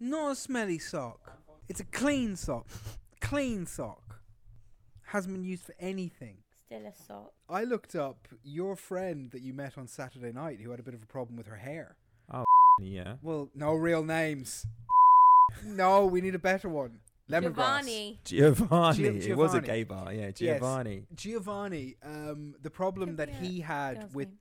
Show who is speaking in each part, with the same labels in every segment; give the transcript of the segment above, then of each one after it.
Speaker 1: Not a smelly sock. It's a clean sock. Clean sock. Hasn't been used for anything.
Speaker 2: Still a sock.
Speaker 3: I looked up your friend that you met on Saturday night who had a bit of a problem with her hair.
Speaker 4: Yeah.
Speaker 3: Well, no real names. no, we need a better one. Lemongrass.
Speaker 2: Giovanni.
Speaker 4: Giovanni.
Speaker 3: Gio-
Speaker 4: It was a
Speaker 3: Giovanni.
Speaker 4: gay bar. Yeah,
Speaker 3: Yes.
Speaker 4: Giovanni.
Speaker 3: Giovanni, um, the problem that
Speaker 2: Yeah,
Speaker 3: he had
Speaker 2: girl's
Speaker 3: with
Speaker 2: name.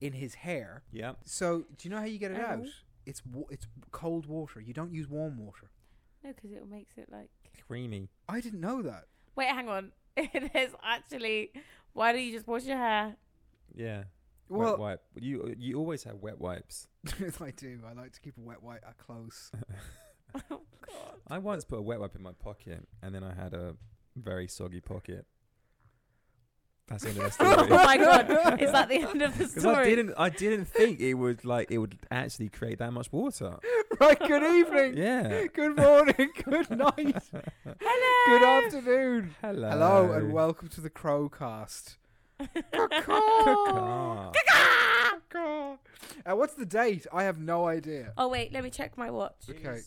Speaker 3: the in his hair.
Speaker 4: Yeah.
Speaker 3: So, do you know how you get it
Speaker 2: Oh.
Speaker 3: out? It's wa- it's cold water. You don't use warm water.
Speaker 2: No, because it makes it like.
Speaker 4: Creamy.
Speaker 3: I didn't know that.
Speaker 2: Wait, hang on. There's actually. Why don't you just wash your hair?
Speaker 4: Yeah.
Speaker 3: Well,
Speaker 4: wet wipe. You you always have wet wipes.
Speaker 3: I do. I like to keep a wet wipe at close.
Speaker 2: Oh God.
Speaker 4: I once put a wet wipe in my pocket, and then I had a very soggy pocket. That's the end of the
Speaker 2: oh
Speaker 4: story.
Speaker 2: my God. Is that the end of the
Speaker 4: Because I
Speaker 2: story?
Speaker 4: didn't, I didn't think it would like it would actually create that much water.
Speaker 3: right. Good evening.
Speaker 4: Yeah.
Speaker 3: Good morning. Good night.
Speaker 2: Hello.
Speaker 3: Good afternoon.
Speaker 4: Hello.
Speaker 3: Hello and welcome to the Crowcast.
Speaker 4: Ah.
Speaker 3: Uh, what's the date? I have no idea.
Speaker 2: oh wait, let me check my watch.
Speaker 3: Okay.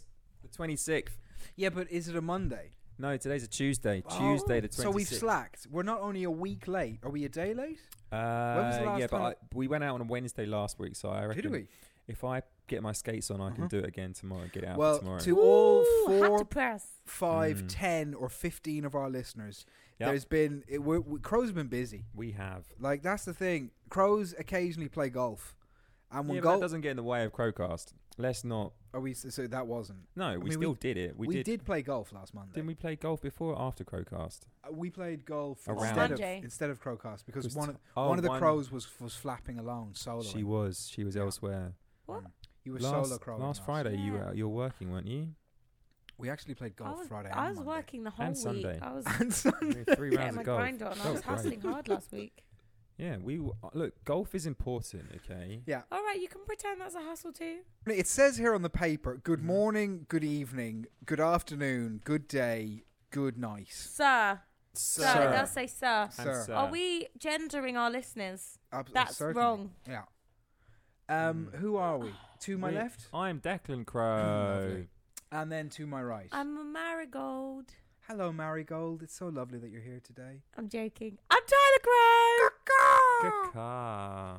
Speaker 4: The twenty sixth.
Speaker 3: Yeah, but is it a Monday?
Speaker 4: No, today's a Tuesday.
Speaker 3: Oh,
Speaker 4: Tuesday the twenty sixth.
Speaker 3: So we've slacked. We're not only a week late. Are we a day late?
Speaker 4: Uh,
Speaker 3: was the last
Speaker 4: yeah, but
Speaker 3: time-
Speaker 4: I, we went out on a Wednesday last week, so I reckon
Speaker 3: Did we?
Speaker 4: if I get my skates on, I can
Speaker 3: Uh-huh.
Speaker 4: do it again tomorrow. Get it out
Speaker 3: Well,
Speaker 4: for tomorrow.
Speaker 3: to all
Speaker 2: Ooh, had to
Speaker 3: four,
Speaker 2: press.
Speaker 3: five, ten,
Speaker 4: Mm.
Speaker 3: or fifteen of our listeners,
Speaker 4: Yep.
Speaker 3: there's been it, we're, we, Crow's been busy.
Speaker 4: we have.
Speaker 3: Like that's the thing. Crows occasionally play golf, and when
Speaker 4: Yeah, but that
Speaker 3: golf,
Speaker 4: doesn't get in the way of Crowcast. Let's not.
Speaker 3: are we? So that wasn't.
Speaker 4: No, we
Speaker 3: mean,
Speaker 4: still
Speaker 3: we-
Speaker 4: did it. We,
Speaker 3: We,
Speaker 4: did.
Speaker 3: did, play golf last Monday.
Speaker 4: Didn't we play golf before or after Crowcast?
Speaker 3: Uh, we played golf
Speaker 4: Around.
Speaker 3: instead of
Speaker 2: Sanjay.
Speaker 3: instead of Crowcast because
Speaker 4: Was
Speaker 3: one
Speaker 4: t-
Speaker 3: of,
Speaker 4: oh,
Speaker 3: one of the
Speaker 4: one-
Speaker 3: crows was was flapping alone solo.
Speaker 4: She was. She was
Speaker 3: Yeah.
Speaker 4: elsewhere.
Speaker 2: What?
Speaker 3: You were
Speaker 4: last,
Speaker 3: solo crowing.
Speaker 4: last Friday, you
Speaker 2: Yeah.
Speaker 4: were you were working, weren't you?
Speaker 3: We actually played golf
Speaker 2: I was,
Speaker 3: Friday.
Speaker 2: I
Speaker 3: and
Speaker 2: was
Speaker 3: Monday.
Speaker 2: working the whole
Speaker 4: And
Speaker 2: week.
Speaker 4: Sunday.
Speaker 2: I was
Speaker 3: And Sunday.
Speaker 4: We had Three
Speaker 2: getting
Speaker 4: rounds
Speaker 2: my
Speaker 4: of golf.
Speaker 2: grind on. I
Speaker 4: Golf,
Speaker 2: was
Speaker 4: right.
Speaker 2: hustling hard last week.
Speaker 4: Yeah, we w- uh, look. Golf is important. Okay.
Speaker 3: Yeah.
Speaker 2: All right, you can pretend that's a hustle too.
Speaker 3: It says here on the paper, good
Speaker 4: Mhm.
Speaker 3: morning, good evening, good afternoon, good day, good night.
Speaker 2: Sir. Sir. It does say sir.
Speaker 4: And
Speaker 3: Sir.
Speaker 4: sir.
Speaker 2: Are we gendering our listeners?
Speaker 3: Ab-
Speaker 2: That's
Speaker 3: certainly.
Speaker 2: wrong.
Speaker 3: Yeah. Um,
Speaker 4: Mm.
Speaker 3: Who are we? To my
Speaker 4: We-
Speaker 3: left
Speaker 4: I'm Declan Crow.
Speaker 3: Lovely. and then to my right.
Speaker 2: I'm a marigold.
Speaker 3: Hello, Marigold. It's so lovely that you're here today.
Speaker 2: I'm joking. I'm Tyler Crow.
Speaker 4: Ka-ka.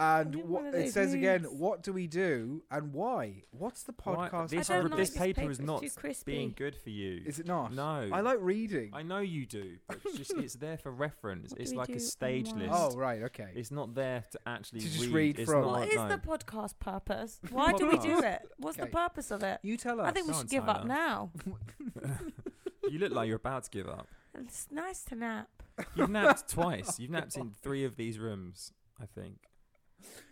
Speaker 3: And
Speaker 2: need
Speaker 3: wha-
Speaker 2: one of
Speaker 3: it
Speaker 2: those
Speaker 3: says again,
Speaker 2: moods.
Speaker 3: what do we do and why? What's the
Speaker 4: Why-
Speaker 3: podcast?
Speaker 4: This,
Speaker 2: I don't
Speaker 4: re-
Speaker 2: like
Speaker 4: this
Speaker 2: this
Speaker 4: paper
Speaker 2: paper,
Speaker 4: is
Speaker 2: it's
Speaker 4: not
Speaker 2: too crispy.
Speaker 4: being good for you.
Speaker 3: Is it not?
Speaker 4: No.
Speaker 3: I like reading.
Speaker 4: I know you do, but it's just it's there for reference.
Speaker 2: What do
Speaker 4: It's
Speaker 2: we
Speaker 4: like
Speaker 2: do
Speaker 4: a stage
Speaker 2: online?
Speaker 4: list.
Speaker 3: oh, right. Okay.
Speaker 4: It's not there to actually
Speaker 3: To just read
Speaker 4: it's
Speaker 3: from.
Speaker 4: not
Speaker 2: What
Speaker 4: like-
Speaker 2: is
Speaker 4: no.
Speaker 2: the podcast purpose? Why do we do it? What's the
Speaker 3: Okay.
Speaker 2: purpose of it?
Speaker 3: you tell us.
Speaker 2: I think we
Speaker 4: Go on,
Speaker 2: should give up
Speaker 4: Tyler.
Speaker 2: now.
Speaker 4: You look like you're about to give up.
Speaker 2: It's nice to nap.
Speaker 4: You've napped twice. You've napped in three of these rooms, I think.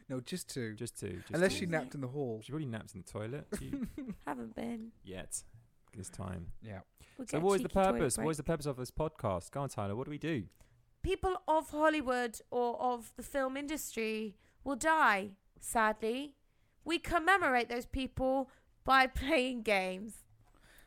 Speaker 3: no, just two.
Speaker 4: Just two. Just
Speaker 3: Unless
Speaker 4: two.
Speaker 3: she napped in the hall.
Speaker 4: She probably napped in the toilet. Do you-
Speaker 2: Haven't been.
Speaker 4: Yet. This time.
Speaker 3: Yeah.
Speaker 2: We'll
Speaker 4: So
Speaker 2: get a
Speaker 4: what is the
Speaker 2: cheeky toilet
Speaker 4: purpose?
Speaker 2: break.
Speaker 4: What is the purpose of this podcast? Go on, Tyler. What do we do?
Speaker 2: People of Hollywood or of the film industry will die, sadly. We commemorate those people by playing games.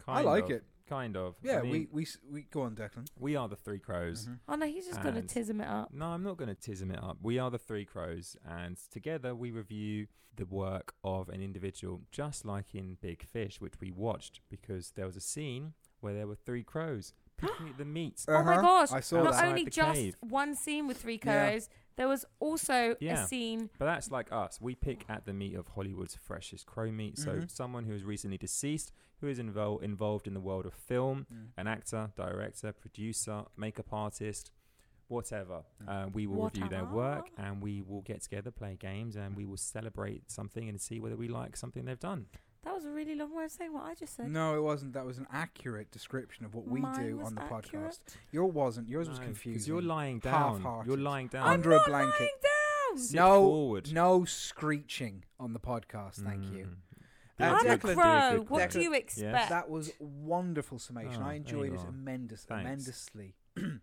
Speaker 3: I like
Speaker 4: of,
Speaker 3: it.
Speaker 4: Kind of. I
Speaker 3: Yeah,
Speaker 4: mean,
Speaker 3: we, we, s- we go on, Declan.
Speaker 4: we are the three crows.
Speaker 3: Mhm.
Speaker 2: Oh no, he's just going to
Speaker 4: And-
Speaker 2: tism it up.
Speaker 4: No, I'm not going to tism it up. We are the Three Crows, and together we review the work of an individual, just like in Big Fish, which we watched because there was a scene where there were three crows picking at the meat.
Speaker 2: Oh my
Speaker 3: Uh-huh.
Speaker 2: gosh.
Speaker 3: I saw
Speaker 2: Not
Speaker 3: that.
Speaker 4: Outside
Speaker 2: only
Speaker 4: the
Speaker 2: just
Speaker 4: cave.
Speaker 2: one scene with three
Speaker 3: Yeah.
Speaker 2: crows, there was also
Speaker 4: Yeah.
Speaker 2: a scene.
Speaker 4: But that's like us. We pick at the meat of Hollywood's freshest crow meat. So
Speaker 3: Mhm.
Speaker 4: someone who is recently deceased, who is invol- involved in the world of film,
Speaker 3: Mm.
Speaker 4: an actor, director, producer, makeup artist, whatever.
Speaker 3: Mm.
Speaker 4: Uh, we will review their work and we will get together, play games, and we will celebrate something and see whether we like something they've done.
Speaker 2: That was a really long way of saying what I just said.
Speaker 3: No, it wasn't. That was an accurate description of what we
Speaker 2: Mine
Speaker 3: do
Speaker 2: was
Speaker 3: on the
Speaker 2: accurate.
Speaker 3: podcast. Your wasn't. Yours was
Speaker 4: No,
Speaker 3: confusing.
Speaker 4: you're lying down.
Speaker 3: half-hearted.
Speaker 4: You're lying down.
Speaker 2: I'm
Speaker 3: Under a
Speaker 2: not
Speaker 3: blanket.
Speaker 2: lying down.
Speaker 4: Sit
Speaker 3: no,
Speaker 4: forward. Mm. Hmm.
Speaker 3: no screeching on the podcast. Thank you.
Speaker 4: Be
Speaker 3: Uh,
Speaker 2: I'm a
Speaker 4: good
Speaker 3: Declan-
Speaker 2: crow.
Speaker 4: Declan-
Speaker 2: What do you
Speaker 3: Declan-
Speaker 2: expect?
Speaker 3: That was wonderful summation.
Speaker 4: Oh,
Speaker 3: I
Speaker 4: there
Speaker 3: enjoyed
Speaker 4: you
Speaker 3: it
Speaker 4: are.
Speaker 3: amendous,
Speaker 4: Thanks.
Speaker 3: tremendously.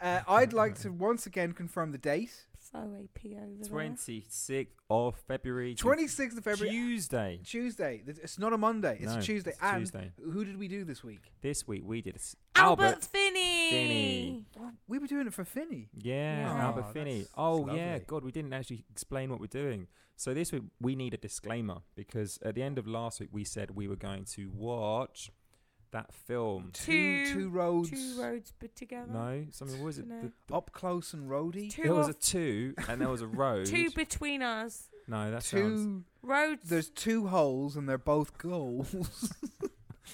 Speaker 3: uh, I'd like to once again confirm the date:
Speaker 2: So AP over there.
Speaker 4: 26th of February.
Speaker 3: twenty sixth of February,
Speaker 4: Tuesday.
Speaker 3: Tuesday. Th- It's not a Monday. It's
Speaker 4: No,
Speaker 3: a Tuesday.
Speaker 4: it's
Speaker 3: and
Speaker 4: Tuesday.
Speaker 3: who did we do this week?
Speaker 4: This week we did s-
Speaker 2: Albert Finney.
Speaker 4: Finney.
Speaker 1: We were doing it for Finney.
Speaker 4: Yeah,
Speaker 2: Yeah.
Speaker 4: Albert
Speaker 3: Oh,
Speaker 4: Finney.
Speaker 3: that's
Speaker 4: Oh,
Speaker 3: lovely.
Speaker 4: yeah. God, we didn't actually explain what we're doing. So this week we need a disclaimer because at the end of last week we said we were going to watch that film.
Speaker 3: Two
Speaker 2: Two-
Speaker 3: two roads
Speaker 2: Two roads put together.
Speaker 4: No, something what was it?
Speaker 2: No.
Speaker 4: The-
Speaker 3: up close and roady.
Speaker 2: Two
Speaker 4: there was a
Speaker 2: off-
Speaker 4: two and there was a road.
Speaker 2: two between us.
Speaker 4: no, that sounds.
Speaker 3: Two
Speaker 2: Roads.
Speaker 3: there's two holes and they're both goals.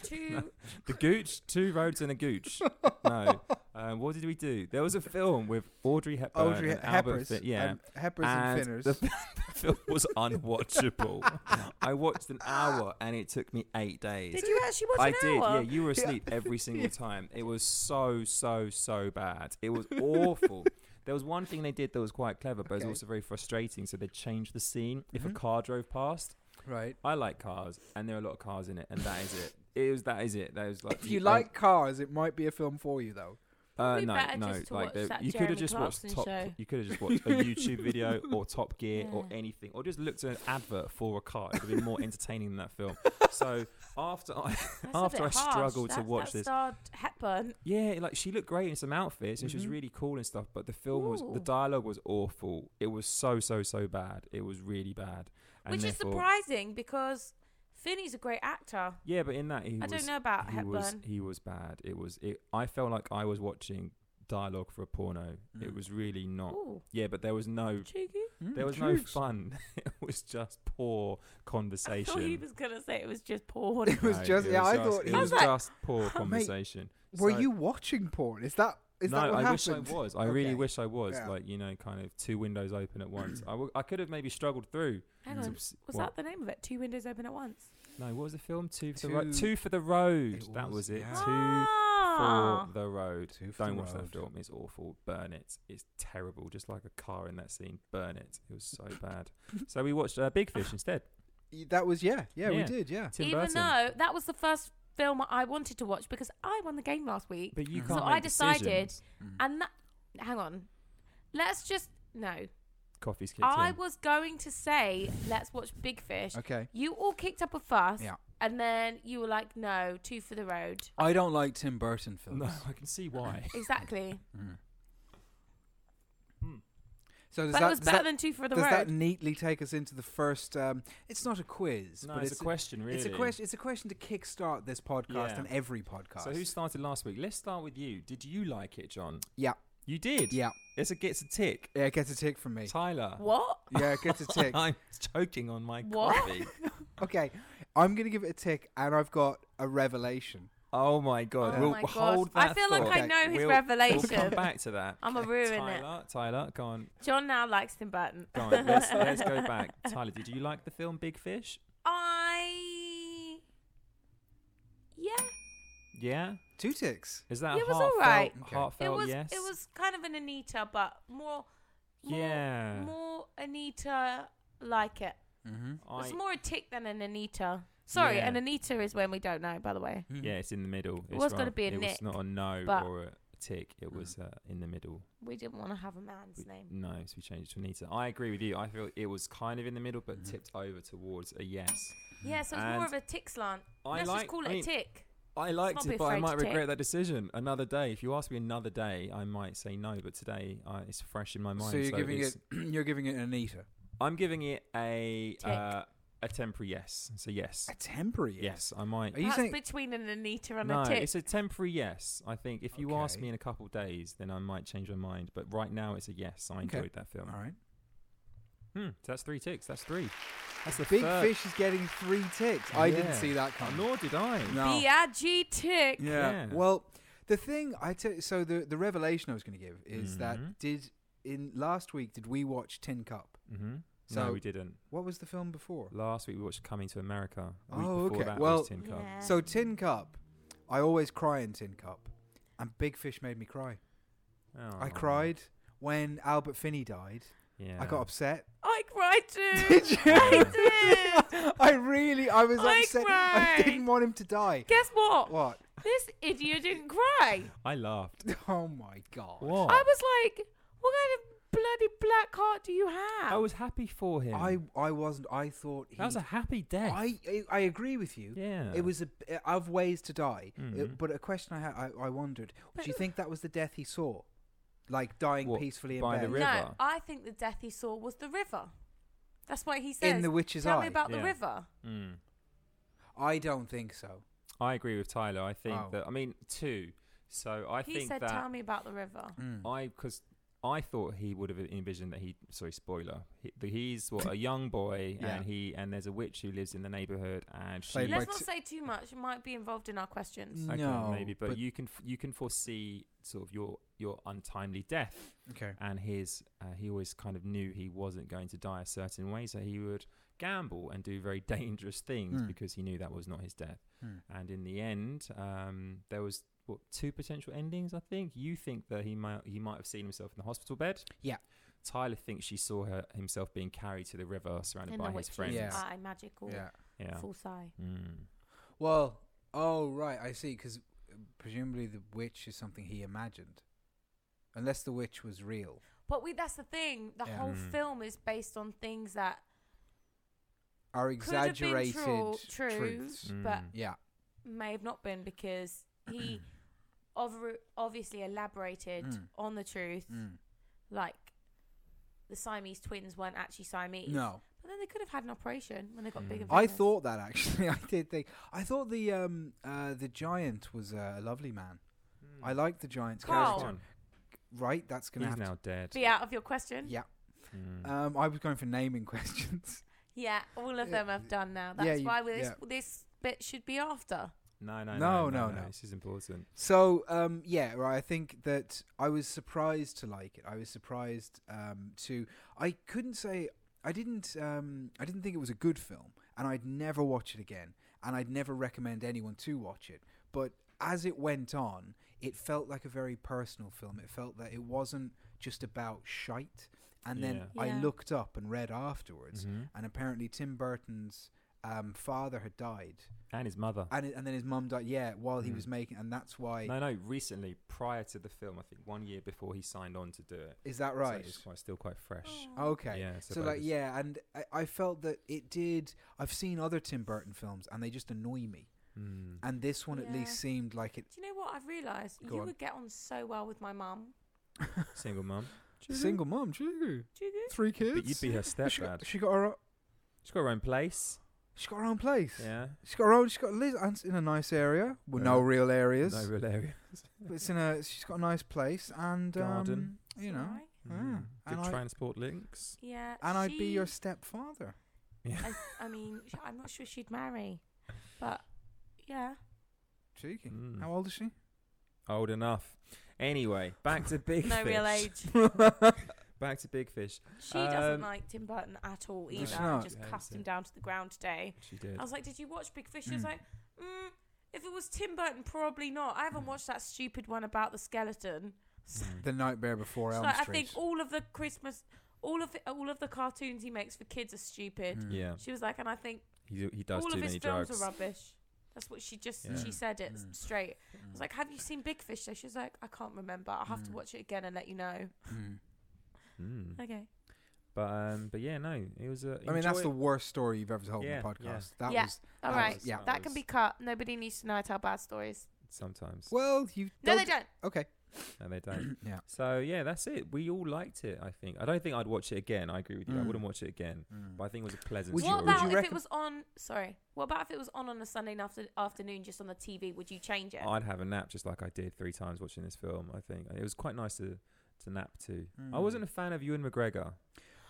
Speaker 2: two.
Speaker 4: The gooch, two roads and a gooch. no. Um, what did we do? There was a film with Audrey Hepburn.
Speaker 3: Audrey
Speaker 4: and Albert
Speaker 3: Heppers,
Speaker 4: Fin- yeah.
Speaker 3: and Heppers and,
Speaker 4: And
Speaker 3: Finners.
Speaker 4: the film was unwatchable. I watched an hour and it took me eight days.
Speaker 2: Did you actually watch
Speaker 4: I
Speaker 2: an
Speaker 4: did.
Speaker 2: hour?
Speaker 4: Yeah, you were asleep every single time. It was so so so bad. It was awful. There was one thing they did that was quite clever, but it
Speaker 3: Okay.
Speaker 4: was also very frustrating. So they changed the scene if a
Speaker 3: Mhm.
Speaker 4: car drove past.
Speaker 3: right.
Speaker 4: I like cars, and there are a lot of cars in it, and that is it. It was that is it. That was like
Speaker 3: If you
Speaker 4: I-
Speaker 3: like cars, it might be a film for you though.
Speaker 4: uh,
Speaker 2: It'd be
Speaker 4: no,
Speaker 2: better
Speaker 4: no,
Speaker 2: just to
Speaker 4: like
Speaker 2: watch
Speaker 4: there-
Speaker 2: that
Speaker 4: you could have
Speaker 2: Jeremy
Speaker 4: just watched
Speaker 2: Clarkson
Speaker 4: top.
Speaker 2: show.
Speaker 4: You could have just watched a YouTube video or Top Gear or
Speaker 2: Yeah.
Speaker 4: anything, or just looked at an advert for a car. It would have been more entertaining than that film. So after I,
Speaker 2: That's a
Speaker 4: after I
Speaker 2: bit harsh.
Speaker 4: struggled to
Speaker 2: That-
Speaker 4: watch
Speaker 2: that
Speaker 4: this,
Speaker 2: Starred Hepburn.
Speaker 4: Yeah, like she looked great in some outfits and she was
Speaker 3: Mhm.
Speaker 4: really cool and stuff, but the film was the
Speaker 2: Mm-hmm. Ooh.
Speaker 4: dialogue was awful. It was so so so bad. It was really bad. And
Speaker 2: Which is
Speaker 4: therefore-
Speaker 2: surprising because Finney's a great actor.
Speaker 4: Yeah, but in that he
Speaker 2: I
Speaker 4: was
Speaker 2: don't know about
Speaker 4: he
Speaker 2: Hepburn.
Speaker 4: was he was bad. It was it I felt like I was watching dialogue for a porno. It
Speaker 3: Mm.
Speaker 4: was really not.
Speaker 2: Ooh,
Speaker 4: Yeah, but there was no
Speaker 2: cheeky.
Speaker 4: there was no fun. it was just poor
Speaker 2: I
Speaker 4: conversation.
Speaker 2: thought he was gonna say it was just porn.
Speaker 3: It was
Speaker 4: No,
Speaker 3: just-
Speaker 4: it
Speaker 3: yeah,
Speaker 4: was
Speaker 3: I
Speaker 4: just-
Speaker 3: thought
Speaker 4: it
Speaker 3: he
Speaker 4: was
Speaker 2: was-
Speaker 4: just poor
Speaker 3: Mate,
Speaker 4: conversation.
Speaker 3: Were
Speaker 4: So-
Speaker 3: you watching porn? Is that is
Speaker 4: no,
Speaker 3: that what
Speaker 4: I
Speaker 3: happened?
Speaker 4: wish I was. I really
Speaker 3: Okay.
Speaker 4: wish I was.
Speaker 3: Yeah.
Speaker 4: Like you know, kind of two windows open at once. I, w- I could have maybe struggled through.
Speaker 2: Hang
Speaker 4: to
Speaker 2: on,
Speaker 4: s-
Speaker 2: was
Speaker 4: what-
Speaker 2: that the name of it? Two windows open at once.
Speaker 4: No, what was the film? Two for the road.
Speaker 3: Two-
Speaker 4: Two for the road.
Speaker 3: It
Speaker 4: that
Speaker 3: was,
Speaker 4: was it.
Speaker 3: yeah.
Speaker 4: Two
Speaker 2: Ah.
Speaker 4: for the road.
Speaker 3: Two for the
Speaker 4: Don't watch that
Speaker 3: road.
Speaker 4: film. It's awful. Burn it. It's terrible. Just like a car in that scene. Burn it. It was so bad. so we watched uh, Big Fish instead.
Speaker 3: Y- E, That was yeah, yeah, we
Speaker 4: Yeah.
Speaker 3: did, yeah.
Speaker 4: Tim
Speaker 2: Even
Speaker 4: Burton.
Speaker 2: though that was the first film I wanted to watch because I won the game last week.
Speaker 4: but you
Speaker 3: Mhm.
Speaker 4: can't.
Speaker 2: So
Speaker 4: make
Speaker 2: I decided-
Speaker 4: decisions.
Speaker 2: And that, hang on, let's just no.
Speaker 4: Coffee's kicked
Speaker 2: I
Speaker 4: in.
Speaker 2: was going to say let's watch Big Fish.
Speaker 3: Okay.
Speaker 2: You all kicked up a fuss,
Speaker 3: Yeah.
Speaker 2: and then you were like, "No, two for the road."
Speaker 3: I don't like Tim Burton Hmm.
Speaker 4: No, I can see why.
Speaker 2: Exactly,
Speaker 4: Hmm.
Speaker 3: So does
Speaker 2: but
Speaker 3: that,
Speaker 2: it was
Speaker 3: does
Speaker 2: better
Speaker 3: that-
Speaker 2: than two for the
Speaker 3: does that
Speaker 2: road.
Speaker 3: neatly take us into the first? Um, it's not a quiz,
Speaker 4: no,
Speaker 3: but
Speaker 4: it's, a question. Really,
Speaker 3: It's a question. It's a question to kickstart this podcast
Speaker 4: Yeah.
Speaker 3: and every podcast.
Speaker 4: So who started last week? Let's start with you. Did you like it, John?
Speaker 3: Yeah.
Speaker 4: You did.
Speaker 3: Yeah,
Speaker 4: It's a gets a tick.
Speaker 3: yeah, it gets a tick from me.
Speaker 4: Tyler.
Speaker 2: What?
Speaker 3: Yeah, it gets a tick.
Speaker 4: I'm choking on my
Speaker 2: What?
Speaker 4: coffee.
Speaker 3: okay, I'm gonna give it a tick, and I've got a revelation.
Speaker 4: Oh my god.
Speaker 2: Oh
Speaker 4: we'll
Speaker 2: my God.
Speaker 4: hold that.
Speaker 2: I feel like
Speaker 4: thought.
Speaker 2: I know his
Speaker 4: We'll-
Speaker 2: revelation.
Speaker 4: We'll come back to that.
Speaker 2: I'm gonna ruin it.
Speaker 4: Tyler, Tyler, go on,
Speaker 2: John now likes Tim Burton.
Speaker 4: go on. Let's, let's go back. Tyler, did you like the film Big Fish?
Speaker 2: I. Yeah,
Speaker 4: Yeah.
Speaker 3: Two ticks.
Speaker 4: Is that a
Speaker 2: It was
Speaker 4: heartfelt,
Speaker 2: alright.
Speaker 3: Okay.
Speaker 2: it
Speaker 4: heartfelt
Speaker 2: was.
Speaker 4: yes?
Speaker 2: It was kind of an Anita, but more. more
Speaker 4: Yeah.
Speaker 2: More Anita like it.
Speaker 3: Mm-hmm.
Speaker 4: I,
Speaker 2: It's more a tick than an Anita. Sorry,
Speaker 4: Yeah.
Speaker 2: an Anita is when we don't know, by the way.
Speaker 4: yeah, it's in the middle. It's
Speaker 2: Mm. was gonna
Speaker 4: rather-
Speaker 2: be a
Speaker 4: It
Speaker 2: nick,
Speaker 4: was not a no
Speaker 2: but- Mm.
Speaker 4: or a tick. It was uh, in the middle.
Speaker 2: We didn't want to have a man's name.
Speaker 4: No, so we changed it to Anita. I agree with you. I feel it was kind of in the middle, but
Speaker 2: Mm-hmm.
Speaker 4: tipped over towards a yes.
Speaker 2: Yeah, so it's more
Speaker 4: And
Speaker 2: of a tick slant.
Speaker 4: I
Speaker 2: Let's
Speaker 4: like-
Speaker 2: just call it
Speaker 4: I mean,
Speaker 2: a tick.
Speaker 4: I liked
Speaker 2: not be
Speaker 4: it, but I
Speaker 2: afraid to
Speaker 4: might regret
Speaker 2: take.
Speaker 4: that decision another day. If you ask me another day, I might say no. But today, uh, it's fresh in my mind.
Speaker 3: So you're giving
Speaker 4: it's-
Speaker 3: it. You're giving it an Anita.
Speaker 4: I'm giving it a
Speaker 2: Tick.
Speaker 4: uh, a temporary yes. So yes,
Speaker 3: A temporary.
Speaker 4: yes, I might.
Speaker 3: Are you
Speaker 2: That's
Speaker 3: saying?
Speaker 2: between an Anita and
Speaker 4: No,
Speaker 2: a tick.
Speaker 4: it's a temporary yes. I think if you ask
Speaker 3: Okay.
Speaker 4: me in a couple of days, then I might change my mind. But right now, it's a yes. I enjoyed that film.
Speaker 3: All right.
Speaker 4: Hmm, so that's three ticks. That's three. That's the
Speaker 3: Big
Speaker 4: third.
Speaker 3: Fish is getting three ticks. I
Speaker 4: Yeah.
Speaker 3: didn't see that coming.
Speaker 4: Nor did I.
Speaker 3: No.
Speaker 2: B-I-G tick.
Speaker 4: Yeah.
Speaker 3: Well, the thing I tell so the the revelation I was going to give is
Speaker 4: Mhm.
Speaker 3: that did in last week did we watch Tin Cup?
Speaker 4: hmm no,
Speaker 3: So-
Speaker 4: we didn't.
Speaker 3: What was the film before?
Speaker 4: Last week we watched Coming to America. The week
Speaker 3: Oh,
Speaker 4: before
Speaker 3: okay.
Speaker 4: That
Speaker 3: Well-
Speaker 4: was Tin Cup.
Speaker 2: Yeah.
Speaker 3: So Tin Cup, I always cry in Tin Cup, and Big Fish made me cry. I
Speaker 4: Oh,
Speaker 3: cried when Albert Finney died.
Speaker 4: Yeah.
Speaker 3: I got upset.
Speaker 2: I cried too.
Speaker 3: Did you?
Speaker 2: I did.
Speaker 3: I really, I was
Speaker 2: I
Speaker 3: upset. I
Speaker 2: cried.
Speaker 3: didn't want him to die.
Speaker 2: Guess what?
Speaker 3: What?
Speaker 2: This idiot didn't cry.
Speaker 4: I laughed.
Speaker 3: Oh my god!
Speaker 4: What?
Speaker 2: I was like, what kind bloody black heart do you have?
Speaker 4: I was happy for him.
Speaker 3: I I wasn't. I thought he.
Speaker 4: that was a happy death.
Speaker 3: I, I I agree with you.
Speaker 4: yeah.
Speaker 3: It was a uh, of ways to die, It-
Speaker 4: Mhm.
Speaker 3: but a question I had, I, I wondered:
Speaker 2: But-
Speaker 3: Do you think that was the death he saw, like dying
Speaker 4: What,
Speaker 3: peacefully in
Speaker 4: by the
Speaker 3: bed
Speaker 4: river?
Speaker 2: No, I think the death he saw was the river. That's why he says.
Speaker 3: in the witch's
Speaker 2: Tell
Speaker 3: eye?
Speaker 2: me about the
Speaker 4: Yeah.
Speaker 2: river.
Speaker 4: Mm.
Speaker 3: I don't think so.
Speaker 4: I agree with Tyler. I think
Speaker 3: Oh.
Speaker 4: that I mean two. So I
Speaker 2: he
Speaker 4: think
Speaker 2: said,
Speaker 4: that
Speaker 2: "Tell me about the river."
Speaker 3: Mm.
Speaker 4: I because I thought he would have envisioned that he. Sorry, spoiler. He, that he's what a young boy,
Speaker 3: Yeah.
Speaker 4: and he and there's a witch who lives in the neighborhood, and she.
Speaker 3: Played by
Speaker 2: Let's
Speaker 3: t-
Speaker 2: not say too much. It might be involved in our questions.
Speaker 4: okay,
Speaker 3: no,
Speaker 4: maybe, but,
Speaker 3: but-
Speaker 4: you can f- you can foresee sort of your your untimely death,
Speaker 3: Okay.
Speaker 4: and his uh, he always kind of knew he wasn't going to die a certain way, so he would gamble and do very dangerous things
Speaker 3: Hmm.
Speaker 4: because he knew that was not his death.
Speaker 3: Hmm.
Speaker 4: And in the end, um, there was what two potential endings. I think you think that he might he might have seen himself in the hospital bed.
Speaker 3: Yeah.
Speaker 4: Tyler thinks she saw her himself being carried to the river, surrounded
Speaker 2: In
Speaker 4: by
Speaker 2: the
Speaker 4: his
Speaker 2: witch's
Speaker 4: friends.
Speaker 3: Yeah.
Speaker 2: eye,
Speaker 4: Oh.
Speaker 2: magical,
Speaker 3: Yeah.
Speaker 4: Yeah.
Speaker 2: full sigh.
Speaker 4: Mm.
Speaker 3: Well, oh right, I see. Because presumably the witch is something he imagined, unless the witch was real.
Speaker 2: But we—that's the thing. The
Speaker 3: Yeah.
Speaker 2: whole
Speaker 4: Mm.
Speaker 2: film is based on things that
Speaker 3: Are
Speaker 2: could have been
Speaker 3: exaggerated
Speaker 2: true, true
Speaker 3: truths.
Speaker 2: but
Speaker 4: Mm.
Speaker 3: Yeah.
Speaker 2: may have not been because he obvi- obviously elaborated
Speaker 3: Mm.
Speaker 2: on the truth,
Speaker 3: Mm.
Speaker 2: like the Siamese twins weren't actually Siamese.
Speaker 3: No.
Speaker 2: But then they could have had an operation when they got
Speaker 4: Mm.
Speaker 2: bigger.
Speaker 3: I
Speaker 2: vaginas.
Speaker 3: thought that actually. I did think. I thought the um uh the giant was uh, a lovely man. I liked the giant's
Speaker 2: Carl.
Speaker 3: character.
Speaker 4: Mm. Come
Speaker 3: Right, that's
Speaker 4: on.
Speaker 3: gonna
Speaker 4: He's
Speaker 3: have
Speaker 4: now dead.
Speaker 2: be out of your question.
Speaker 3: Yeah.
Speaker 4: Mm.
Speaker 3: to. Um, I was going for naming questions.
Speaker 2: Yeah, all of
Speaker 3: Yeah.
Speaker 2: them have done now.
Speaker 3: Yeah,
Speaker 2: That's
Speaker 3: you-
Speaker 2: why we this,
Speaker 3: yeah.
Speaker 2: this bit should be after.
Speaker 4: no, no,
Speaker 3: no,
Speaker 4: no, no,
Speaker 3: no,
Speaker 4: no,
Speaker 3: no.
Speaker 4: This is important.
Speaker 3: So um, yeah, right. I think that I was surprised to like it. I was surprised um, to. I couldn't say. I didn't. Um, I didn't think it was a good film, and I'd never watch it again, and I'd never recommend anyone to watch it. But as it went on, it felt like a very personal film. It felt that it wasn't just about shite. And then
Speaker 4: Yeah.
Speaker 3: I
Speaker 2: Yeah.
Speaker 3: looked up and read afterwards,
Speaker 4: Mhm.
Speaker 3: and apparently Tim Burton's um, father had died,
Speaker 4: And his mother.
Speaker 3: and and then his mum died. Yeah, while he
Speaker 4: Mm.
Speaker 3: was making, and that's why.
Speaker 4: No, no. Recently, prior to the film, I think one year before he signed on to do it.
Speaker 3: Is that
Speaker 4: So
Speaker 3: right?
Speaker 4: it's quite, still quite fresh.
Speaker 2: Oh.
Speaker 3: Okay.
Speaker 4: Yeah. So,
Speaker 3: So
Speaker 4: but
Speaker 3: like
Speaker 4: it's-
Speaker 3: yeah, and I, I felt that it did. I've seen other Tim Burton films, and they just annoy me.
Speaker 4: Mm.
Speaker 3: And this one at
Speaker 2: Yeah.
Speaker 3: least seemed like it.
Speaker 2: Do you know what I've realised?
Speaker 3: Go
Speaker 2: You
Speaker 3: on.
Speaker 2: would get on so well with my mum.
Speaker 4: Single mum.
Speaker 3: Single mom, Julie.
Speaker 2: Do you do?
Speaker 3: Three kids.
Speaker 4: But you'd be her
Speaker 3: she, got,
Speaker 4: stepdad.
Speaker 3: she got her. o-
Speaker 4: She's got her own place.
Speaker 3: She got her own place.
Speaker 4: Yeah.
Speaker 3: She got her own. She got Liz and it's in a nice area. Well, no
Speaker 4: Yeah.
Speaker 3: real areas.
Speaker 4: No real Hmm. area.
Speaker 3: But it's in a. She's got a nice place and um,
Speaker 4: Garden.
Speaker 3: You know.
Speaker 2: Right?
Speaker 3: Yeah.
Speaker 4: Mm. Good
Speaker 3: And I-
Speaker 4: transport links.
Speaker 2: Yeah.
Speaker 3: And I'd be your
Speaker 2: she-
Speaker 3: stepfather.
Speaker 4: Yeah.
Speaker 2: I, I mean, sh- I'm not sure she'd marry, but yeah.
Speaker 3: Cheeky.
Speaker 4: Mm.
Speaker 3: How old is she?
Speaker 4: Old enough. Anyway, back to Big
Speaker 2: no
Speaker 4: Fish.
Speaker 2: real age.
Speaker 4: Back to Big Fish.
Speaker 2: She doesn't
Speaker 4: Um,
Speaker 2: like Tim Burton at all
Speaker 3: No,
Speaker 2: either.
Speaker 3: she's
Speaker 2: I
Speaker 3: not.
Speaker 2: just
Speaker 4: Yeah,
Speaker 2: cussed
Speaker 4: so-
Speaker 2: him down to the ground today.
Speaker 4: She did. Hmm.
Speaker 2: I was like, "Did you watch Big Fish?" She was
Speaker 3: Mm.
Speaker 2: like, mm, "If it was Tim Burton, probably not. I haven't watched that stupid one about the skeleton."
Speaker 4: Mm.
Speaker 3: The Nightmare Before
Speaker 2: So
Speaker 3: Elm
Speaker 2: I
Speaker 3: Street.
Speaker 2: think all of the Christmas, all of the, all of the cartoons he makes for kids are stupid.
Speaker 3: Mm.
Speaker 4: Yeah.
Speaker 2: She was like, and I think
Speaker 4: He, he does
Speaker 2: all
Speaker 4: too
Speaker 2: of his
Speaker 4: many
Speaker 2: films
Speaker 4: drugs.
Speaker 2: are rubbish. That's what she just
Speaker 4: Yeah.
Speaker 2: she said it
Speaker 3: Mm.
Speaker 2: straight. I
Speaker 3: Mm.
Speaker 2: was like, "Have you seen Big Fish?" Though she was like, "I can't remember. I'll have to
Speaker 3: Mm.
Speaker 2: watch it again and let you know."
Speaker 3: Mm.
Speaker 4: Mm.
Speaker 2: Okay.
Speaker 4: But um, but yeah, no, it was a.
Speaker 3: I mean, that's
Speaker 4: enjoy-
Speaker 3: the worst story you've ever told
Speaker 4: Yeah,
Speaker 3: on the
Speaker 4: yeah.
Speaker 3: podcast. That
Speaker 2: Yeah.
Speaker 3: was
Speaker 2: All
Speaker 3: That
Speaker 2: right.
Speaker 3: was- yeah.
Speaker 2: That can be cut. Nobody needs to know I tell bad stories.
Speaker 4: sometimes.
Speaker 3: well, you.
Speaker 2: No, they don't.
Speaker 3: Okay.
Speaker 4: No, they don't.
Speaker 3: yeah.
Speaker 4: So yeah, that's it. We all liked it. I think. I don't think I'd watch it again. I agree with you. I
Speaker 3: Mm.
Speaker 4: wouldn't watch it again. But I think it was a pleasant.
Speaker 3: Would you-
Speaker 2: what
Speaker 4: story.
Speaker 2: about
Speaker 3: you
Speaker 2: if
Speaker 3: reckon-
Speaker 2: it was on? Sorry. What about if it was on on a Sunday after, afternoon, just on the TV? Would you change it?
Speaker 4: I'd have a nap just like I did three times watching this film. I think it was quite nice to to nap to. I
Speaker 3: Mm.
Speaker 4: wasn't a fan of Ewan McGregor.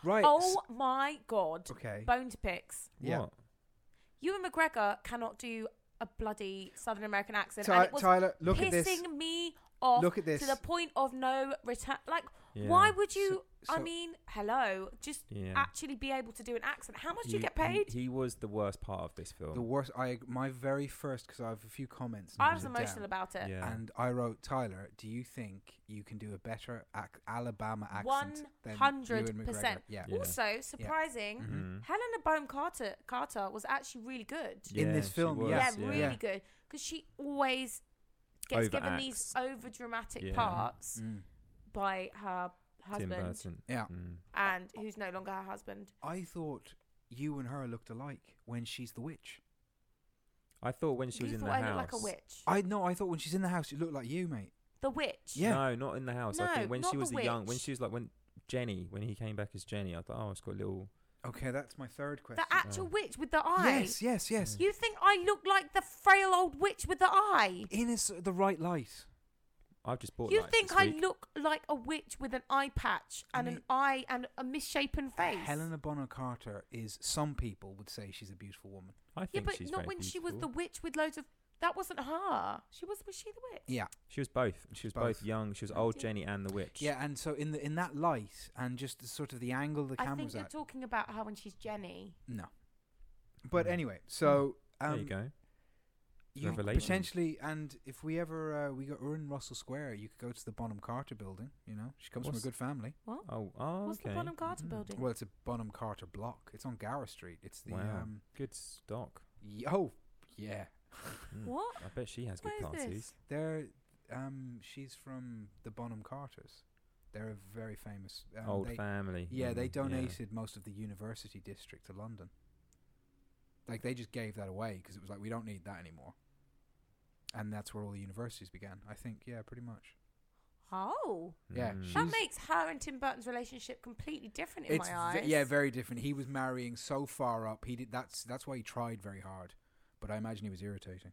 Speaker 3: Right.
Speaker 2: oh my god!
Speaker 3: okay.
Speaker 2: Bone to picks.
Speaker 3: Yeah.
Speaker 4: What?
Speaker 2: Ewan McGregor cannot do a bloody Southern American accent, and
Speaker 3: Ty-
Speaker 2: it was
Speaker 3: Tyler, look
Speaker 2: pissing
Speaker 3: at this.
Speaker 2: me off
Speaker 3: Look at this.
Speaker 2: to the point of no return. Like,
Speaker 4: Yeah.
Speaker 2: why would you? I
Speaker 3: so-
Speaker 2: mean, hello, just
Speaker 4: Yeah.
Speaker 2: actually be able to do an accent. How much do you
Speaker 4: He-
Speaker 2: get paid?
Speaker 4: He, he was the worst part of this film.
Speaker 3: The worst. I my very first because I have a few comments. and
Speaker 2: I
Speaker 3: wrote
Speaker 2: was
Speaker 3: it
Speaker 2: emotional
Speaker 3: down.
Speaker 2: about it.
Speaker 4: yeah.
Speaker 3: And I wrote, Tyler, do you think you can do a better ac- Alabama accent?
Speaker 2: One
Speaker 3: than
Speaker 2: hundred
Speaker 3: Ewan
Speaker 2: percent.
Speaker 3: McGregor?" Yeah.
Speaker 4: Yeah.
Speaker 2: Also, surprising,
Speaker 4: Mhm.
Speaker 2: Helena Bonham Carter Carter was actually really good.
Speaker 3: in this
Speaker 4: she
Speaker 3: film,
Speaker 4: was,
Speaker 3: yes,
Speaker 2: yeah, really
Speaker 3: yeah.
Speaker 2: good because she always gets given these
Speaker 4: Overacts.
Speaker 2: over dramatic
Speaker 4: Yeah.
Speaker 2: parts
Speaker 3: Mm.
Speaker 2: by her
Speaker 4: Tim
Speaker 2: husband
Speaker 4: Burton.
Speaker 3: Yeah.
Speaker 4: Mm.
Speaker 2: and who's no longer her husband.
Speaker 3: I thought you and her looked alike when she's the witch.
Speaker 4: I thought when she was
Speaker 2: you
Speaker 4: in
Speaker 2: thought
Speaker 4: the
Speaker 2: I looked
Speaker 4: house.
Speaker 2: like a witch.
Speaker 3: I no, I thought when she's in the house, you look like you, mate.
Speaker 2: the witch.
Speaker 3: Yeah.
Speaker 4: No, not in the house. I
Speaker 2: No,
Speaker 4: think when
Speaker 2: not
Speaker 4: she
Speaker 2: the
Speaker 4: was a young, when
Speaker 2: witch.
Speaker 4: she was like when Jenny, when he came back as Jenny, I thought, oh, it's got a little.
Speaker 3: Okay, that's my third question.
Speaker 2: The actual
Speaker 4: Oh.
Speaker 2: witch with the eye.
Speaker 3: Yes, yes, yes.
Speaker 2: You think I look like the frail old witch with the eye?
Speaker 3: In is the right light.
Speaker 4: I've just bought.
Speaker 2: You
Speaker 4: lights
Speaker 2: think
Speaker 4: this
Speaker 2: I
Speaker 4: week.
Speaker 2: look like a witch with an eye patch and an
Speaker 3: Me-
Speaker 2: eye and a misshapen face?
Speaker 3: Helena Bonham Carter is. Some people would say she's a beautiful woman.
Speaker 4: I
Speaker 2: Yeah,
Speaker 4: think
Speaker 2: but
Speaker 4: she's
Speaker 2: not
Speaker 4: very
Speaker 2: when she was the
Speaker 4: beautiful.
Speaker 2: witch with loads of. That wasn't her. She was. Was she the witch?
Speaker 3: Yeah,
Speaker 4: She was both. She was both,
Speaker 3: both.
Speaker 4: young. She was old
Speaker 2: Yeah.
Speaker 4: Jenny and the witch.
Speaker 3: yeah. And so in the in that light and just the, sort of the angle the
Speaker 2: I think
Speaker 3: camera's
Speaker 2: you're
Speaker 3: at.
Speaker 2: talking about her when she's Jenny.
Speaker 3: no, but
Speaker 4: Mm.
Speaker 3: anyway, so um,
Speaker 4: there you go.
Speaker 3: you
Speaker 4: Revelation.
Speaker 3: potentially, and if we ever uh, we got we're in Russell Square, you could go to the Bonham Carter building. You know, she comes from a
Speaker 4: What's-
Speaker 3: good family.
Speaker 2: What?
Speaker 4: Oh, oh,
Speaker 2: What's
Speaker 4: okay.
Speaker 2: the Bonham Carter
Speaker 4: Mm.
Speaker 2: building?
Speaker 3: Well, it's a Bonham Carter block. It's on Gower Street. It's the
Speaker 4: Wow.
Speaker 3: um.
Speaker 4: Good stock.
Speaker 3: y- oh, yeah.
Speaker 4: Mm.
Speaker 2: What?
Speaker 4: I bet she has good
Speaker 2: Where is
Speaker 4: parties.
Speaker 2: this?
Speaker 3: They're um. She's from the Bonham Carters. They're a very famous. Um,
Speaker 4: old
Speaker 3: they,
Speaker 4: family.
Speaker 3: Yeah,
Speaker 4: Mm,
Speaker 3: they donated most of the university district to London. Like they just gave that away because it was like we don't need that anymore. And that's where all the universities began. I think. Yeah, pretty much.
Speaker 2: Oh,
Speaker 3: Yeah,
Speaker 2: that
Speaker 4: Mm.
Speaker 3: She's-
Speaker 2: makes her and Tim Burton's relationship completely different in
Speaker 3: it's
Speaker 2: my eyes.
Speaker 3: ve- yeah, very different. He was marrying so far up. He did. That's that's why he tried very hard. But I imagine he was irritating.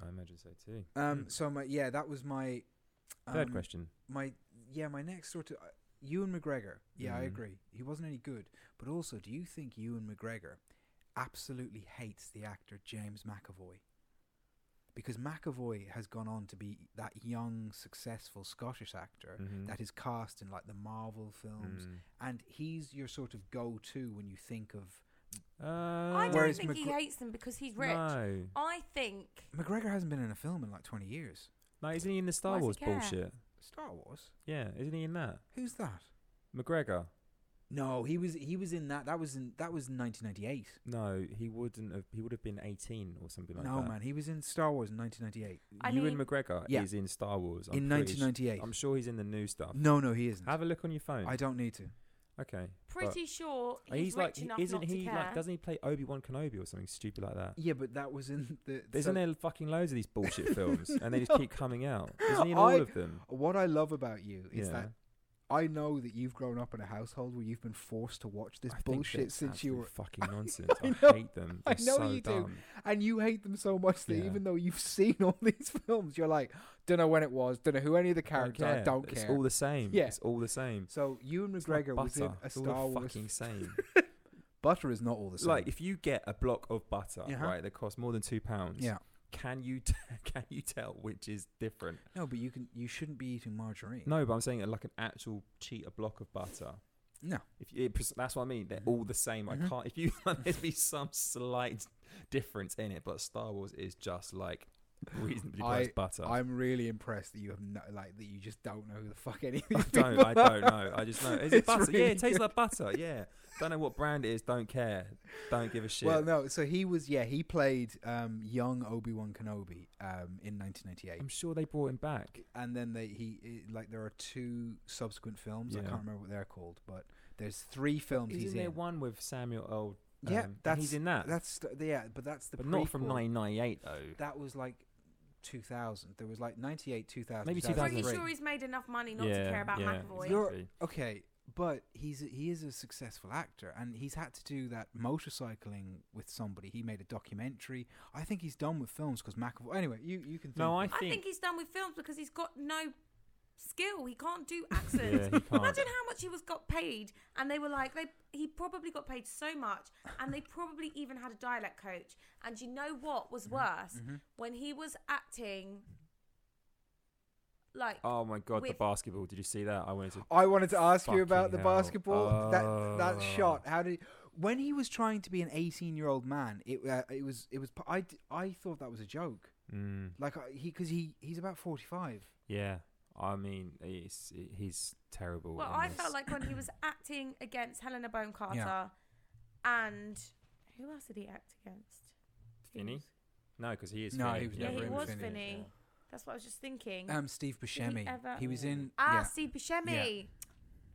Speaker 4: I imagine so too.
Speaker 3: Um.
Speaker 4: Mm.
Speaker 3: So my yeah, that was my
Speaker 4: Third
Speaker 3: um,
Speaker 4: question.
Speaker 3: My yeah, my next sort of uh, Ewan McGregor. Yeah, I
Speaker 4: Mhm.
Speaker 3: agree. He wasn't any good. But also, do you think Ewan McGregor absolutely hates the actor James McAvoy? Because McAvoy has gone on to be that young, successful Scottish actor
Speaker 4: Mhm.
Speaker 3: that is cast in like the Marvel films,
Speaker 4: Mm.
Speaker 3: and he's your sort of go-to when you think of
Speaker 2: I
Speaker 4: Uh,
Speaker 2: don't
Speaker 3: Whereas
Speaker 2: think he
Speaker 3: McGre-
Speaker 2: hates them because he's rich.
Speaker 4: No,
Speaker 2: I think
Speaker 3: McGregor hasn't been in a film in like twenty years.
Speaker 4: no, isn't he in the Star
Speaker 2: does he
Speaker 4: Wars
Speaker 2: care?
Speaker 4: bullshit?
Speaker 3: Star Wars.
Speaker 4: Yeah, isn't he in that?
Speaker 3: Who's that?
Speaker 4: McGregor.
Speaker 3: No, he was he was in that. That was in that was in 1998.
Speaker 4: No, he wouldn't have. He would have been eighteen or something like
Speaker 3: no
Speaker 4: that.
Speaker 3: man, he was in Star Wars in 1998.
Speaker 2: I
Speaker 4: Ewan
Speaker 2: mean-
Speaker 4: McGregor
Speaker 3: Yeah.
Speaker 4: is in Star Wars. I'm
Speaker 3: in
Speaker 4: pretty su-
Speaker 3: 1998.
Speaker 4: I'm sure he's in the new stuff.
Speaker 3: no, no, he isn't.
Speaker 4: Have a look on your phone.
Speaker 3: I don't need to.
Speaker 4: okay. but-
Speaker 2: pretty sure
Speaker 4: Uh,
Speaker 2: he's, rich
Speaker 4: like,
Speaker 2: enough
Speaker 4: isn't
Speaker 2: not to
Speaker 4: he
Speaker 2: care.
Speaker 4: like? Doesn't he play Obi Wan Kenobi or something stupid like that?
Speaker 3: Yeah, but that was in the.
Speaker 4: Isn't
Speaker 3: so-
Speaker 4: there fucking loads of these bullshit films, and they just
Speaker 3: No.
Speaker 4: keep coming out? Isn't he in
Speaker 3: I-
Speaker 4: all of them?
Speaker 3: What I love about you is
Speaker 4: yeah.
Speaker 3: that I know that you've grown up in a household where you've been forced to watch this
Speaker 4: I think
Speaker 3: bullshit
Speaker 4: that's
Speaker 3: since you
Speaker 4: absolute
Speaker 3: were,
Speaker 4: fucking nonsense. I,
Speaker 3: I know-
Speaker 4: hate them.
Speaker 3: I
Speaker 4: They're
Speaker 3: know
Speaker 4: so
Speaker 3: you do.
Speaker 4: dumb.
Speaker 3: and you hate them so much that
Speaker 4: Yeah.
Speaker 3: even though you've seen all these films, you're like, don't know when it was, don't know who any of the
Speaker 4: I don't
Speaker 3: characters. are,
Speaker 4: care.
Speaker 3: don't
Speaker 4: It's
Speaker 3: care.
Speaker 4: all the same.
Speaker 3: Yeah.
Speaker 4: It's all the same.
Speaker 3: so Ewan
Speaker 4: It's like
Speaker 3: McGregor was in
Speaker 4: butter.
Speaker 3: a
Speaker 4: It's
Speaker 3: Star
Speaker 4: all the
Speaker 3: Wars.
Speaker 4: fucking same.
Speaker 3: butter is not all the same.
Speaker 4: like if you get a block of butter,
Speaker 3: Uh-huh.
Speaker 4: right, that costs more than two pounds.
Speaker 3: yeah.
Speaker 4: Can you t- can you tell which is different?
Speaker 3: No, but you can. You shouldn't be eating margarine.
Speaker 4: No, but I'm saying uh, like an actual cheat a block of butter.
Speaker 3: No.
Speaker 4: If you, it, pres- that's what I mean. They're
Speaker 3: Mhm.
Speaker 4: all the same. I
Speaker 3: Mhm.
Speaker 4: can't. If you there's be some slight difference in it, but Star Wars is just like reasonably
Speaker 3: I-
Speaker 4: priced butter.
Speaker 3: I'm really impressed that you have no, like that you just don't know who the fuck any of
Speaker 4: I
Speaker 3: these
Speaker 4: don't.
Speaker 3: people
Speaker 4: I don't
Speaker 3: are.
Speaker 4: know. I just know. Is it
Speaker 3: It's
Speaker 4: butter? yeah,
Speaker 3: really
Speaker 4: it tastes
Speaker 3: good.
Speaker 4: like butter. Yeah. Don't know what brand it is. Don't care. Don't give a shit.
Speaker 3: Well, no. So he was, yeah, he played um, young Obi Wan Kenobi um, in 1998,
Speaker 4: I'm sure they brought him back.
Speaker 3: and then they he it- like there are two subsequent films. I
Speaker 4: Yeah.
Speaker 3: can't remember what they're called, but there's three films
Speaker 4: Isn't
Speaker 3: he's
Speaker 4: there
Speaker 3: in.
Speaker 4: one with Samuel L.
Speaker 3: yeah,
Speaker 4: um, and
Speaker 3: that's
Speaker 4: he's in that.
Speaker 3: That's th- yeah, but that's the
Speaker 4: but not from
Speaker 3: prequel.
Speaker 4: 1998 though.
Speaker 3: That was like 2000. There was like 98, 2000,
Speaker 4: Maybe
Speaker 2: Pretty
Speaker 4: 2003.
Speaker 2: sure he's made enough money not to care about McAvoy.
Speaker 3: You're-
Speaker 4: exactly.
Speaker 3: Okay, but he's he is a successful actor, and he's had to do that motorcycling with somebody. He made a documentary. I think he's done with films because McAvoy. Anyway, you you can. Think
Speaker 4: No, I
Speaker 2: I think
Speaker 4: think.
Speaker 2: he's done with films because he's got no skill. He can't do accents.
Speaker 4: Yeah, he can't.
Speaker 2: Imagine how much he was got paid, and they were like, they he probably got paid so much, and they probably even had a dialect coach. And you know what was
Speaker 4: Mm-hmm.
Speaker 2: worse
Speaker 3: mhm.
Speaker 2: when he was acting, like
Speaker 4: Oh my god, the
Speaker 2: with-
Speaker 4: basketball! Did you see that? I wanted to.
Speaker 3: I wanted to ask you about
Speaker 4: Fucking
Speaker 3: the
Speaker 4: hell.
Speaker 3: basketball. That that
Speaker 4: Oh.
Speaker 3: shot. How did when he was trying to be an eighteen-year-old man? It uh, it was it was. p- I, d- I thought that was a joke.
Speaker 4: Mm,
Speaker 3: Like I- he because he he's about forty-five.
Speaker 4: yeah, I mean, it's, it, he's terrible.
Speaker 2: Well,
Speaker 4: in
Speaker 2: I
Speaker 4: this.
Speaker 2: felt like when he was acting against Helena Bonham Carter and who else did he act against?
Speaker 4: Finney? No, because he is.
Speaker 3: No,
Speaker 4: Finney.
Speaker 3: he was
Speaker 2: Yeah,
Speaker 3: never
Speaker 2: he
Speaker 3: in
Speaker 2: was
Speaker 3: Finney.
Speaker 2: Finney. That's what I was just thinking.
Speaker 3: Um, Steve
Speaker 2: he
Speaker 3: Buscemi.
Speaker 2: ever-
Speaker 3: He was in.
Speaker 2: ah,
Speaker 3: yeah.
Speaker 2: Steve Buscemi.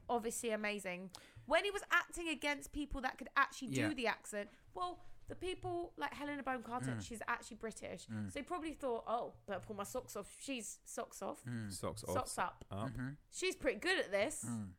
Speaker 2: obviously amazing. When he was acting against people that could actually do
Speaker 3: Yeah.
Speaker 2: the accent, well, the people like Helena Bonham Carter,
Speaker 3: Mm.
Speaker 2: she's actually British, so he probably thought, oh, better pull my socks off. She's socks off,
Speaker 3: Mm,
Speaker 4: Mm.
Speaker 3: Mm-hmm.
Speaker 4: Socks off.
Speaker 2: socks up.
Speaker 4: up.
Speaker 2: She's pretty good at this. And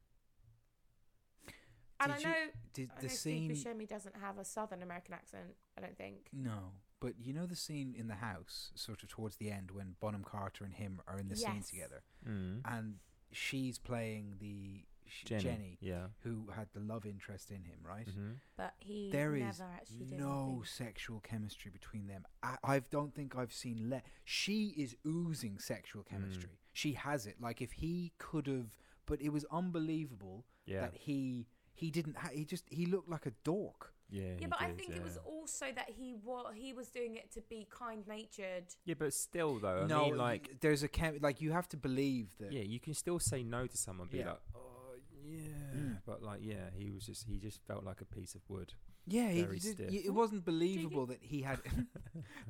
Speaker 3: Mm. Did
Speaker 2: I
Speaker 3: you-
Speaker 2: know,
Speaker 3: did
Speaker 2: I
Speaker 3: the
Speaker 2: know
Speaker 3: scene- Mm.
Speaker 2: Steve Buscemi doesn't have a Southern American accent. I don't think.
Speaker 3: No, but you know the scene in the house, sort of towards the end, when Bonham Carter and him are in the scene
Speaker 2: Yes.
Speaker 3: together,
Speaker 4: Mm.
Speaker 3: and she's playing the sh-
Speaker 4: Jenny.
Speaker 3: Jenny,
Speaker 4: Yeah.
Speaker 3: who had the love interest in him, right?
Speaker 4: hmm
Speaker 2: But he
Speaker 3: There
Speaker 2: never
Speaker 3: is
Speaker 2: actually did.
Speaker 3: no
Speaker 2: anything.
Speaker 3: sexual chemistry between them. I, I don't think I've seen. Le- she is oozing sexual
Speaker 4: Hmm.
Speaker 3: chemistry. She has it. Like if he could have, but it was unbelievable
Speaker 4: Yeah.
Speaker 3: that he he didn't. Ha- he just he looked like a dork.
Speaker 4: Yeah.
Speaker 2: Yeah,
Speaker 4: he
Speaker 2: but I
Speaker 4: did,
Speaker 2: think it was
Speaker 4: yeah.
Speaker 2: also that he was he was doing it to be kind natured.
Speaker 4: Yeah, but still though, I
Speaker 3: no,
Speaker 4: mean, like,
Speaker 3: th- there's a chem- like you have to believe that.
Speaker 4: yeah, you can still say no to someone, be
Speaker 3: Yeah.
Speaker 4: like, oh yeah,
Speaker 3: Mm.
Speaker 4: but like, yeah, he was just, he just felt like a piece of wood.
Speaker 3: Yeah, he,
Speaker 4: Very
Speaker 3: he did,
Speaker 4: stiff.
Speaker 3: y- it wasn't believable that he had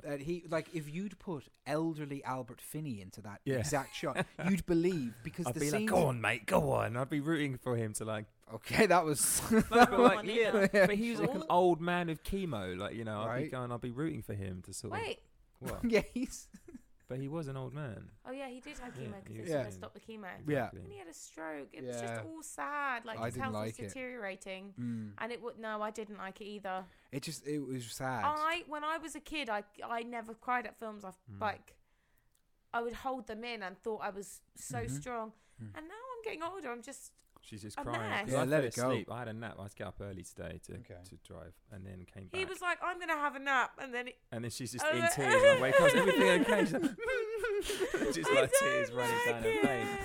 Speaker 3: that he like if you'd put elderly Albert Finney into that
Speaker 4: Yeah.
Speaker 3: exact shot, you'd believe because
Speaker 4: I'd
Speaker 3: the
Speaker 4: be like,
Speaker 3: scene.
Speaker 4: go on, mate, go on. I'd be rooting for him to like,
Speaker 3: Okay, that was.
Speaker 4: but like,
Speaker 2: on,
Speaker 4: yeah,
Speaker 2: Nina.
Speaker 4: but he was like an old man with chemo, like you know, I'd be
Speaker 3: Right.
Speaker 4: going, I'd be rooting for him to sort
Speaker 2: Wait,
Speaker 4: of, what?
Speaker 3: yeah, he's
Speaker 4: but he was an old man.
Speaker 2: oh yeah, he did have
Speaker 4: Yeah,
Speaker 2: chemo
Speaker 4: he
Speaker 2: because they
Speaker 4: was
Speaker 2: yeah.
Speaker 4: in-
Speaker 2: stopped the chemo.
Speaker 3: Yeah.
Speaker 4: Exactly.
Speaker 2: And he had a stroke. It was just
Speaker 3: Yeah.
Speaker 2: all sad. Like
Speaker 3: I
Speaker 2: his
Speaker 3: didn't
Speaker 2: health
Speaker 3: like it.
Speaker 2: was deteriorating.
Speaker 3: Mm.
Speaker 2: And it would no, I didn't like it either.
Speaker 3: It just it was sad.
Speaker 2: I when I was a kid, I I never cried at films. I like I would hold them in and thought I was so strong. And now I'm getting older. I'm just
Speaker 4: She's just
Speaker 2: A
Speaker 4: crying. 'cause
Speaker 2: mess.
Speaker 3: Yeah,
Speaker 4: I
Speaker 3: let
Speaker 4: fell
Speaker 3: it go.
Speaker 4: asleep. I had a nap. I was get up early today to
Speaker 3: Okay.
Speaker 4: to drive, and then came back.
Speaker 2: he was like, I'm gonna have a nap, and then it,
Speaker 4: and then she's just
Speaker 2: Oh,
Speaker 4: in
Speaker 2: no.
Speaker 4: tears. I wake up, is everything okay? She's like, just
Speaker 2: I
Speaker 4: like
Speaker 2: don't
Speaker 4: tears running down her
Speaker 2: like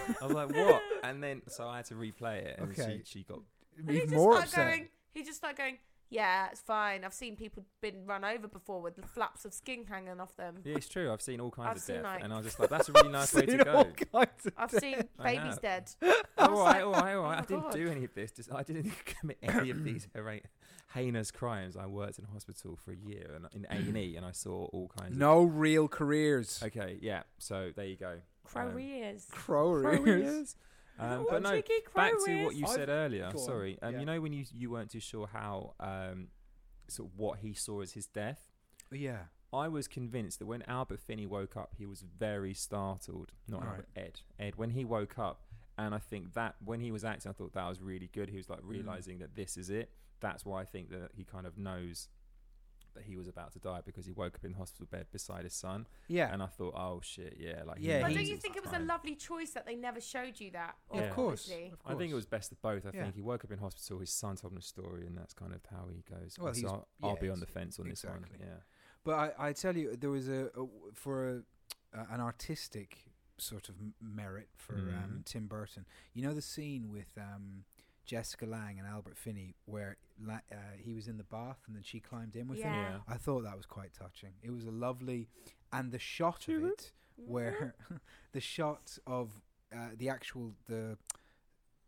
Speaker 4: face. I was like, what? And then so I had to replay it, and
Speaker 3: Okay.
Speaker 4: she she got
Speaker 2: and he
Speaker 3: Even
Speaker 2: just
Speaker 3: more
Speaker 2: started
Speaker 3: upset.
Speaker 2: going. He just started going. Yeah, it's fine. I've seen people been run over before with the flaps of skin hanging off them.
Speaker 4: yeah, it's true. I've seen all kinds
Speaker 2: I've
Speaker 4: of
Speaker 2: seen,
Speaker 4: death,
Speaker 2: like-
Speaker 4: and I was just like, that's a really nice way to go.
Speaker 2: I've seen
Speaker 4: I
Speaker 2: babies
Speaker 4: have.
Speaker 2: dead. I was
Speaker 4: All right,
Speaker 2: like,
Speaker 4: all right, all
Speaker 2: "Oh
Speaker 4: right.
Speaker 2: my
Speaker 4: I didn't
Speaker 2: God."
Speaker 4: do any of this. Just, I didn't commit any of these hera- heinous crimes. I worked in hospital for a year and in A and E, and I saw all kinds. of...
Speaker 3: no real careers.
Speaker 4: Okay, yeah. So there you go.
Speaker 2: Careers.
Speaker 3: Careers.
Speaker 4: Um,
Speaker 2: What
Speaker 4: but no,
Speaker 2: cheeky
Speaker 4: back to
Speaker 2: crowers.
Speaker 4: what you
Speaker 3: I've-
Speaker 4: said earlier.
Speaker 3: go on,
Speaker 4: Sorry, um,
Speaker 3: yeah.
Speaker 4: you know when you you weren't too sure how um, sort of what he saw as his death.
Speaker 3: Yeah.
Speaker 4: I was convinced that when Albert Finney woke up, he was very startled. Not
Speaker 3: Right.
Speaker 4: Albert, Ed. Ed, when he woke up, and I think that when he was acting, I thought that was really good. He was
Speaker 3: Mm.
Speaker 4: like realizing that this is it. That's why I think that he kind of knows that he was about to die because he woke up in the hospital bed beside his son.
Speaker 3: Yeah.
Speaker 4: And I thought, oh shit, yeah, like he
Speaker 3: Yeah,
Speaker 2: But
Speaker 4: knows
Speaker 2: don't
Speaker 3: he's-
Speaker 2: you
Speaker 4: it's
Speaker 2: think it was a
Speaker 4: time.
Speaker 2: lovely choice that they never showed you that?
Speaker 4: Yeah.
Speaker 3: Of, course.
Speaker 2: obviously?
Speaker 3: of
Speaker 4: I
Speaker 3: course.
Speaker 4: think it was best of both. I
Speaker 3: Yeah.
Speaker 4: think he woke up in hospital. His son told him a story, and that's kind of how he goes.
Speaker 3: Well,
Speaker 4: so
Speaker 3: he's-
Speaker 4: I'll, I'll
Speaker 3: yeah,
Speaker 4: be on
Speaker 3: he's-
Speaker 4: the fence on this
Speaker 3: exactly.
Speaker 4: one. Yeah.
Speaker 3: But I, I tell you, there was a, a for a, uh, an artistic sort of m- merit for um,
Speaker 4: Mhm.
Speaker 3: Tim Burton. You know the scene with um, Jessica Lang and Albert Finney where la- uh, he was in the bath and then she climbed in with him.
Speaker 2: Yeah.
Speaker 4: Yeah.
Speaker 3: I thought that was quite touching. It was a lovely, and the shot of it
Speaker 2: Mm-hmm.
Speaker 3: where the shot of uh, the actual the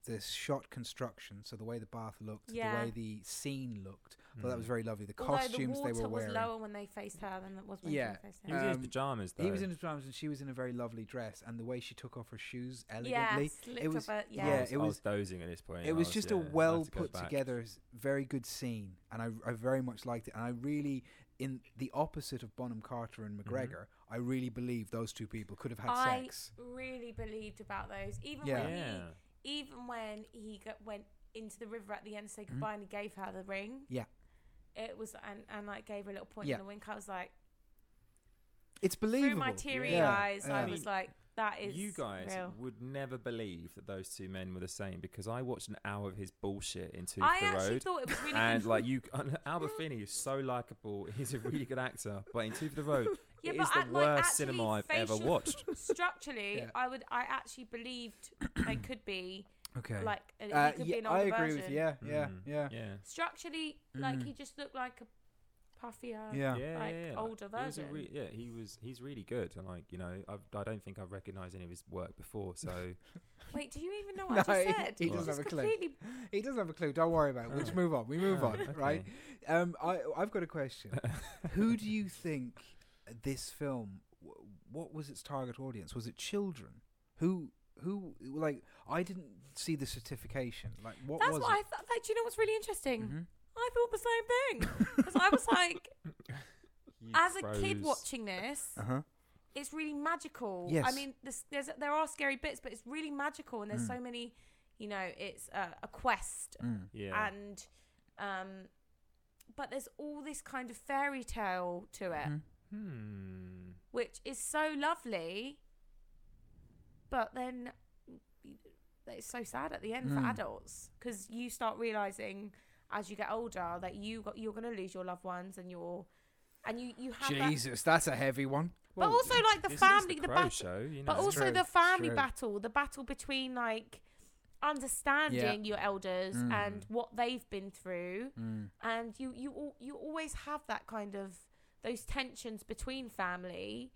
Speaker 3: the shot construction, so the way the bath looked,
Speaker 2: Yeah.
Speaker 3: the way the scene looked, I thought that was
Speaker 4: Mm.
Speaker 3: very lovely. The
Speaker 2: Although
Speaker 3: costumes
Speaker 2: the water
Speaker 3: they were
Speaker 2: was
Speaker 3: wearing.
Speaker 2: lower when they faced her than it was when
Speaker 3: Yeah.
Speaker 2: she faced
Speaker 4: He
Speaker 2: him.
Speaker 4: was in his
Speaker 3: Um,
Speaker 4: pajamas though.
Speaker 3: He was in his pajamas and she was in a very lovely dress, and the way she took off her shoes
Speaker 2: yeah,
Speaker 3: elegantly.
Speaker 2: slipped
Speaker 3: it was-
Speaker 2: off her-
Speaker 4: I
Speaker 2: yeah.
Speaker 3: yeah,
Speaker 4: was-
Speaker 3: it
Speaker 4: I
Speaker 3: was-
Speaker 4: was dozing at this point. I
Speaker 3: It was just a
Speaker 4: yeah, I had
Speaker 3: well
Speaker 4: to go
Speaker 3: put
Speaker 4: back.
Speaker 3: together, s- very good scene, and I, I very much liked it. And I really, in the opposite of Bonham Carter and
Speaker 4: Mm-hmm.
Speaker 3: McGregor, I really believe those two people could have Uh, had
Speaker 2: I
Speaker 3: sex.
Speaker 2: really believed about those. Even
Speaker 3: Yeah.
Speaker 2: when
Speaker 4: Yeah.
Speaker 2: he, even when he got, went into the river at the end to say goodbye and he gave her the ring.
Speaker 3: Mm-hmm. Yeah.
Speaker 2: It was and and like gave her a little point
Speaker 3: Yeah.
Speaker 2: in the wink. I was like
Speaker 3: It's believable.
Speaker 2: through my teary
Speaker 4: Yeah.
Speaker 2: eyes.
Speaker 3: yeah.
Speaker 2: I
Speaker 4: I
Speaker 2: was
Speaker 4: mean,
Speaker 2: like, that is
Speaker 4: You guys
Speaker 2: real.
Speaker 4: would never believe that those two men were the same because I watched an hour of his bullshit in Tooth
Speaker 2: I
Speaker 4: the
Speaker 2: actually
Speaker 4: Road.
Speaker 2: thought it was Mm. really
Speaker 4: and
Speaker 2: good.
Speaker 4: like you, Albert Finney is so likable. He's a really good actor, but in Tooth of the Road,
Speaker 2: Yeah,
Speaker 4: it
Speaker 2: but
Speaker 4: is the
Speaker 2: at,
Speaker 4: worst
Speaker 2: like, actually
Speaker 4: cinema I've ever
Speaker 2: facial-
Speaker 4: watched.
Speaker 2: structurally,
Speaker 3: Yeah.
Speaker 2: I would I actually believed they could be
Speaker 3: Okay.
Speaker 2: like it
Speaker 3: Uh,
Speaker 2: could
Speaker 3: yeah,
Speaker 2: be an
Speaker 3: I
Speaker 2: older
Speaker 3: agree
Speaker 2: version.
Speaker 3: with you. Yeah, yeah,
Speaker 4: Mm.
Speaker 3: yeah, yeah.
Speaker 4: yeah.
Speaker 2: Structurally, like
Speaker 3: Mm.
Speaker 2: he just looked like a puffier.
Speaker 3: Yeah.
Speaker 4: yeah,
Speaker 2: like,
Speaker 4: yeah, yeah,
Speaker 2: older
Speaker 4: he was a
Speaker 2: version.
Speaker 4: yeah, he was. He's really good, and like you know, I've, I don't think I've recognised any of his work before. So
Speaker 2: Wait, do you even know what I
Speaker 3: No,
Speaker 2: just
Speaker 3: he-
Speaker 2: said?
Speaker 3: he
Speaker 2: You
Speaker 4: doesn't
Speaker 2: just
Speaker 3: have a clue.
Speaker 2: completely
Speaker 3: He doesn't have a clue. Don't worry about it. We'll just move on. We move on,
Speaker 4: Okay.
Speaker 3: right? Um, I I've got a question. Who do you think this film? wh- What was its target audience? Was it children? Who who like I didn't see the certification. Like what
Speaker 2: That's
Speaker 3: was
Speaker 2: what I
Speaker 3: it?
Speaker 2: thought. Like, do you know what's really interesting?
Speaker 4: Mm-hmm.
Speaker 3: Mhm.
Speaker 2: I thought the same thing. Because I was like,
Speaker 4: You
Speaker 2: as a kid
Speaker 4: froze.
Speaker 2: watching this,
Speaker 3: Uh-huh.
Speaker 2: it's really magical. I
Speaker 3: Yes.
Speaker 2: mean, this, there's, there are scary bits, but it's really magical, and there's so many. You know, it's uh, a quest,
Speaker 3: Mm.
Speaker 4: Yeah.
Speaker 2: and um, but there's all this kind of fairy tale to it,
Speaker 3: Mhm.
Speaker 4: hmm.
Speaker 2: which is so lovely. But then it's so sad at the end for
Speaker 3: Mm.
Speaker 2: adults because you start realizing as you get older that you got, you're going to lose your loved ones and your and you you have that
Speaker 3: Jesus, that's a heavy one.
Speaker 2: but also like the
Speaker 4: This is
Speaker 2: family, the,
Speaker 4: Crow
Speaker 2: battle,
Speaker 4: show, you know.
Speaker 2: but also
Speaker 3: true,
Speaker 2: the
Speaker 3: it's
Speaker 2: family
Speaker 3: true.
Speaker 2: battle, the battle between like understanding your elders
Speaker 3: Mm.
Speaker 2: and what they've been through,
Speaker 3: Mm.
Speaker 2: and you you al- you always have that kind of those tensions between family.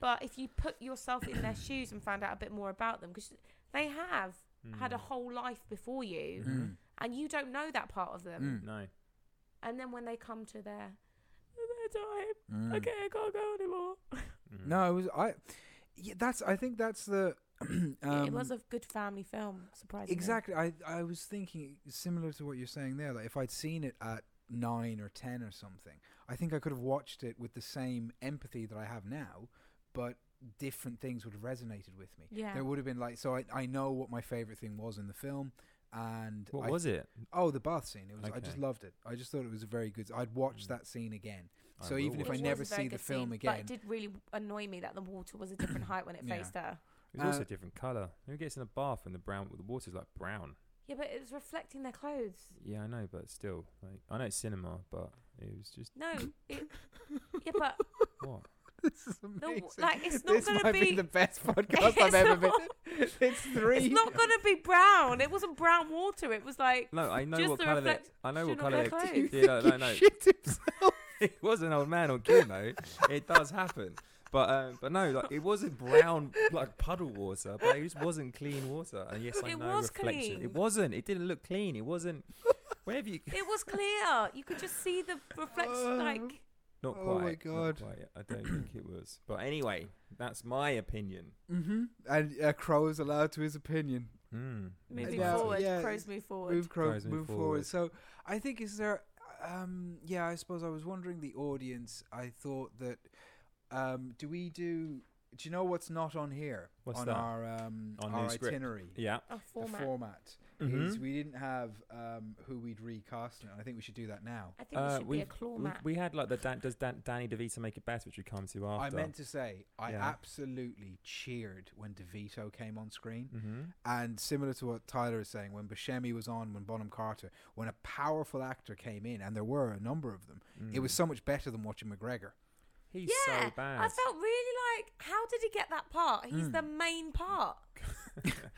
Speaker 2: But if you put yourself in their shoes and found out a bit more about them, because they have had a
Speaker 4: Mm.
Speaker 2: whole life before you,
Speaker 3: Mm.
Speaker 2: and you don't know that part of them,
Speaker 3: Mm.
Speaker 4: No.
Speaker 2: and then when they come to their their time,
Speaker 3: Mm.
Speaker 2: okay, I can't go anymore.
Speaker 4: Mm.
Speaker 3: No, it was I. Yeah, that's. I think that's the.
Speaker 2: it
Speaker 3: um,
Speaker 2: was a good family film, surprisingly.
Speaker 3: exactly. I I was thinking similar to what you're saying there. Like if I'd seen it at nine or ten or something, I think I could have watched it with the same empathy that I have now, but different things would have resonated with me.
Speaker 2: Yeah.
Speaker 3: There would have been like so. I I know what my favorite thing was in the film. And
Speaker 4: What
Speaker 3: I
Speaker 4: was it?
Speaker 3: Oh, the bath scene. It was. I just
Speaker 4: Okay. Mm.
Speaker 3: loved it. I just thought it was a very good. I'd watch that scene again.
Speaker 4: I
Speaker 3: so
Speaker 4: will
Speaker 3: even if I
Speaker 4: watch
Speaker 2: It
Speaker 4: it.
Speaker 3: never
Speaker 2: was a very
Speaker 3: see the
Speaker 2: good
Speaker 3: film
Speaker 2: scene, But
Speaker 3: again,
Speaker 2: it did really annoy me that the water was a different height when it
Speaker 3: Yeah.
Speaker 2: faced her.
Speaker 4: It was also
Speaker 3: Uh,
Speaker 4: a different colour. Who gets in a bath and the brown the water's like brown?
Speaker 2: Yeah, but it was reflecting their clothes.
Speaker 4: Yeah, I know, but still, like I know it's cinema, but it was just
Speaker 2: No, it, yeah, but
Speaker 4: what?
Speaker 3: this is
Speaker 2: wa-
Speaker 3: amazing.
Speaker 2: like, it's not
Speaker 3: this
Speaker 2: gonna
Speaker 3: might
Speaker 2: be-
Speaker 3: the best podcast I've
Speaker 2: It's
Speaker 3: ever been.
Speaker 2: not-
Speaker 3: It's three.
Speaker 2: it's not gonna be brown. It wasn't brown water. It was like
Speaker 4: No, I know
Speaker 2: Just
Speaker 4: what
Speaker 2: the
Speaker 4: colour they
Speaker 2: reflect-
Speaker 4: I know what
Speaker 2: shouldn't
Speaker 4: colour
Speaker 2: have
Speaker 4: they
Speaker 2: clothes.
Speaker 4: Yeah, no, no, no.
Speaker 3: Shit himself.
Speaker 4: it was an old man on Kim though. it does happen. But um, but no, like it wasn't brown like puddle water, but it just wasn't clean water. And yes, I
Speaker 2: It
Speaker 4: know
Speaker 2: was
Speaker 4: reflection.
Speaker 2: clean.
Speaker 4: It wasn't. It didn't look clean. It wasn't. Whenever you
Speaker 2: it was clear. You could just see the
Speaker 3: Oh.
Speaker 2: reflection.
Speaker 4: Um,
Speaker 2: Like
Speaker 4: not quite.
Speaker 3: Oh my
Speaker 4: not
Speaker 3: God.
Speaker 4: quite. I don't think it was. But anyway, that's my opinion.
Speaker 3: mm-hmm. And uh, Crow is allowed to his opinion. Hmm.
Speaker 4: Mm.
Speaker 2: moving
Speaker 3: Yeah,
Speaker 2: forward,
Speaker 3: yeah.
Speaker 2: crows move forward.
Speaker 3: Move Crow,
Speaker 4: Guys,
Speaker 3: move,
Speaker 4: move
Speaker 3: forward. So I think is there. Um, yeah, I suppose I was wondering the audience. I thought that. Um, do we do? Do you know what's not on here
Speaker 4: What's
Speaker 3: on
Speaker 4: that?
Speaker 3: our um,
Speaker 4: Our new
Speaker 3: our
Speaker 4: script.
Speaker 3: itinerary?
Speaker 4: Yeah.
Speaker 2: Oh,
Speaker 3: The
Speaker 2: format.
Speaker 3: format. is
Speaker 4: Mhm.
Speaker 3: we didn't have um, who we'd recast, and I think we should do that now.
Speaker 2: I think
Speaker 4: Uh,
Speaker 2: it should be a
Speaker 4: we've-
Speaker 2: claw
Speaker 4: We,
Speaker 2: mat.
Speaker 4: we had like the Dan, does Dan, Danny DeVito make it best, which we come to after.
Speaker 3: I meant to say I
Speaker 4: Yeah.
Speaker 3: absolutely cheered when DeVito came on screen,
Speaker 4: hmm
Speaker 3: and similar to what Tyler is saying, when Buscemi was on, when Bonham Carter, when a powerful actor came in, and there were a number of them, it was so much better than watching McGregor.
Speaker 4: He's
Speaker 2: yeah,
Speaker 4: so bad. Hmm.
Speaker 2: I felt really like, how did he get that part? He's the main part.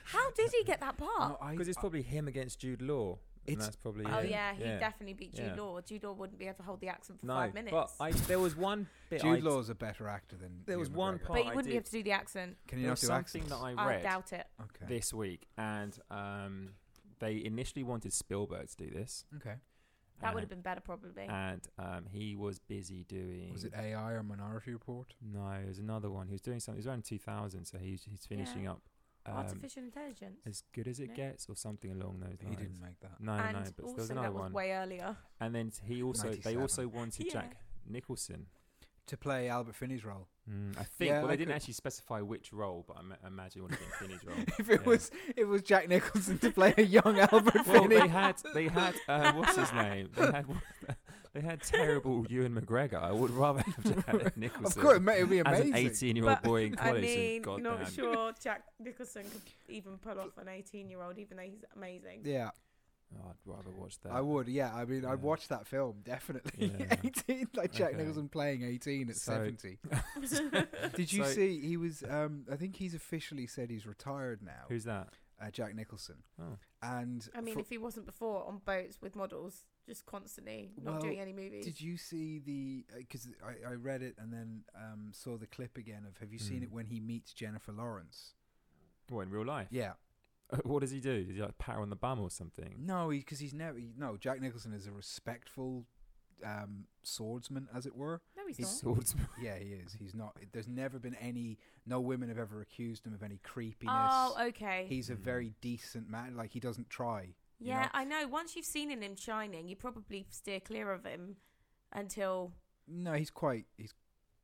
Speaker 2: how did he get that part?
Speaker 3: No, I-
Speaker 4: because it's
Speaker 3: I-
Speaker 4: probably him against Jude Law. and
Speaker 3: It's-
Speaker 4: that's probably.
Speaker 2: Oh
Speaker 4: it.
Speaker 2: yeah, he definitely beat Jude
Speaker 4: Yeah.
Speaker 2: Law. Jude Law wouldn't be able to hold the accent for
Speaker 4: No,
Speaker 2: five minutes.
Speaker 4: but I, there was one bit. I,
Speaker 3: Jude Law's a better actor than
Speaker 4: There was
Speaker 3: Ewan
Speaker 4: one
Speaker 3: McGregor.
Speaker 4: part-
Speaker 2: but
Speaker 4: I
Speaker 2: he wouldn't
Speaker 4: did-
Speaker 2: be able to do the accent.
Speaker 3: Can you
Speaker 4: There
Speaker 3: not
Speaker 4: was
Speaker 3: do
Speaker 4: something
Speaker 3: accents?
Speaker 4: that I
Speaker 2: I
Speaker 4: read
Speaker 2: doubt it.
Speaker 3: Okay.
Speaker 4: this week, and um, they initially wanted Spielberg to do this.
Speaker 3: okay.
Speaker 2: That would have been better probably.
Speaker 4: And um, he was busy doing.
Speaker 3: Was it AI or Minority Report?
Speaker 4: No, it was another one. He was doing something. It was around 2000, so he's he's finishing up. Um,
Speaker 2: Artificial intelligence.
Speaker 4: as good as it
Speaker 2: No.
Speaker 4: gets, or something along those
Speaker 3: He
Speaker 4: lines.
Speaker 3: didn't make that.
Speaker 4: No,
Speaker 2: and
Speaker 4: no, but there
Speaker 2: also
Speaker 4: was another
Speaker 2: that was
Speaker 4: one.
Speaker 2: way earlier.
Speaker 4: And then t- he also they
Speaker 3: 97.
Speaker 4: also wanted
Speaker 2: Yeah.
Speaker 4: Jack Nicholson.
Speaker 3: To play Albert Finney's role.
Speaker 4: Mm, I think.
Speaker 3: Yeah,
Speaker 4: well,
Speaker 3: I
Speaker 4: they didn't
Speaker 3: could-
Speaker 4: actually specify which role, but I ma- imagine it would have been Finney's role.
Speaker 3: if it
Speaker 4: Yeah.
Speaker 3: was if it was Jack Nicholson to play a young Albert
Speaker 4: Well,
Speaker 3: Finney.
Speaker 4: they had they had uh, what's his name? They had they had terrible Ewan McGregor. I would rather have Jack Nicholson.
Speaker 3: of course, it would be
Speaker 4: as
Speaker 3: amazing.
Speaker 4: an 18 year old
Speaker 2: But,
Speaker 4: boy in
Speaker 2: I
Speaker 4: college.
Speaker 2: mean,
Speaker 4: and goddamn,
Speaker 2: not sure Jack Nicholson could even pull off an 18-year-old, even though he's amazing.
Speaker 3: yeah,
Speaker 4: Oh, I'd rather watch that.
Speaker 3: I would. Yeah, I mean,
Speaker 4: Yeah.
Speaker 3: I'd watch that film definitely.
Speaker 4: Yeah.
Speaker 3: 18, like Jack
Speaker 4: Okay.
Speaker 3: Nicholson playing 18 at
Speaker 4: So-
Speaker 3: 70. Did you
Speaker 4: So-
Speaker 3: see? He was. Um, I think he's officially said he's retired now.
Speaker 4: Who's that?
Speaker 3: uh, Jack Nicholson?
Speaker 4: Oh.
Speaker 3: And
Speaker 2: I mean,
Speaker 3: fro-
Speaker 2: if he wasn't before on boats with models, just constantly not
Speaker 3: Well,
Speaker 2: doing any movies.
Speaker 3: did you see the? Because I, I read it and then um, saw the clip again of. Have you seen
Speaker 4: Hmm.
Speaker 3: it when he meets Jennifer Lawrence?
Speaker 4: What in real life? Uh,
Speaker 3: Yeah.
Speaker 4: What does he do? Does he like pat her on the bum or something?
Speaker 3: No, because he's never. he- No, Jack Nicholson is a respectful, um, swordsman, as it were.
Speaker 2: No, he's,
Speaker 3: He's
Speaker 2: not.
Speaker 4: Swordsman.
Speaker 3: Yeah, he is. He's not. There's never been any. No women have ever accused him of any creepiness.
Speaker 2: Oh, okay.
Speaker 3: He's a
Speaker 4: Mm.
Speaker 3: very decent man. Like he doesn't try. you
Speaker 2: yeah,
Speaker 3: know?
Speaker 2: I know. Once you've seen in him shining, you probably steer clear of him until.
Speaker 3: No, he's quite. He's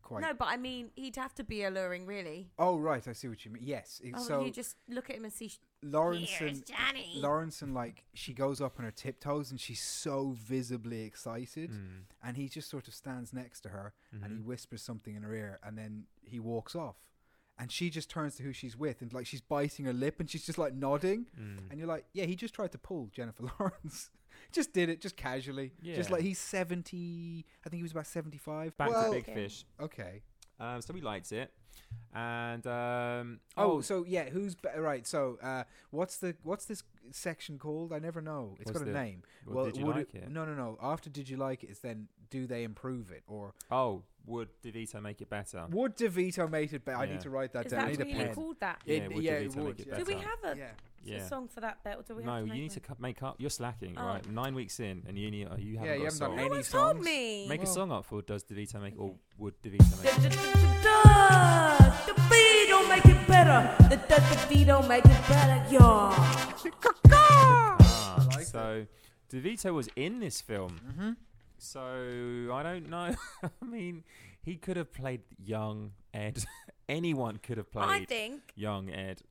Speaker 3: quite.
Speaker 2: No, but I mean, he'd have to be alluring, really.
Speaker 3: Oh right, I see what you mean. Yes. it-
Speaker 2: Oh,
Speaker 3: so
Speaker 2: you just look at him and see. sh-
Speaker 3: Lawrenson.
Speaker 2: Here's Johnny.
Speaker 3: Lawrenson, like she goes up on her tiptoes and she's so visibly excited,
Speaker 4: Mm.
Speaker 3: and he just sort of stands next to her and he
Speaker 4: Mhm.
Speaker 3: whispers something in her ear, and then he walks off, and she just turns to who she's with and like she's biting her lip and she's just like nodding,
Speaker 4: Mm.
Speaker 3: and you're like, yeah, he just tried to pull Jennifer Lawrence. just did it, just casually. Just
Speaker 4: Yeah.
Speaker 3: like he's 70, I think he was about 75.
Speaker 4: Back
Speaker 3: well,
Speaker 4: to Big
Speaker 2: Okay.
Speaker 4: Fish.
Speaker 3: okay.
Speaker 4: Um, so we liked it, and um,
Speaker 3: Oh, so yeah, who's be- right? So, uh, what's the what's this section called? I never know. It's
Speaker 4: What's
Speaker 3: got a
Speaker 4: the-
Speaker 3: name.
Speaker 4: well, did you
Speaker 3: would
Speaker 4: like it?
Speaker 3: No, no, no. After did you like it is then do they improve it or
Speaker 4: Oh, would DeVito make it better?
Speaker 3: would DeVito made it better? I need
Speaker 4: Oh. Yeah.
Speaker 3: to write that
Speaker 2: Is
Speaker 3: down.
Speaker 2: that
Speaker 3: I need
Speaker 2: really
Speaker 3: a pen.
Speaker 2: called that?
Speaker 4: Yeah,
Speaker 3: It-
Speaker 4: would
Speaker 3: yeah,
Speaker 4: DeVito
Speaker 3: it
Speaker 4: make
Speaker 3: would,
Speaker 4: it
Speaker 3: yeah.
Speaker 2: Do
Speaker 4: better?
Speaker 2: we have a,
Speaker 3: Yeah.
Speaker 4: yeah.
Speaker 2: a song for that, Bert? Or do we
Speaker 4: no,
Speaker 2: have to
Speaker 4: you
Speaker 2: make
Speaker 4: need
Speaker 2: one?
Speaker 4: to cu- make up. You're slacking,
Speaker 2: Oh.
Speaker 4: right? Nine weeks in, and you need, uh, you haven't
Speaker 3: Yeah, you
Speaker 4: got a
Speaker 3: haven't done
Speaker 4: song.
Speaker 2: No
Speaker 3: any
Speaker 2: one told
Speaker 3: songs.
Speaker 2: me.
Speaker 4: Make a
Speaker 3: Well-
Speaker 4: song up for does DeVito make or
Speaker 2: Okay.
Speaker 4: would DeVito
Speaker 2: Da, da,
Speaker 4: make?
Speaker 2: da, da, da. The beat don't make it better. The, the, the beat don't make it better, y'all.
Speaker 4: Ah,
Speaker 3: like
Speaker 4: so DeVito was in this film. Mm-hmm. So I don't know. I mean, he could have played young Ed. Anyone could have played
Speaker 2: I think
Speaker 4: young Ed.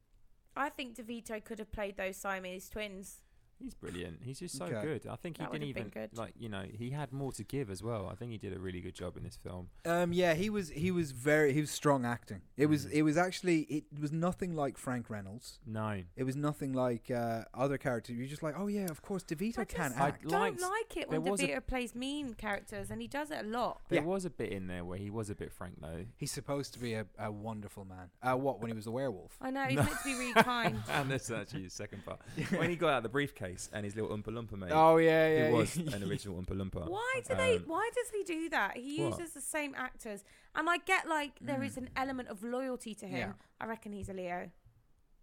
Speaker 2: I think DeVito could have played those Siamese twins.
Speaker 4: He's brilliant. He's just so
Speaker 3: Okay.
Speaker 4: good. I think he
Speaker 2: That
Speaker 4: didn't
Speaker 2: would've been
Speaker 4: even
Speaker 2: good.
Speaker 4: like you know he had more to give as well. I think he did a really good job in this film.
Speaker 3: Um, yeah, he was he was very he was strong acting. It was
Speaker 4: Mm.
Speaker 3: it was actually it was nothing like Frank Reynolds.
Speaker 4: No,
Speaker 3: It was nothing like uh, other characters. You're just like, oh yeah, of course DeVito
Speaker 2: I
Speaker 3: can
Speaker 2: just-
Speaker 4: I
Speaker 3: act.
Speaker 4: liked.
Speaker 2: Don't like it
Speaker 4: there
Speaker 2: when
Speaker 4: was a-
Speaker 2: DeVito plays mean characters, and he does it a lot.
Speaker 4: there
Speaker 3: Yeah.
Speaker 4: was a bit in there where he was a bit frank though.
Speaker 3: He's supposed to be a, a wonderful man. Uh, what when he was a werewolf?
Speaker 2: I know he's
Speaker 4: No.
Speaker 2: meant to be really kind.
Speaker 4: and that's actually his second part. When he got out the briefcase and his little Oompa Loompa mate,
Speaker 3: Oh yeah, yeah.
Speaker 4: who was
Speaker 3: yeah.
Speaker 4: an original Oompa Loompa.
Speaker 2: Why do they?
Speaker 4: Um,
Speaker 2: Why does he do that? He
Speaker 4: what?
Speaker 2: uses the same actors, and I get like there is
Speaker 3: Mm.
Speaker 2: an element of loyalty to him.
Speaker 3: Yeah.
Speaker 2: I reckon he's a Leo.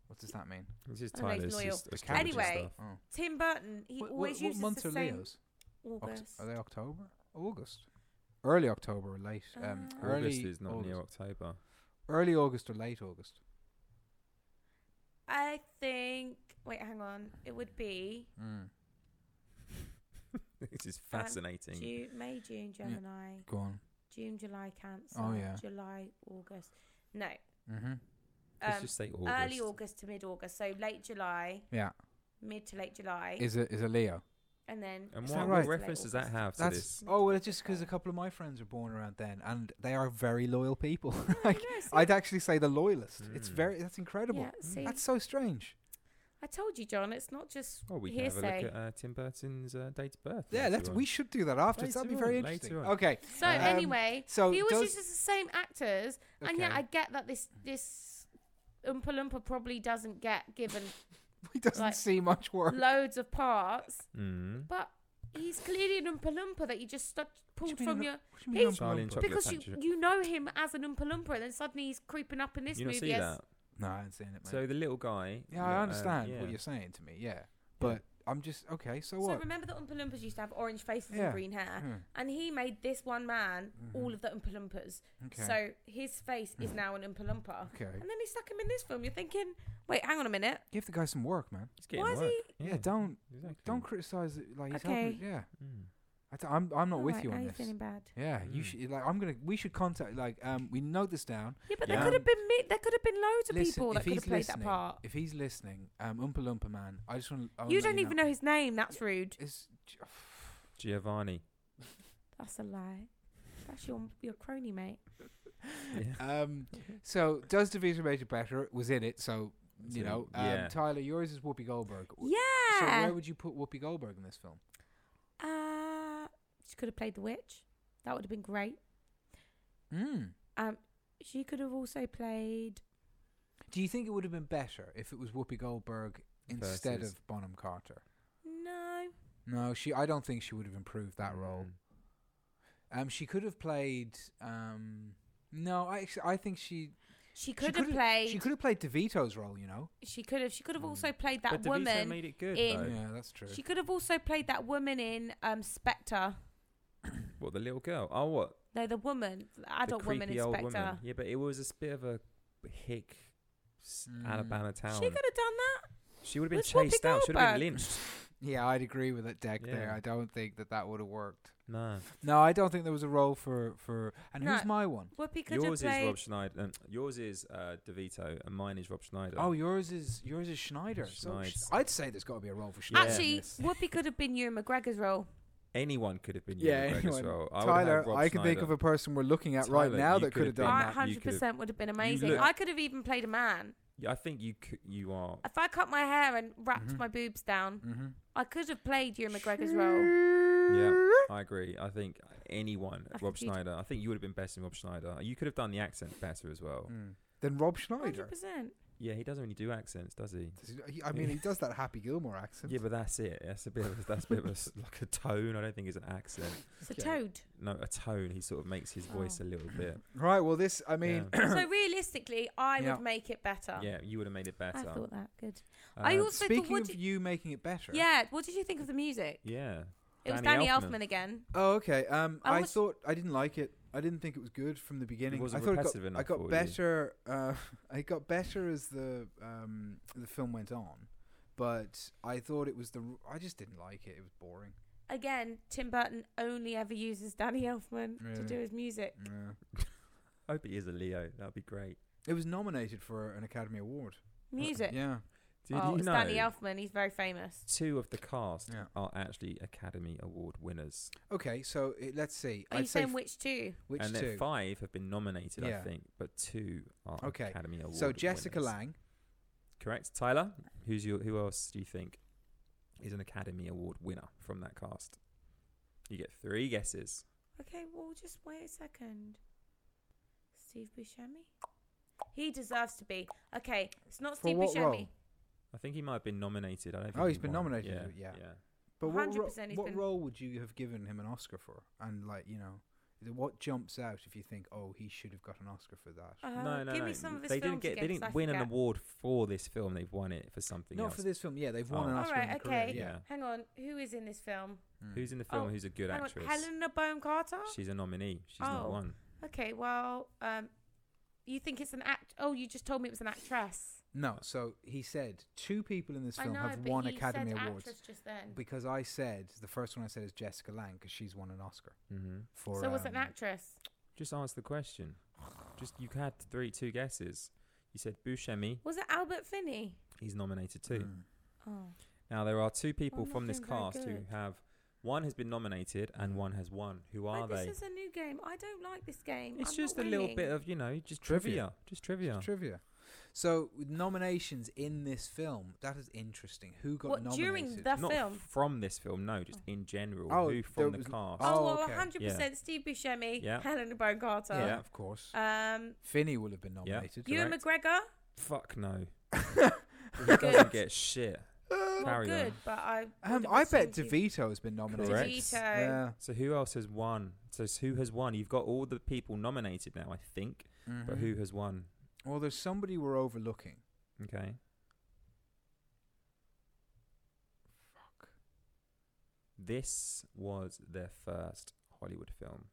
Speaker 3: What does that mean?
Speaker 4: It's
Speaker 2: I
Speaker 4: just
Speaker 2: don't know, he's
Speaker 4: Tyler's
Speaker 2: loyal.
Speaker 4: just astrology
Speaker 2: Anyway,
Speaker 4: stuff.
Speaker 3: Oh.
Speaker 2: Tim Burton. He
Speaker 3: What, what,
Speaker 2: always
Speaker 3: what
Speaker 2: uses
Speaker 3: month
Speaker 2: the
Speaker 3: are
Speaker 2: same
Speaker 3: Leos? Oct-
Speaker 2: August.
Speaker 3: are they October? August. Early October or late? Um,
Speaker 2: Ah.
Speaker 3: early
Speaker 4: August is not
Speaker 3: August.
Speaker 4: near October.
Speaker 3: Early August or late August?
Speaker 2: I think. Wait, hang on. It would be
Speaker 3: Mm.
Speaker 4: this is fascinating.
Speaker 2: June, May, June,
Speaker 3: Yeah.
Speaker 2: Gemini,
Speaker 3: Go on.
Speaker 2: June, July, Cancer,
Speaker 3: Oh, yeah.
Speaker 2: July, August. No,
Speaker 3: Mm-hmm.
Speaker 2: um,
Speaker 4: Let's just say August.
Speaker 2: early August to mid August. So late July,
Speaker 3: Yeah.
Speaker 2: mid to late July,
Speaker 3: Is a is a Leo?
Speaker 2: and then
Speaker 4: And
Speaker 3: Is
Speaker 4: what,
Speaker 3: that
Speaker 4: what
Speaker 3: right?
Speaker 4: reference does that have to
Speaker 3: That's
Speaker 4: this?
Speaker 3: oh well, it's just because a couple of my friends were born around then, and they are very loyal people.
Speaker 2: I,
Speaker 3: like, I'd actually say the loyalist. It's
Speaker 4: Mm.
Speaker 3: very that's incredible.
Speaker 2: Yeah, see?
Speaker 3: That's so strange.
Speaker 2: I told you, John. It's not just
Speaker 4: Oh, we can have a
Speaker 2: hearsay.
Speaker 4: look at uh, Tim Burton's uh, date of birth.
Speaker 3: Yeah,
Speaker 4: later
Speaker 3: that's we
Speaker 4: on.
Speaker 3: should do that after.
Speaker 4: Later
Speaker 3: That'd be
Speaker 4: on,
Speaker 3: very
Speaker 4: later
Speaker 3: interesting.
Speaker 4: on.
Speaker 3: Okay,
Speaker 2: so
Speaker 3: Um,
Speaker 2: anyway,
Speaker 3: so
Speaker 2: he always
Speaker 3: does-
Speaker 2: uses the same actors, and yeah,
Speaker 3: Okay.
Speaker 2: I get that this this Oompa Loompa probably doesn't get given
Speaker 3: he doesn't
Speaker 2: like-
Speaker 3: see much work.
Speaker 2: loads of parts.
Speaker 4: Mm.
Speaker 2: But he's clearly an Oompa Loompa that you just stuck, pulled
Speaker 3: mean
Speaker 2: from
Speaker 3: an-
Speaker 2: your.
Speaker 3: What do you mean
Speaker 2: He's-
Speaker 3: I'm
Speaker 4: Charlie and
Speaker 3: Oompa?
Speaker 4: Chocolate
Speaker 2: Because you,
Speaker 4: Factory.
Speaker 2: you know him as an Oompa Loompa, and then suddenly he's creeping up in this
Speaker 4: you not
Speaker 2: movie.
Speaker 4: see
Speaker 2: as,
Speaker 4: that?
Speaker 3: No, I haven't seen it. Mate.
Speaker 4: So the little guy.
Speaker 3: yeah, I
Speaker 4: uh,
Speaker 3: understand
Speaker 4: yeah.
Speaker 3: what you're saying to me. Yeah, but I'm just okay. So,
Speaker 2: So
Speaker 3: what?
Speaker 2: remember the Oompa Loompas used to have orange faces
Speaker 3: Yeah.
Speaker 2: and green hair,
Speaker 3: Hmm,
Speaker 2: and he made this one man
Speaker 3: Mm-hmm.
Speaker 2: all of the Oompa Loompas.
Speaker 3: okay.
Speaker 2: So his face
Speaker 4: Mm-hmm.
Speaker 2: is now an Oompa Loompa.
Speaker 3: okay.
Speaker 2: And then he stuck him in this film. You're thinking, wait, hang on a minute.
Speaker 3: Give the guy some work, man.
Speaker 4: He's getting
Speaker 2: Why is
Speaker 4: work.
Speaker 3: Yeah, don't
Speaker 4: exactly.
Speaker 3: don't criticize it. Like he's
Speaker 2: Okay.
Speaker 3: helping. Yeah,
Speaker 4: Mm.
Speaker 3: I t- I'm I'm not with
Speaker 2: Alright,
Speaker 3: you
Speaker 2: now
Speaker 3: on
Speaker 2: you're
Speaker 3: this.
Speaker 2: feeling bad.
Speaker 3: Yeah, you
Speaker 4: Mm.
Speaker 3: should like. I'm gonna. We should contact like. Um, we note this down.
Speaker 2: Yeah, but
Speaker 4: Yeah.
Speaker 2: there could have been mi- there could have been loads of
Speaker 3: Listen,
Speaker 2: people that
Speaker 3: if
Speaker 2: could
Speaker 3: he's
Speaker 2: have played
Speaker 3: listening, oh,
Speaker 2: that part.
Speaker 3: if he's listening, um, Oompa Loompa man, I just want.
Speaker 2: you don't even know. his name. That's rude.
Speaker 3: It's
Speaker 4: Giovanni.
Speaker 2: That's a lie. That's your your crony, mate.
Speaker 4: Yeah.
Speaker 3: um. So does DeVito make it better? Was in it. So you
Speaker 4: So,
Speaker 3: know. Um,
Speaker 4: yeah.
Speaker 3: Tyler, yours is Whoopi Goldberg. W- So
Speaker 2: Yeah.
Speaker 3: where would you put Whoopi Goldberg in this film?
Speaker 2: uh, she could have played the witch. That would have been great.
Speaker 4: Hmm.
Speaker 3: Mm.
Speaker 2: She could have also played.
Speaker 3: Do you think it would have been better if it was Whoopi Goldberg instead
Speaker 4: Versus-
Speaker 3: of Bonham Carter?
Speaker 2: No.
Speaker 3: No, she. I don't think she would have improved that role.
Speaker 4: Mm.
Speaker 3: Um, she could have played. Um, no, I actually, I think she
Speaker 2: She
Speaker 3: she
Speaker 2: could have played.
Speaker 3: She Hmm. could have played DeVito's role, you know.
Speaker 2: She could have. She could have
Speaker 4: Mm.
Speaker 2: also played
Speaker 4: but
Speaker 2: that
Speaker 4: DeVito
Speaker 2: woman.
Speaker 4: made it good.
Speaker 2: in-
Speaker 4: though.
Speaker 3: Yeah, that's true.
Speaker 2: She could have also played that woman in um, Spectre.
Speaker 4: What the little girl? Oh, what
Speaker 2: No, the woman, the adult
Speaker 4: the
Speaker 2: woman
Speaker 4: creepy old
Speaker 2: inspector.
Speaker 4: woman? Yeah, but it was a bit of a hick s-
Speaker 3: Mm.
Speaker 4: Alabama town.
Speaker 2: She could have done that.
Speaker 4: She would have been
Speaker 2: Let's swap it
Speaker 4: chased out. She would have
Speaker 2: Goldberg.
Speaker 4: been lynched.
Speaker 3: Yeah, I'd agree with that deck there.
Speaker 4: Yeah.
Speaker 3: I don't think that that would have worked.
Speaker 4: No,
Speaker 3: No, I don't think there was a role for for. And who's
Speaker 2: No.
Speaker 3: my one?
Speaker 2: Whoopi could have
Speaker 4: yours is
Speaker 2: played.
Speaker 4: Rob Schneider. Um, yours is uh, DeVito, and mine is Rob Schneider.
Speaker 3: Oh, yours is yours is Schneider. So sh-
Speaker 4: Schneid's.
Speaker 3: I'd say there's got to be a role for
Speaker 4: Yeah.
Speaker 3: Schneider.
Speaker 2: Actually,
Speaker 4: Yes.
Speaker 2: Whoopi could have been Ewan McGregor's role.
Speaker 4: anyone could have been.
Speaker 3: Yeah,
Speaker 4: Ewan McGregor's
Speaker 3: anyone.
Speaker 4: role. I would have had
Speaker 3: Tyler,
Speaker 4: Rob
Speaker 3: I can think
Speaker 4: Schneider.
Speaker 3: of a person we're looking at right
Speaker 4: Tyler,
Speaker 3: now
Speaker 4: you
Speaker 3: that could
Speaker 4: could
Speaker 3: have
Speaker 4: have
Speaker 3: done
Speaker 2: I
Speaker 4: been-
Speaker 3: that.
Speaker 4: that. You
Speaker 2: hundred
Speaker 4: could have-
Speaker 2: percent would have been amazing.
Speaker 4: look-
Speaker 2: I could have even played a man.
Speaker 4: Yeah, I think you c- you are.
Speaker 2: If I cut my hair and wrapped
Speaker 3: Mhm.
Speaker 2: my boobs down,
Speaker 3: Mm-hmm.
Speaker 2: I could have played Ewan McGregor's role.
Speaker 4: Yeah, I agree. I think anyone,
Speaker 2: I
Speaker 4: Rob
Speaker 2: think you'd-
Speaker 4: Schneider. I think you would have been best in Rob Schneider. You could have done the accent better as well.
Speaker 3: Mm. Hmm. Then Rob
Speaker 2: Hundred
Speaker 3: Schneider.
Speaker 2: percent.
Speaker 4: Yeah, he doesn't really do accents, does he?
Speaker 3: Does he- he- I mean, he does that Happy Gilmore accent.
Speaker 4: Yeah, but that's it. That's a bit of a, that's a bit of a, s- like a tone. I don't think it's an accent.
Speaker 2: It's a
Speaker 3: Okay.
Speaker 2: toad.
Speaker 4: No, a tone. He sort of makes his
Speaker 2: Oh.
Speaker 4: voice a little bit.
Speaker 3: Right. Well, this. I mean,
Speaker 2: so realistically, I
Speaker 3: Yeah.
Speaker 2: would make it better.
Speaker 4: Yeah, you would have made it better.
Speaker 2: I thought that good. I
Speaker 4: Um,
Speaker 2: also thought,
Speaker 3: speaking
Speaker 2: what
Speaker 3: of
Speaker 2: did,
Speaker 3: you making it better.
Speaker 2: yeah. What did you think of the music?
Speaker 4: yeah.
Speaker 2: It was
Speaker 4: Danny
Speaker 2: Danny Elfman,
Speaker 4: Elfman.
Speaker 2: again.
Speaker 3: Oh, okay. Um,
Speaker 2: I
Speaker 3: I,
Speaker 2: was-
Speaker 3: thought I didn't like it. I didn't think it was good from the beginning. I
Speaker 4: wasn't
Speaker 3: thought
Speaker 4: repetitive
Speaker 3: it got, I
Speaker 4: enough for
Speaker 3: got
Speaker 4: you.
Speaker 3: better. Uh, I got better as the um the film went on, but I thought it was the. r- I just didn't like it. It was boring.
Speaker 2: Again, Tim Burton only ever uses Danny Elfman to
Speaker 3: Really?
Speaker 2: do his music.
Speaker 3: Yeah.
Speaker 4: I hope he is a Leo. That'd be great.
Speaker 3: It was nominated for an Academy Award.
Speaker 2: Music.
Speaker 3: Yeah.
Speaker 4: Did
Speaker 2: oh,
Speaker 4: you
Speaker 2: it's
Speaker 4: know
Speaker 2: Danny Elfman. He's very famous.
Speaker 4: two of the cast
Speaker 3: Yeah.
Speaker 4: are actually Academy Award winners,
Speaker 3: Okay, so it, let's see.
Speaker 2: Are you
Speaker 3: I'd say
Speaker 2: saying
Speaker 3: f-
Speaker 2: which two?
Speaker 3: which
Speaker 4: and then
Speaker 3: two?
Speaker 4: five have been nominated,
Speaker 3: Yeah.
Speaker 4: I think, but two are
Speaker 3: Okay,
Speaker 4: Academy Award.
Speaker 3: so Jessica
Speaker 4: winners.
Speaker 3: Lang.
Speaker 4: correct? Tyler, who's your who else do you think is an Academy Award winner from that cast? You get three guesses.
Speaker 2: Okay, well, just wait a second. Steve Buscemi. He deserves to be. Okay, it's not
Speaker 3: For
Speaker 2: Steve
Speaker 3: what
Speaker 2: Buscemi.
Speaker 3: role?
Speaker 4: I think he might have been nominated. I don't.
Speaker 3: Oh,
Speaker 4: think
Speaker 3: he's
Speaker 4: he
Speaker 3: been
Speaker 4: won.
Speaker 3: nominated,
Speaker 4: Yeah,
Speaker 3: yeah.
Speaker 4: yeah.
Speaker 3: But what, ro-
Speaker 2: 100% he's
Speaker 3: what
Speaker 2: been-
Speaker 3: role would you have given him an Oscar for? And like, you know, th- what jumps out if you think, oh, he should have got an Oscar for that?
Speaker 2: Uh,
Speaker 4: no, no,
Speaker 2: give
Speaker 4: no.
Speaker 2: me some of his
Speaker 4: they
Speaker 2: films
Speaker 4: didn't get.
Speaker 2: again,
Speaker 4: They
Speaker 2: 'cause I
Speaker 4: didn't win an
Speaker 2: forget.
Speaker 4: award for this film. They've won it for something
Speaker 3: Not
Speaker 4: else.
Speaker 3: for this film. Yeah, they've won
Speaker 4: Oh.
Speaker 3: an
Speaker 2: All
Speaker 3: Oscar. in
Speaker 2: right,
Speaker 3: their career,
Speaker 2: okay.
Speaker 3: Yeah.
Speaker 2: Hang on, who is in this film?
Speaker 4: Who's in the film?
Speaker 2: Oh,
Speaker 4: who's a good
Speaker 2: Hang
Speaker 4: actress?
Speaker 2: on, Helena Bonham Carter.
Speaker 4: She's a nominee. She's
Speaker 2: Oh.
Speaker 4: not one.
Speaker 2: Okay, well, um, you think it's an act? Oh, you just told me it was an actress.
Speaker 3: No, so he said two people in this
Speaker 2: I
Speaker 3: film
Speaker 2: know,
Speaker 3: have
Speaker 2: but
Speaker 3: won
Speaker 2: he
Speaker 3: Academy
Speaker 2: said
Speaker 3: Awards.
Speaker 2: actress just then.
Speaker 3: Because I said, the first one I said is Jessica Lang because she's won an Oscar.
Speaker 4: Mm-hmm.
Speaker 3: for.
Speaker 2: so was it an
Speaker 3: um,
Speaker 2: actress?
Speaker 4: Just answer the question. Just you had three, two guesses. You said Buscemi.
Speaker 2: Was it Albert Finney?
Speaker 4: He's nominated too.
Speaker 3: Mm.
Speaker 2: Oh,
Speaker 4: Now there are two people
Speaker 2: I'm not
Speaker 4: from this
Speaker 2: doing very
Speaker 4: cast who
Speaker 2: good.
Speaker 4: have one has been nominated and one has won. Who
Speaker 2: Wait,
Speaker 4: are they?
Speaker 2: This is a new game. I don't like this game.
Speaker 4: It's
Speaker 2: I'm
Speaker 4: just a
Speaker 2: not
Speaker 4: little
Speaker 2: winning.
Speaker 4: bit of you know, just
Speaker 3: Trivia.
Speaker 4: trivia, just trivia.
Speaker 3: Trivia. So with nominations in this film, that is interesting. Who got
Speaker 2: What,
Speaker 3: nominated?
Speaker 2: during the
Speaker 4: Not
Speaker 2: film?
Speaker 4: from this film, no, just in general.
Speaker 3: Oh,
Speaker 4: who
Speaker 3: there
Speaker 4: from the
Speaker 3: was-
Speaker 4: cast?
Speaker 3: Oh,
Speaker 2: Oh, well,
Speaker 3: okay.
Speaker 2: 100%
Speaker 4: Yeah.
Speaker 2: Steve Buscemi,
Speaker 4: Yeah.
Speaker 2: Helena Bonham Carter.
Speaker 3: yeah,
Speaker 4: Yeah.
Speaker 3: of course.
Speaker 2: Um,
Speaker 3: Finney will have been
Speaker 4: Yeah.
Speaker 3: nominated.
Speaker 2: Ewan
Speaker 4: Correct.
Speaker 2: McGregor.
Speaker 4: Fuck no.
Speaker 2: Good.
Speaker 4: Doesn't get shit.
Speaker 2: Well,
Speaker 4: Carry on.
Speaker 2: good, but I.
Speaker 3: Uh, Um,
Speaker 2: would've
Speaker 3: I bet
Speaker 2: assumed
Speaker 3: DeVito has been
Speaker 2: he-
Speaker 3: nominated.
Speaker 4: Correct.
Speaker 2: DeVito.
Speaker 3: Yeah.
Speaker 4: So who else has won? So s- who has won? You've got all the people nominated now, I think. But
Speaker 3: Mhm.
Speaker 4: who has won?
Speaker 3: Well, there's somebody we're overlooking.
Speaker 4: Okay.
Speaker 3: Fuck.
Speaker 4: This was their first Hollywood film.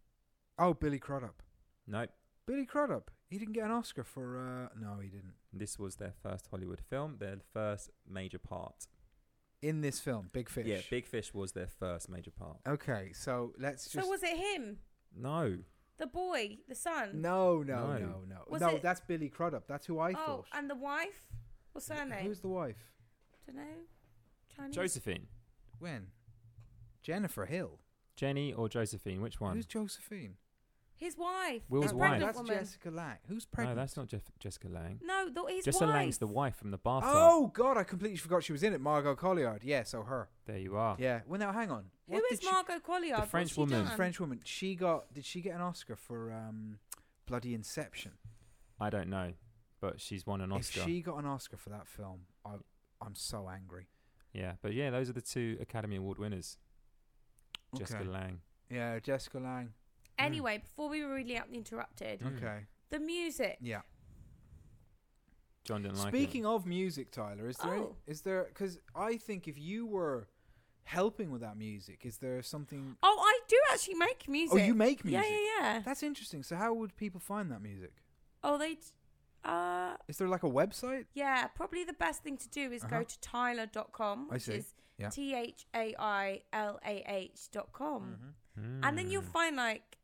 Speaker 3: Oh, Billy Crudup.
Speaker 4: Nope.
Speaker 3: Billy Crudup. He didn't get an Oscar for. Uh, no, he didn't.
Speaker 4: This was their first Hollywood film, their first major part.
Speaker 3: In this film, Big Fish. Uh,
Speaker 4: Yeah, Big Fish was their first major part.
Speaker 3: Okay, so let's
Speaker 2: So
Speaker 3: just.
Speaker 2: was it him?
Speaker 4: No.
Speaker 2: The boy? The son?
Speaker 3: no, no, no,
Speaker 4: No.
Speaker 3: no, no.
Speaker 2: Was it-
Speaker 3: that's Billy Crudup. That's who I
Speaker 2: oh,
Speaker 3: thought.
Speaker 2: and the wife? What's her name?
Speaker 3: Who's the wife?
Speaker 2: Don't know. Chinese.
Speaker 4: Josephine.
Speaker 3: When? Jennifer Hill.
Speaker 4: Jenny or Josephine? Which one?
Speaker 3: Who's Josephine?
Speaker 2: His wife.
Speaker 4: Will's
Speaker 2: his
Speaker 4: wife.
Speaker 2: pregnant
Speaker 3: That's
Speaker 2: woman.
Speaker 3: Jessica Lang. Who's
Speaker 4: no,
Speaker 3: pregnant?
Speaker 4: that's not Jeff- Jessica Lang.
Speaker 2: No, the, his
Speaker 4: Jessica
Speaker 2: wife.
Speaker 4: Lang's the wife from the bathtub.
Speaker 3: Oh God, I completely forgot she was in it. Margot Colliard. Yeah, so her.
Speaker 4: There you are.
Speaker 3: Yeah. Well, now hang on.
Speaker 2: Who
Speaker 3: What
Speaker 2: is
Speaker 3: did she-
Speaker 2: Margot Collier? What's
Speaker 4: French
Speaker 2: she
Speaker 4: Ah. woman.
Speaker 2: done?
Speaker 3: French woman. She got. Did she get an Oscar for um, bloody Inception?
Speaker 4: I don't know, but she's won an Oscar.
Speaker 3: If she got an Oscar for that film, I, I'm so angry.
Speaker 4: Yeah, but yeah, those are the two Academy Award winners. Jessica
Speaker 3: Okay.
Speaker 4: Lang.
Speaker 3: Yeah, Jessica Lang.
Speaker 2: Anyway, before we were really interrupted,
Speaker 4: Mm.
Speaker 3: Okay.
Speaker 2: the music.
Speaker 3: Yeah.
Speaker 4: John didn't like it.
Speaker 3: Speaking of music, Tyler, is there any-
Speaker 2: Oh.
Speaker 3: is there because I think if you were helping with that music, is there something?
Speaker 2: Oh, I do actually make music.
Speaker 3: Oh, you make music.
Speaker 2: Yeah, yeah, yeah.
Speaker 3: That's interesting. So how would people find that music?
Speaker 2: Oh, they. d- Uh,
Speaker 3: Is there like a website?
Speaker 2: yeah, probably the best thing to do is
Speaker 3: Uh-huh.
Speaker 2: go to tyler.com,
Speaker 3: I
Speaker 2: which
Speaker 3: see.
Speaker 2: is
Speaker 3: Yeah.
Speaker 2: T H A I L A H dot com.
Speaker 4: Mm.
Speaker 2: And
Speaker 3: Hmm.
Speaker 2: then you'll
Speaker 3: Mm-hmm.
Speaker 2: find like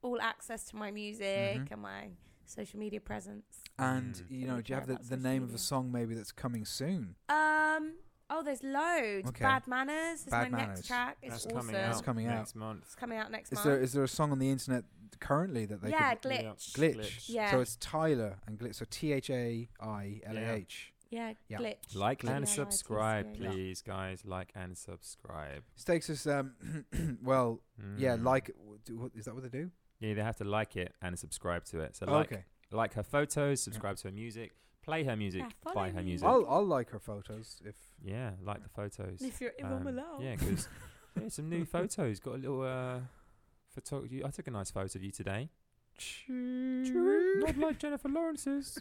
Speaker 2: all access to my music
Speaker 3: Mhm.
Speaker 2: and my social media presence.
Speaker 3: And
Speaker 4: Mm.
Speaker 3: you
Speaker 2: Don't
Speaker 3: know,
Speaker 2: really
Speaker 3: do you have
Speaker 2: care
Speaker 3: the,
Speaker 2: about
Speaker 3: the
Speaker 2: social
Speaker 3: name of
Speaker 2: media.
Speaker 3: a song maybe that's coming soon?
Speaker 2: Um. Oh, there's loads.
Speaker 3: Okay.
Speaker 2: Bad Manners is
Speaker 3: Bad
Speaker 2: my
Speaker 3: Manners.
Speaker 2: next track. It's
Speaker 4: That's
Speaker 2: awesome.
Speaker 4: coming out.
Speaker 3: That's coming out.
Speaker 4: next month.
Speaker 2: It's coming out next
Speaker 3: Is
Speaker 2: month.
Speaker 3: there is there a song on the internet currently that they
Speaker 2: yeah,
Speaker 3: could
Speaker 4: Yeah.
Speaker 2: glitch.
Speaker 3: glitch?
Speaker 2: Yeah.
Speaker 3: So it's Tyler and glitch. So T H A I L A H.
Speaker 2: Yeah,
Speaker 3: Yeah.
Speaker 2: glitch.
Speaker 4: Like
Speaker 2: Yeah,
Speaker 4: and
Speaker 2: yeah,
Speaker 4: subscribe,
Speaker 2: yeah.
Speaker 4: please, guys. Like and subscribe.
Speaker 3: This takes us um well yeah
Speaker 4: Mm.
Speaker 3: like w- do- what, is that what they do?
Speaker 4: Yeah, they have to like it and subscribe to it. So
Speaker 3: Oh,
Speaker 4: like
Speaker 3: okay.
Speaker 4: like her photos, subscribe to her music, play her music,
Speaker 2: follow
Speaker 4: buy her
Speaker 2: me.
Speaker 4: music.
Speaker 3: I'll I'll like her photos if
Speaker 4: Yeah, like the photos.
Speaker 2: If you're
Speaker 4: Um,
Speaker 2: um, allowed.
Speaker 4: Yeah, because some new photos. Got a little uh, photo. you- I took a nice photo of you today. Not like Jennifer Lawrence's.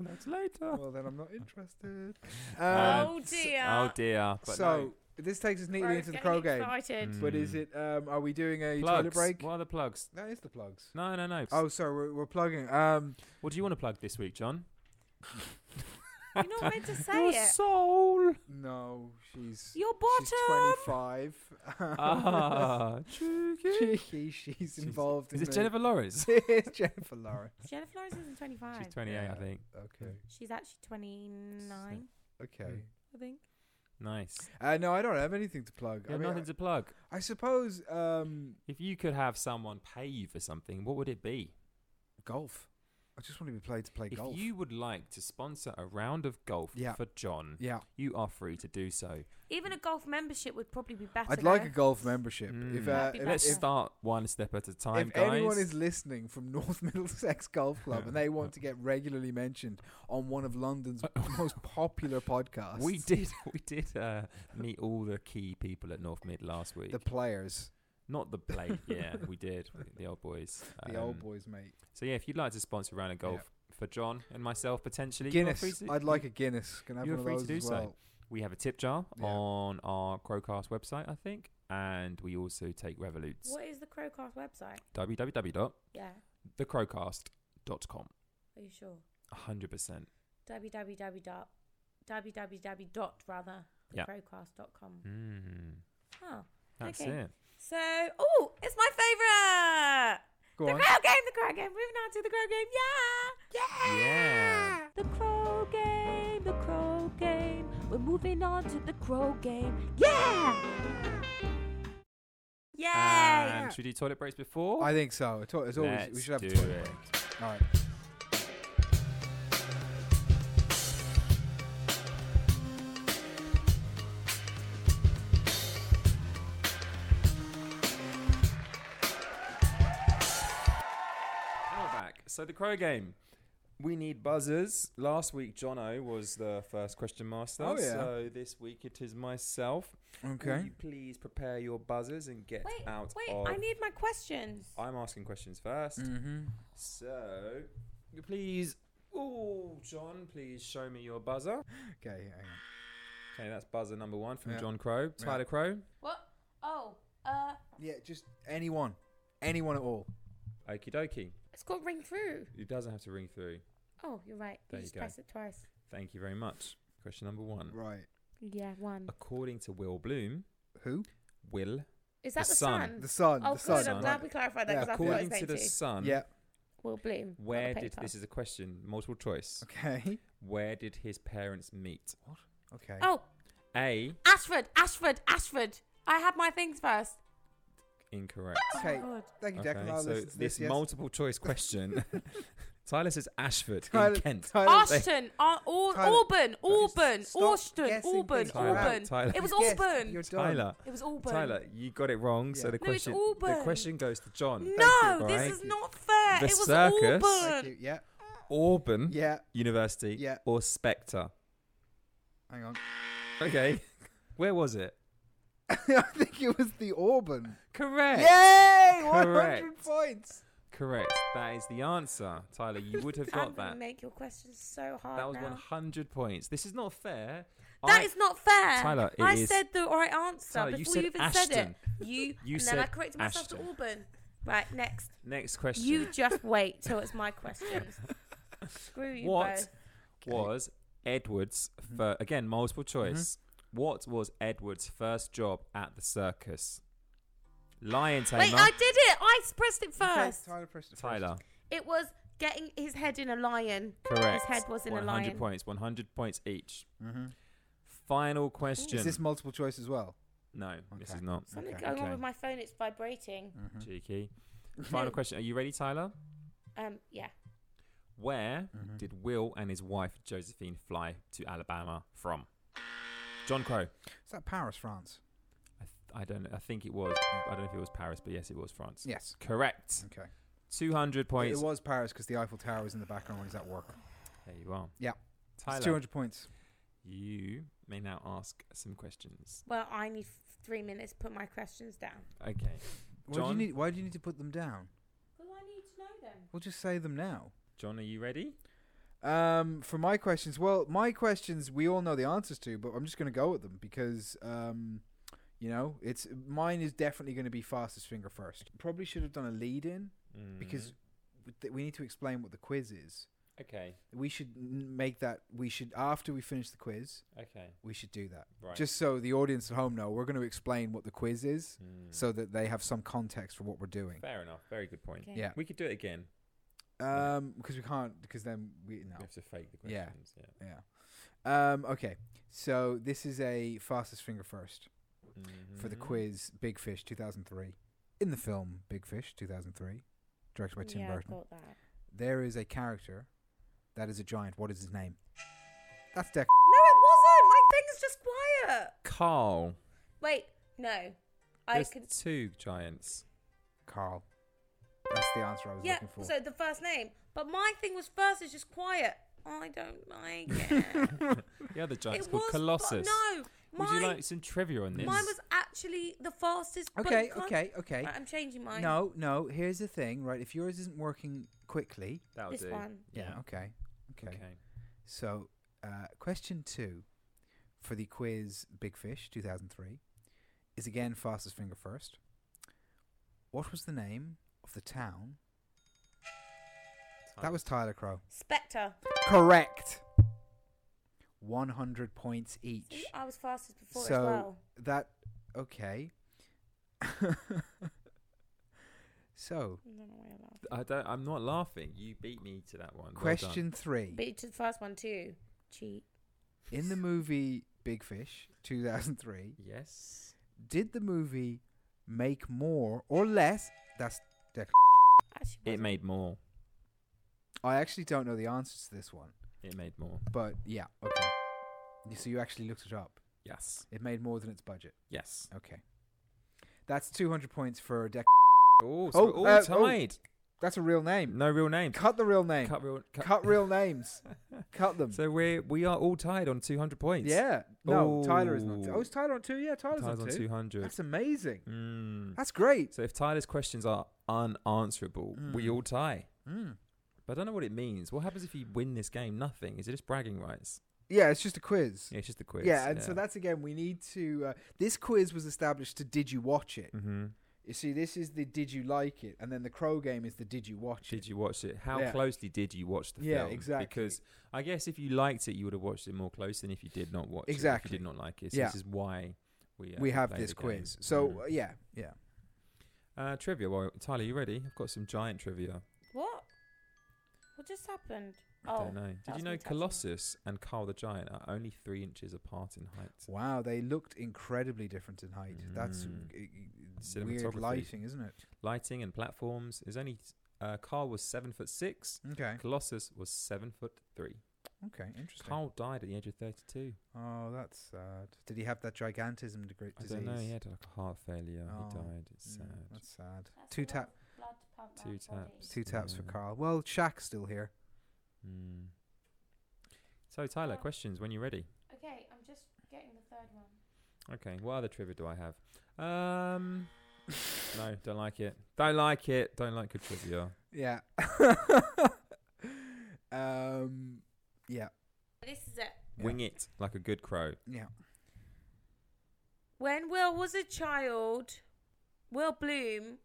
Speaker 4: That's later.
Speaker 3: well then I'm not interested.
Speaker 4: Uh,
Speaker 3: Um,
Speaker 2: oh
Speaker 4: s-
Speaker 2: dear.
Speaker 4: Oh dear. But
Speaker 3: so
Speaker 4: no.
Speaker 3: this takes us neatly
Speaker 2: Bro's
Speaker 3: into the
Speaker 2: getting
Speaker 3: crow game.
Speaker 2: Excited.
Speaker 4: Mm.
Speaker 3: But is it um are we doing a toilet
Speaker 4: plugs?
Speaker 3: break?
Speaker 4: What are the plugs?
Speaker 3: That is the plugs.
Speaker 4: No, no, no.
Speaker 3: Oh sorry, we're, we're plugging. Um
Speaker 4: What do you want to plug this week, John?
Speaker 2: You're not meant to say
Speaker 4: Your
Speaker 2: it.
Speaker 4: soul.
Speaker 3: no, she's
Speaker 2: Your
Speaker 3: She's
Speaker 2: bottom.
Speaker 3: 25.
Speaker 4: ah, cheeky.
Speaker 3: Cheeky, she's involved
Speaker 4: Is
Speaker 3: in
Speaker 4: it Jennifer Lawrence?
Speaker 3: the- it's Jennifer Lawrence.
Speaker 2: Jennifer Lawrence isn't 25.
Speaker 4: She's 28, I
Speaker 3: Yeah.
Speaker 4: think.
Speaker 3: Okay.
Speaker 2: She's actually 29,
Speaker 3: Okay.
Speaker 2: I think.
Speaker 4: Nice.
Speaker 3: Uh, no, I don't have anything to plug. I
Speaker 4: Mm. You have
Speaker 3: mean,
Speaker 4: nothing to plug.
Speaker 3: I, I suppose um,
Speaker 4: If you could have someone pay you for something, what would it be?
Speaker 3: golf. I just want to be played to play
Speaker 4: If
Speaker 3: golf.
Speaker 4: you would like to sponsor a round of golf
Speaker 3: Yeah.
Speaker 4: for John,
Speaker 3: yeah,
Speaker 4: you are free to do so.
Speaker 2: Even a golf membership would probably be better.
Speaker 3: I'd like
Speaker 2: though.
Speaker 3: a golf membership.
Speaker 4: Mm.
Speaker 3: If, uh,
Speaker 2: That'd be
Speaker 3: if,
Speaker 4: Let's
Speaker 2: better.
Speaker 3: if,
Speaker 4: start one step at a time,
Speaker 3: if
Speaker 4: guys.
Speaker 3: anyone is listening from North Middlesex Golf Club and they want to get regularly mentioned on one of London's most popular podcasts,
Speaker 4: we did, we did uh, meet all the key people at North Mid last week.
Speaker 3: the players,
Speaker 4: Not the plate, yeah, we did. The old boys.
Speaker 3: the old
Speaker 4: Um,
Speaker 3: boys, mate.
Speaker 4: So yeah, if you'd like to sponsor a round of golf for John and myself potentially, you are free
Speaker 3: Guinness.
Speaker 4: to-
Speaker 3: I'd like a Guinness. Can I have
Speaker 4: you are
Speaker 3: one of
Speaker 4: free to
Speaker 3: those as
Speaker 4: do so.
Speaker 3: well?
Speaker 4: We have a tip jar
Speaker 3: Yeah.
Speaker 4: on our Crowcast website, I think, and we also take Revolutes.
Speaker 2: What is the Crowcast website?
Speaker 4: www.thecrowcast.com.
Speaker 2: Yeah. Are you sure?
Speaker 4: 100%.
Speaker 2: www dot www dot rather
Speaker 4: Yeah.
Speaker 2: crowcast.com.
Speaker 4: Mm.
Speaker 2: Oh,
Speaker 4: That's
Speaker 2: Okay.
Speaker 4: it.
Speaker 2: so oh, it's my favorite.
Speaker 3: Go
Speaker 2: the
Speaker 3: on.
Speaker 2: crow game, the crow game. Moving on to the crow game. Yeah.
Speaker 4: Yeah.
Speaker 2: The crow game, the crow game. We're moving on to the crow game. Yeah. Yay.
Speaker 4: And should we do toilet breaks before?
Speaker 3: I think so. It's, al- it's always
Speaker 4: Let's
Speaker 3: we should have
Speaker 4: do
Speaker 3: a toilet.
Speaker 4: it.
Speaker 3: All right.
Speaker 4: Now we're back. So the crow game. We need buzzers. Last week, Jono was the first question master.
Speaker 3: Oh, yeah.
Speaker 4: So this week it is myself. Will
Speaker 3: Okay.
Speaker 4: you please prepare your buzzers and get
Speaker 2: wait,
Speaker 4: out
Speaker 2: wait,
Speaker 4: of...
Speaker 2: I need my questions.
Speaker 4: I'm asking questions first.
Speaker 3: Mm-hmm.
Speaker 4: So, you please... Oh, John, please show me your buzzer.
Speaker 3: Okay. Hang on.
Speaker 4: Okay, that's buzzer number one from
Speaker 3: Yeah.
Speaker 4: John Crow. Tyler Crow.
Speaker 2: What? Oh, uh,
Speaker 3: Yeah, just anyone, anyone at all.
Speaker 4: Okie dokie.
Speaker 2: it's called ring through.
Speaker 4: It doesn't have to ring through.
Speaker 2: Oh, you're right.
Speaker 4: There you
Speaker 2: you just
Speaker 4: go.
Speaker 2: press it twice.
Speaker 4: Thank you very much. Question number one.
Speaker 3: Right.
Speaker 2: Yeah, one.
Speaker 4: According to Will Bloom,
Speaker 3: Who?
Speaker 4: Will,
Speaker 2: Is that
Speaker 4: The
Speaker 2: the,
Speaker 4: sun.
Speaker 2: sun?
Speaker 3: The sun.
Speaker 2: Oh,
Speaker 3: the
Speaker 2: good.
Speaker 3: sun.
Speaker 2: I'm glad we clarified that
Speaker 3: Yeah,
Speaker 2: because I thought
Speaker 4: according
Speaker 2: it was
Speaker 4: to the
Speaker 2: meant to.
Speaker 4: Sun,
Speaker 3: Yeah.
Speaker 2: Will Bloom. not
Speaker 4: where
Speaker 2: the
Speaker 4: did
Speaker 2: paper.
Speaker 4: this is a question, multiple choice.
Speaker 3: Okay.
Speaker 4: Where did his parents meet?
Speaker 3: Okay.
Speaker 2: Oh,
Speaker 4: A
Speaker 2: Ashford, Ashford, Ashford. I had my things first.
Speaker 4: incorrect.
Speaker 3: Okay.
Speaker 2: God.
Speaker 3: Thank you, Declan.
Speaker 4: Okay,
Speaker 3: I'll
Speaker 4: so
Speaker 3: listen
Speaker 4: this,
Speaker 3: to this yes.
Speaker 4: multiple choice question. Tyler says Ashford
Speaker 3: Tyler-
Speaker 4: in Kent.
Speaker 3: Tyler-
Speaker 2: Ashton, Ar- Or-
Speaker 3: Tyler,
Speaker 2: uh, Auburn, Auburn,
Speaker 3: stop
Speaker 2: Auburn,
Speaker 3: guessing
Speaker 2: Auburn,
Speaker 3: things
Speaker 4: Tyler,
Speaker 2: Auburn.
Speaker 4: Tyler,
Speaker 2: It was
Speaker 3: Yes,
Speaker 2: Auburn.
Speaker 3: You're done.
Speaker 4: Tyler,
Speaker 2: It was Auburn.
Speaker 4: Tyler, you got it wrong. So
Speaker 3: Yeah.
Speaker 4: the
Speaker 2: No, it's
Speaker 4: question, the
Speaker 2: Auburn.
Speaker 4: question goes to John.
Speaker 2: No,
Speaker 4: Right?
Speaker 2: this is not fair.
Speaker 4: The
Speaker 2: it was
Speaker 4: circus.
Speaker 3: Thank
Speaker 2: Auburn.
Speaker 3: you. Yeah.
Speaker 4: Auburn
Speaker 3: Yeah.
Speaker 4: University
Speaker 3: Yeah.
Speaker 4: or Spectre.
Speaker 3: Hang on.
Speaker 4: Okay, where was it?
Speaker 3: I think it was the Auburn.
Speaker 4: Correct.
Speaker 3: Yay! 100
Speaker 4: Correct.
Speaker 3: points.
Speaker 4: correct. That is the answer, Tyler. You would have
Speaker 2: I'm
Speaker 4: got
Speaker 2: gonna
Speaker 4: that.
Speaker 2: make your questions so hard.
Speaker 4: That was
Speaker 2: now.
Speaker 4: 100 points. This is not fair.
Speaker 2: That
Speaker 4: I-
Speaker 2: is not fair.
Speaker 4: Tyler, it
Speaker 2: I
Speaker 4: is-
Speaker 2: said the right answer
Speaker 4: Tyler, you
Speaker 2: before
Speaker 4: said
Speaker 2: you, even said
Speaker 4: Ashton.
Speaker 2: it. You,
Speaker 4: You
Speaker 2: and then I
Speaker 4: said
Speaker 2: corrected myself
Speaker 4: Ashton.
Speaker 2: to Auburn. Right, next.
Speaker 4: Next question.
Speaker 2: You just wait till it's my questions. Screw you
Speaker 4: what
Speaker 2: both. Mm-hmm.
Speaker 4: was Edward's fir- again multiple choice? What was Edward's first job at the circus? Lion tamer.
Speaker 2: Wait, I did it. I pressed it first.
Speaker 3: Tyler Preston.
Speaker 4: Tyler.
Speaker 2: It was getting his head in a lion. His
Speaker 4: Correct.
Speaker 2: head was in a
Speaker 4: 100
Speaker 2: lion. Mm-hmm.
Speaker 4: points. 100 points each. Final question.
Speaker 3: Is this multiple choice as well?
Speaker 4: no, this
Speaker 3: Okay.
Speaker 4: is not.
Speaker 2: Something
Speaker 3: Okay.
Speaker 2: going on
Speaker 4: Okay.
Speaker 2: with my phone. It's vibrating.
Speaker 4: Cheeky. Final question. Are you ready, Tyler?
Speaker 2: Um, yeah.
Speaker 4: Where
Speaker 2: Mm-hmm.
Speaker 4: did Will and his wife Josephine fly to Alabama from? John Crow.
Speaker 3: Is that Paris, France?
Speaker 4: I, th- I don't. know. I think it was. I don't know if it was Paris, but yes, it was France.
Speaker 3: Yes.
Speaker 4: Correct.
Speaker 3: Okay.
Speaker 4: Two hundred points.
Speaker 3: It was Paris because the Eiffel Tower was in the background when he's at work.
Speaker 4: there you are.
Speaker 3: Yeah. It's
Speaker 4: Tyler,
Speaker 3: 200 points.
Speaker 4: you may now ask some questions.
Speaker 2: Well, I need three minutes to put my questions down.
Speaker 4: Okay.
Speaker 3: Why do, you
Speaker 4: John,
Speaker 3: need, why do you need to put them down?
Speaker 2: Well, I need to know them.
Speaker 3: We'll just say them now.
Speaker 4: John, are you ready?
Speaker 3: Um, for my questions, well, my questions we all know the answers to, but I'm just going to go with them because, um, you know, it's mine is definitely going to be fastest finger first. Probably should have done a lead in
Speaker 4: Mm. Mm-hmm.
Speaker 3: because w- th- we need to explain what the quiz is.
Speaker 4: Okay.
Speaker 3: We should n- make that. We should after we finish the quiz,
Speaker 4: Okay.
Speaker 3: we should do that.
Speaker 4: Right.
Speaker 3: Just so the audience at home know, we're going to explain what the quiz is, so that they have some context for what we're doing.
Speaker 4: Mm. Fair enough. Very good point.
Speaker 2: Okay.
Speaker 3: Yeah.
Speaker 4: We could do it again.
Speaker 3: Um, because we can't, because then we no.
Speaker 4: We have to fake the
Speaker 3: Yeah.
Speaker 4: questions. Yeah.
Speaker 3: Yeah. Um, okay. So this is a fastest finger 1st for the
Speaker 4: Mhm.
Speaker 3: quiz Big Fish 2003. In the film Big Fish 2003, directed by Tim
Speaker 2: yeah, I
Speaker 3: Burton,
Speaker 2: got that.
Speaker 3: there is a character that is a giant. What is his name? That's Deck.
Speaker 2: No, it wasn't. My thing is just quiet.
Speaker 4: Carl.
Speaker 2: Wait, no. I
Speaker 4: There's
Speaker 2: can.
Speaker 4: two giants.
Speaker 3: Carl. That's the answer I was
Speaker 2: Yeah,
Speaker 3: looking for.
Speaker 2: so the first name. But my thing was first is just quiet. I don't like it.
Speaker 4: The other giant's
Speaker 2: it was.
Speaker 4: called
Speaker 2: but
Speaker 4: Colossus.
Speaker 2: No.
Speaker 4: Would
Speaker 2: mine,
Speaker 4: you like some trivia on this?
Speaker 2: mine was actually the fastest. but
Speaker 3: okay,
Speaker 2: you can't-
Speaker 3: okay, okay.
Speaker 2: Right, I'm changing mine.
Speaker 3: No, no. Here's the thing, right? If yours isn't working quickly,
Speaker 4: That'll
Speaker 2: This
Speaker 4: do.
Speaker 2: one.
Speaker 3: Okay, okay.
Speaker 4: Okay.
Speaker 3: So, uh, question two for the quiz Big Fish 2003 is again fastest finger first. What was the name of the town? That was Tyler Crow.
Speaker 2: Spectre.
Speaker 3: Correct. 100 points each.
Speaker 2: See, I was fastest before as
Speaker 3: so
Speaker 2: well.
Speaker 3: that okay. so,
Speaker 2: I don't know why I laughed.
Speaker 4: I don't. I'm not laughing. You beat me to that one. Well done.
Speaker 3: question 3.
Speaker 2: But to the first one too. Cheat.
Speaker 3: In the movie Big Fish 2003,
Speaker 4: Yes.
Speaker 3: did the movie make more or less? That's. Dec-
Speaker 2: Actually,
Speaker 4: It
Speaker 2: wasn't.
Speaker 4: made more.
Speaker 3: I actually don't know the answer to this one,
Speaker 4: It made more.
Speaker 3: but yeah, okay. So you actually looked it up.
Speaker 4: Yes.
Speaker 3: It made more than its budget.
Speaker 4: Yes.
Speaker 3: Okay. That's 200 points for Dec.
Speaker 4: Oh,
Speaker 3: Oh,
Speaker 4: so all
Speaker 3: uh, oh.
Speaker 4: tied.
Speaker 3: That's a real name.
Speaker 4: No real name.
Speaker 3: Cut the real name. Cut,
Speaker 4: Cut real. Cut.
Speaker 3: real names. Cut them.
Speaker 4: So we we are all tied on 200 points.
Speaker 3: yeah. No, Tyler is not.
Speaker 4: Ooh.
Speaker 3: Oh, is Tyler on two? Yeah, Tyler's
Speaker 4: Tyler's on
Speaker 3: on two.
Speaker 4: 200.
Speaker 3: That's amazing.
Speaker 4: Mm.
Speaker 3: That's Hmm. great.
Speaker 4: So if Tyler's questions are unanswerable, we all tie.
Speaker 3: Mm.
Speaker 4: But I don't know what it means. What happens if you win this game? Nothing. Is it just bragging rights?
Speaker 3: Yeah, it's just a quiz.
Speaker 4: Yeah, it's just a quiz.
Speaker 3: yeah, and so that's again, we need to. Uh, this quiz was established to did you watch it?
Speaker 4: hmm
Speaker 3: You see, this is the did you like it, and then the crow game is the did you watch
Speaker 4: Did
Speaker 3: it.
Speaker 4: you watch it? How
Speaker 3: Yeah.
Speaker 4: closely did you watch the
Speaker 3: Yeah,
Speaker 4: film?
Speaker 3: exactly.
Speaker 4: Because I guess if you liked it, you would have watched it more closely than if you did not watch
Speaker 3: Exactly.
Speaker 4: it. Exactly. If you did not like it. So
Speaker 3: Yeah.
Speaker 4: This is why we, uh,
Speaker 3: we have
Speaker 4: play
Speaker 3: this
Speaker 4: the game.
Speaker 3: quiz. So
Speaker 4: Mm.
Speaker 3: uh, yeah, yeah.
Speaker 4: Uh, trivia. Well, Tyler, you ready? I've got some giant trivia.
Speaker 2: What? What just happened?
Speaker 4: I
Speaker 2: Oh,
Speaker 4: don't know.
Speaker 2: that
Speaker 4: Did you
Speaker 2: was
Speaker 4: know
Speaker 2: me touching.
Speaker 4: Colossus and Carl the Giant are only three inches apart in height?
Speaker 3: Wow, they looked incredibly different in height. That's
Speaker 4: Mm.
Speaker 3: uh, uh, weird
Speaker 4: Cinematography.
Speaker 3: lighting, isn't it?
Speaker 4: Lighting and platforms is only. Uh, Carl was seven foot six.
Speaker 3: Okay.
Speaker 4: Colossus was seven foot three.
Speaker 3: Okay. Interesting.
Speaker 4: Carl died at the age of thirty-two.
Speaker 3: Oh, that's sad. Did he have that gigantism degre- disease?
Speaker 4: I don't know. He had like a heart failure.
Speaker 3: Oh,
Speaker 4: he died.
Speaker 3: Mm,
Speaker 4: It's sad.
Speaker 3: that's sad.
Speaker 2: That's
Speaker 3: Two
Speaker 2: a lot
Speaker 3: tap,
Speaker 2: of blood to pump
Speaker 4: Two
Speaker 2: round body.
Speaker 4: taps.
Speaker 3: two taps for
Speaker 4: Yeah.
Speaker 3: Carl. Well, Shaq's still here.
Speaker 4: Mm. So Tyler,
Speaker 2: Uh,
Speaker 4: questions when you're ready.
Speaker 2: Okay, I'm just getting the third one.
Speaker 4: Okay. What other trivia do I have? Um, no, don't like it. Don't like it. Don't like good trivia.
Speaker 3: Yeah. um. Yeah.
Speaker 2: This is it.
Speaker 3: Yeah.
Speaker 4: Wing it like a good crow.
Speaker 3: Yeah.
Speaker 2: When Will was a child, Will Bloom.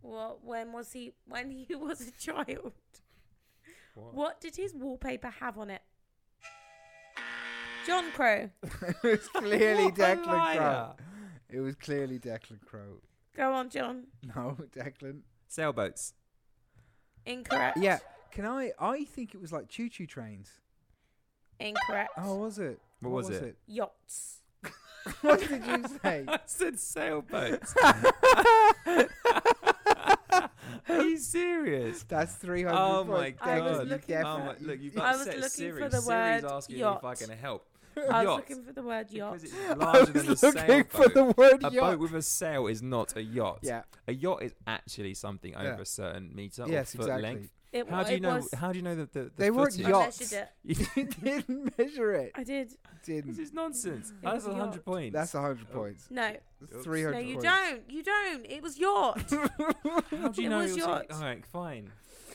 Speaker 2: What? When was he? When he was a child.
Speaker 4: What?
Speaker 2: What did his wallpaper have on it? John Crow.
Speaker 3: it's clearly
Speaker 4: What a
Speaker 3: Declan Crow.
Speaker 4: liar.
Speaker 3: It was clearly Declan Crow.
Speaker 2: Go on, John.
Speaker 3: No, Declan.
Speaker 4: Sailboats.
Speaker 2: Incorrect.
Speaker 3: Yeah. Can I? I think it was like choo choo trains.
Speaker 2: Incorrect.
Speaker 3: Oh, was it?
Speaker 4: What was it?
Speaker 2: Yachts.
Speaker 3: what did you say?
Speaker 4: I said sailboats. Are you serious?
Speaker 3: That's 300
Speaker 4: Oh my
Speaker 3: points.
Speaker 2: I
Speaker 4: god!
Speaker 2: was
Speaker 3: Declan, you
Speaker 2: looking- for-
Speaker 4: oh my,
Speaker 3: definitely-
Speaker 4: look, you've
Speaker 2: I was
Speaker 4: upset
Speaker 2: looking
Speaker 4: Siri.
Speaker 2: for the
Speaker 4: Siri's
Speaker 2: word
Speaker 4: asking if I
Speaker 2: yacht.
Speaker 4: can help.
Speaker 2: I was
Speaker 4: Yacht.
Speaker 2: looking for the word yacht.
Speaker 4: Because it's larger than a sailboat.
Speaker 3: word
Speaker 4: a boat with a sail is not a yacht.
Speaker 3: yeah.
Speaker 4: A yacht is actually something
Speaker 3: Yeah.
Speaker 4: over a certain meter
Speaker 3: Yes,
Speaker 4: or foot
Speaker 3: exactly.
Speaker 4: length.
Speaker 2: It,
Speaker 4: How
Speaker 2: wa-
Speaker 4: do you
Speaker 2: it
Speaker 4: know?
Speaker 2: Was,
Speaker 4: How do you know that the, the
Speaker 3: They weren't
Speaker 4: footage?
Speaker 2: I
Speaker 3: Yachts.
Speaker 2: measured it.
Speaker 3: you didn't measure it.
Speaker 2: I did.
Speaker 4: this
Speaker 3: Didn't.
Speaker 4: is nonsense.
Speaker 2: It
Speaker 4: That's
Speaker 2: was a
Speaker 4: hundred
Speaker 2: yacht.
Speaker 4: points.
Speaker 3: That's 100 points.
Speaker 2: No,
Speaker 3: That's
Speaker 4: Oops.
Speaker 3: 300
Speaker 2: no, you
Speaker 3: points.
Speaker 2: don't. You don't. It was yacht.
Speaker 4: How do you
Speaker 2: It
Speaker 4: know?
Speaker 2: was
Speaker 4: was like-
Speaker 2: yacht.
Speaker 4: All right, fine.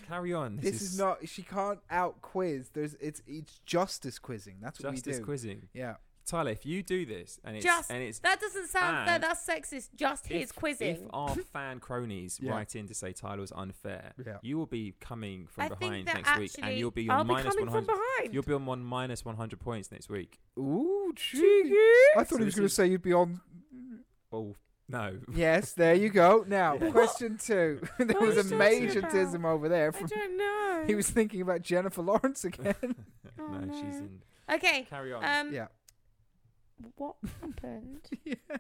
Speaker 4: Carry on.
Speaker 3: This is not. She can't out quiz. There's. It's. It's justice quizzing. That's what we
Speaker 4: justice
Speaker 3: do.
Speaker 4: quizzing.
Speaker 3: Yeah.
Speaker 4: Tyler, if you do this and it's
Speaker 2: just
Speaker 4: and it's
Speaker 2: that doesn't sound fair.
Speaker 4: and
Speaker 2: That's sexist. Just his
Speaker 4: if-
Speaker 2: quizzing.
Speaker 4: If our fan cronies
Speaker 3: Yeah.
Speaker 4: write in to say Tyler was unfair,
Speaker 3: Yeah.
Speaker 4: you will be coming from
Speaker 2: I think
Speaker 4: behind
Speaker 2: that
Speaker 4: next
Speaker 2: actually,
Speaker 4: week, and you'll be on
Speaker 2: I'll
Speaker 4: minus
Speaker 2: be coming
Speaker 4: 100.
Speaker 2: from behind.
Speaker 4: You'll be on one minus 100 points next week.
Speaker 3: Ooh, cheeky.
Speaker 4: Cheeky.
Speaker 3: I thought
Speaker 4: So
Speaker 3: he was
Speaker 4: this
Speaker 3: going to
Speaker 4: is-
Speaker 3: say you'd be on.
Speaker 4: Oh no!
Speaker 3: Yes, there you go. Now,
Speaker 4: Yeah.
Speaker 3: question two. there
Speaker 2: What
Speaker 3: was
Speaker 4: are
Speaker 3: a
Speaker 4: you
Speaker 3: major
Speaker 4: talking
Speaker 2: about?
Speaker 3: tism over there.
Speaker 2: I
Speaker 3: From,
Speaker 2: don't know.
Speaker 3: he was thinking about Jennifer Lawrence again.
Speaker 2: Oh,
Speaker 4: no, she's
Speaker 2: no.
Speaker 4: in.
Speaker 2: okay.
Speaker 4: Carry on.
Speaker 2: Um,
Speaker 3: yeah.
Speaker 2: what happened,
Speaker 3: yeah.
Speaker 2: to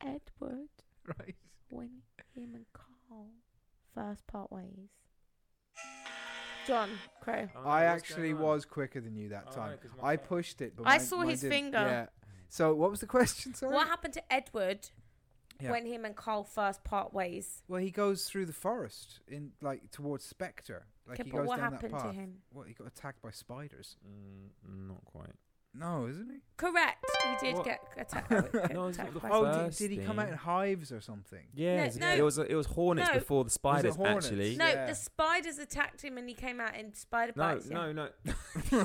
Speaker 2: Edward,
Speaker 3: Right.
Speaker 2: when him and Carl first part ways? John Crow.
Speaker 4: Oh, no,
Speaker 3: I
Speaker 4: what's
Speaker 3: actually
Speaker 4: going on?
Speaker 3: was quicker than you that
Speaker 4: Oh,
Speaker 3: time.
Speaker 4: right, 'cause my
Speaker 3: I
Speaker 4: phone-
Speaker 3: pushed it, but
Speaker 2: I
Speaker 3: mine-
Speaker 2: saw
Speaker 3: mine
Speaker 2: his
Speaker 3: didn't.
Speaker 2: finger.
Speaker 3: Yeah. So what was the question? Sorry.
Speaker 2: What happened to Edward
Speaker 3: Yeah.
Speaker 2: when him and Carl first part ways?
Speaker 3: Well, he goes through the forest in like towards Spectre. Like
Speaker 2: Okay,
Speaker 3: he
Speaker 2: but
Speaker 3: goes
Speaker 2: what
Speaker 3: down that
Speaker 2: happened to
Speaker 3: path.
Speaker 2: him?
Speaker 3: What he got attacked by spiders?
Speaker 4: Mm, not quite.
Speaker 3: No, isn't he?
Speaker 2: Correct. He did
Speaker 4: What?
Speaker 2: get attacked. oh, it-
Speaker 4: No, it's not
Speaker 2: attacked
Speaker 4: the
Speaker 2: by
Speaker 3: Oh,
Speaker 4: fault.
Speaker 2: something.
Speaker 3: did,
Speaker 4: First
Speaker 3: did he come out
Speaker 4: thing-
Speaker 3: in hives or something?
Speaker 4: Yeah,
Speaker 2: no.
Speaker 4: it was it was hornets
Speaker 2: No.
Speaker 4: before the spiders
Speaker 3: hornets?
Speaker 4: actually.
Speaker 2: No,
Speaker 3: Yeah.
Speaker 2: the spiders attacked him and he came out in spider
Speaker 4: No,
Speaker 2: bites. yeah.
Speaker 4: no, no.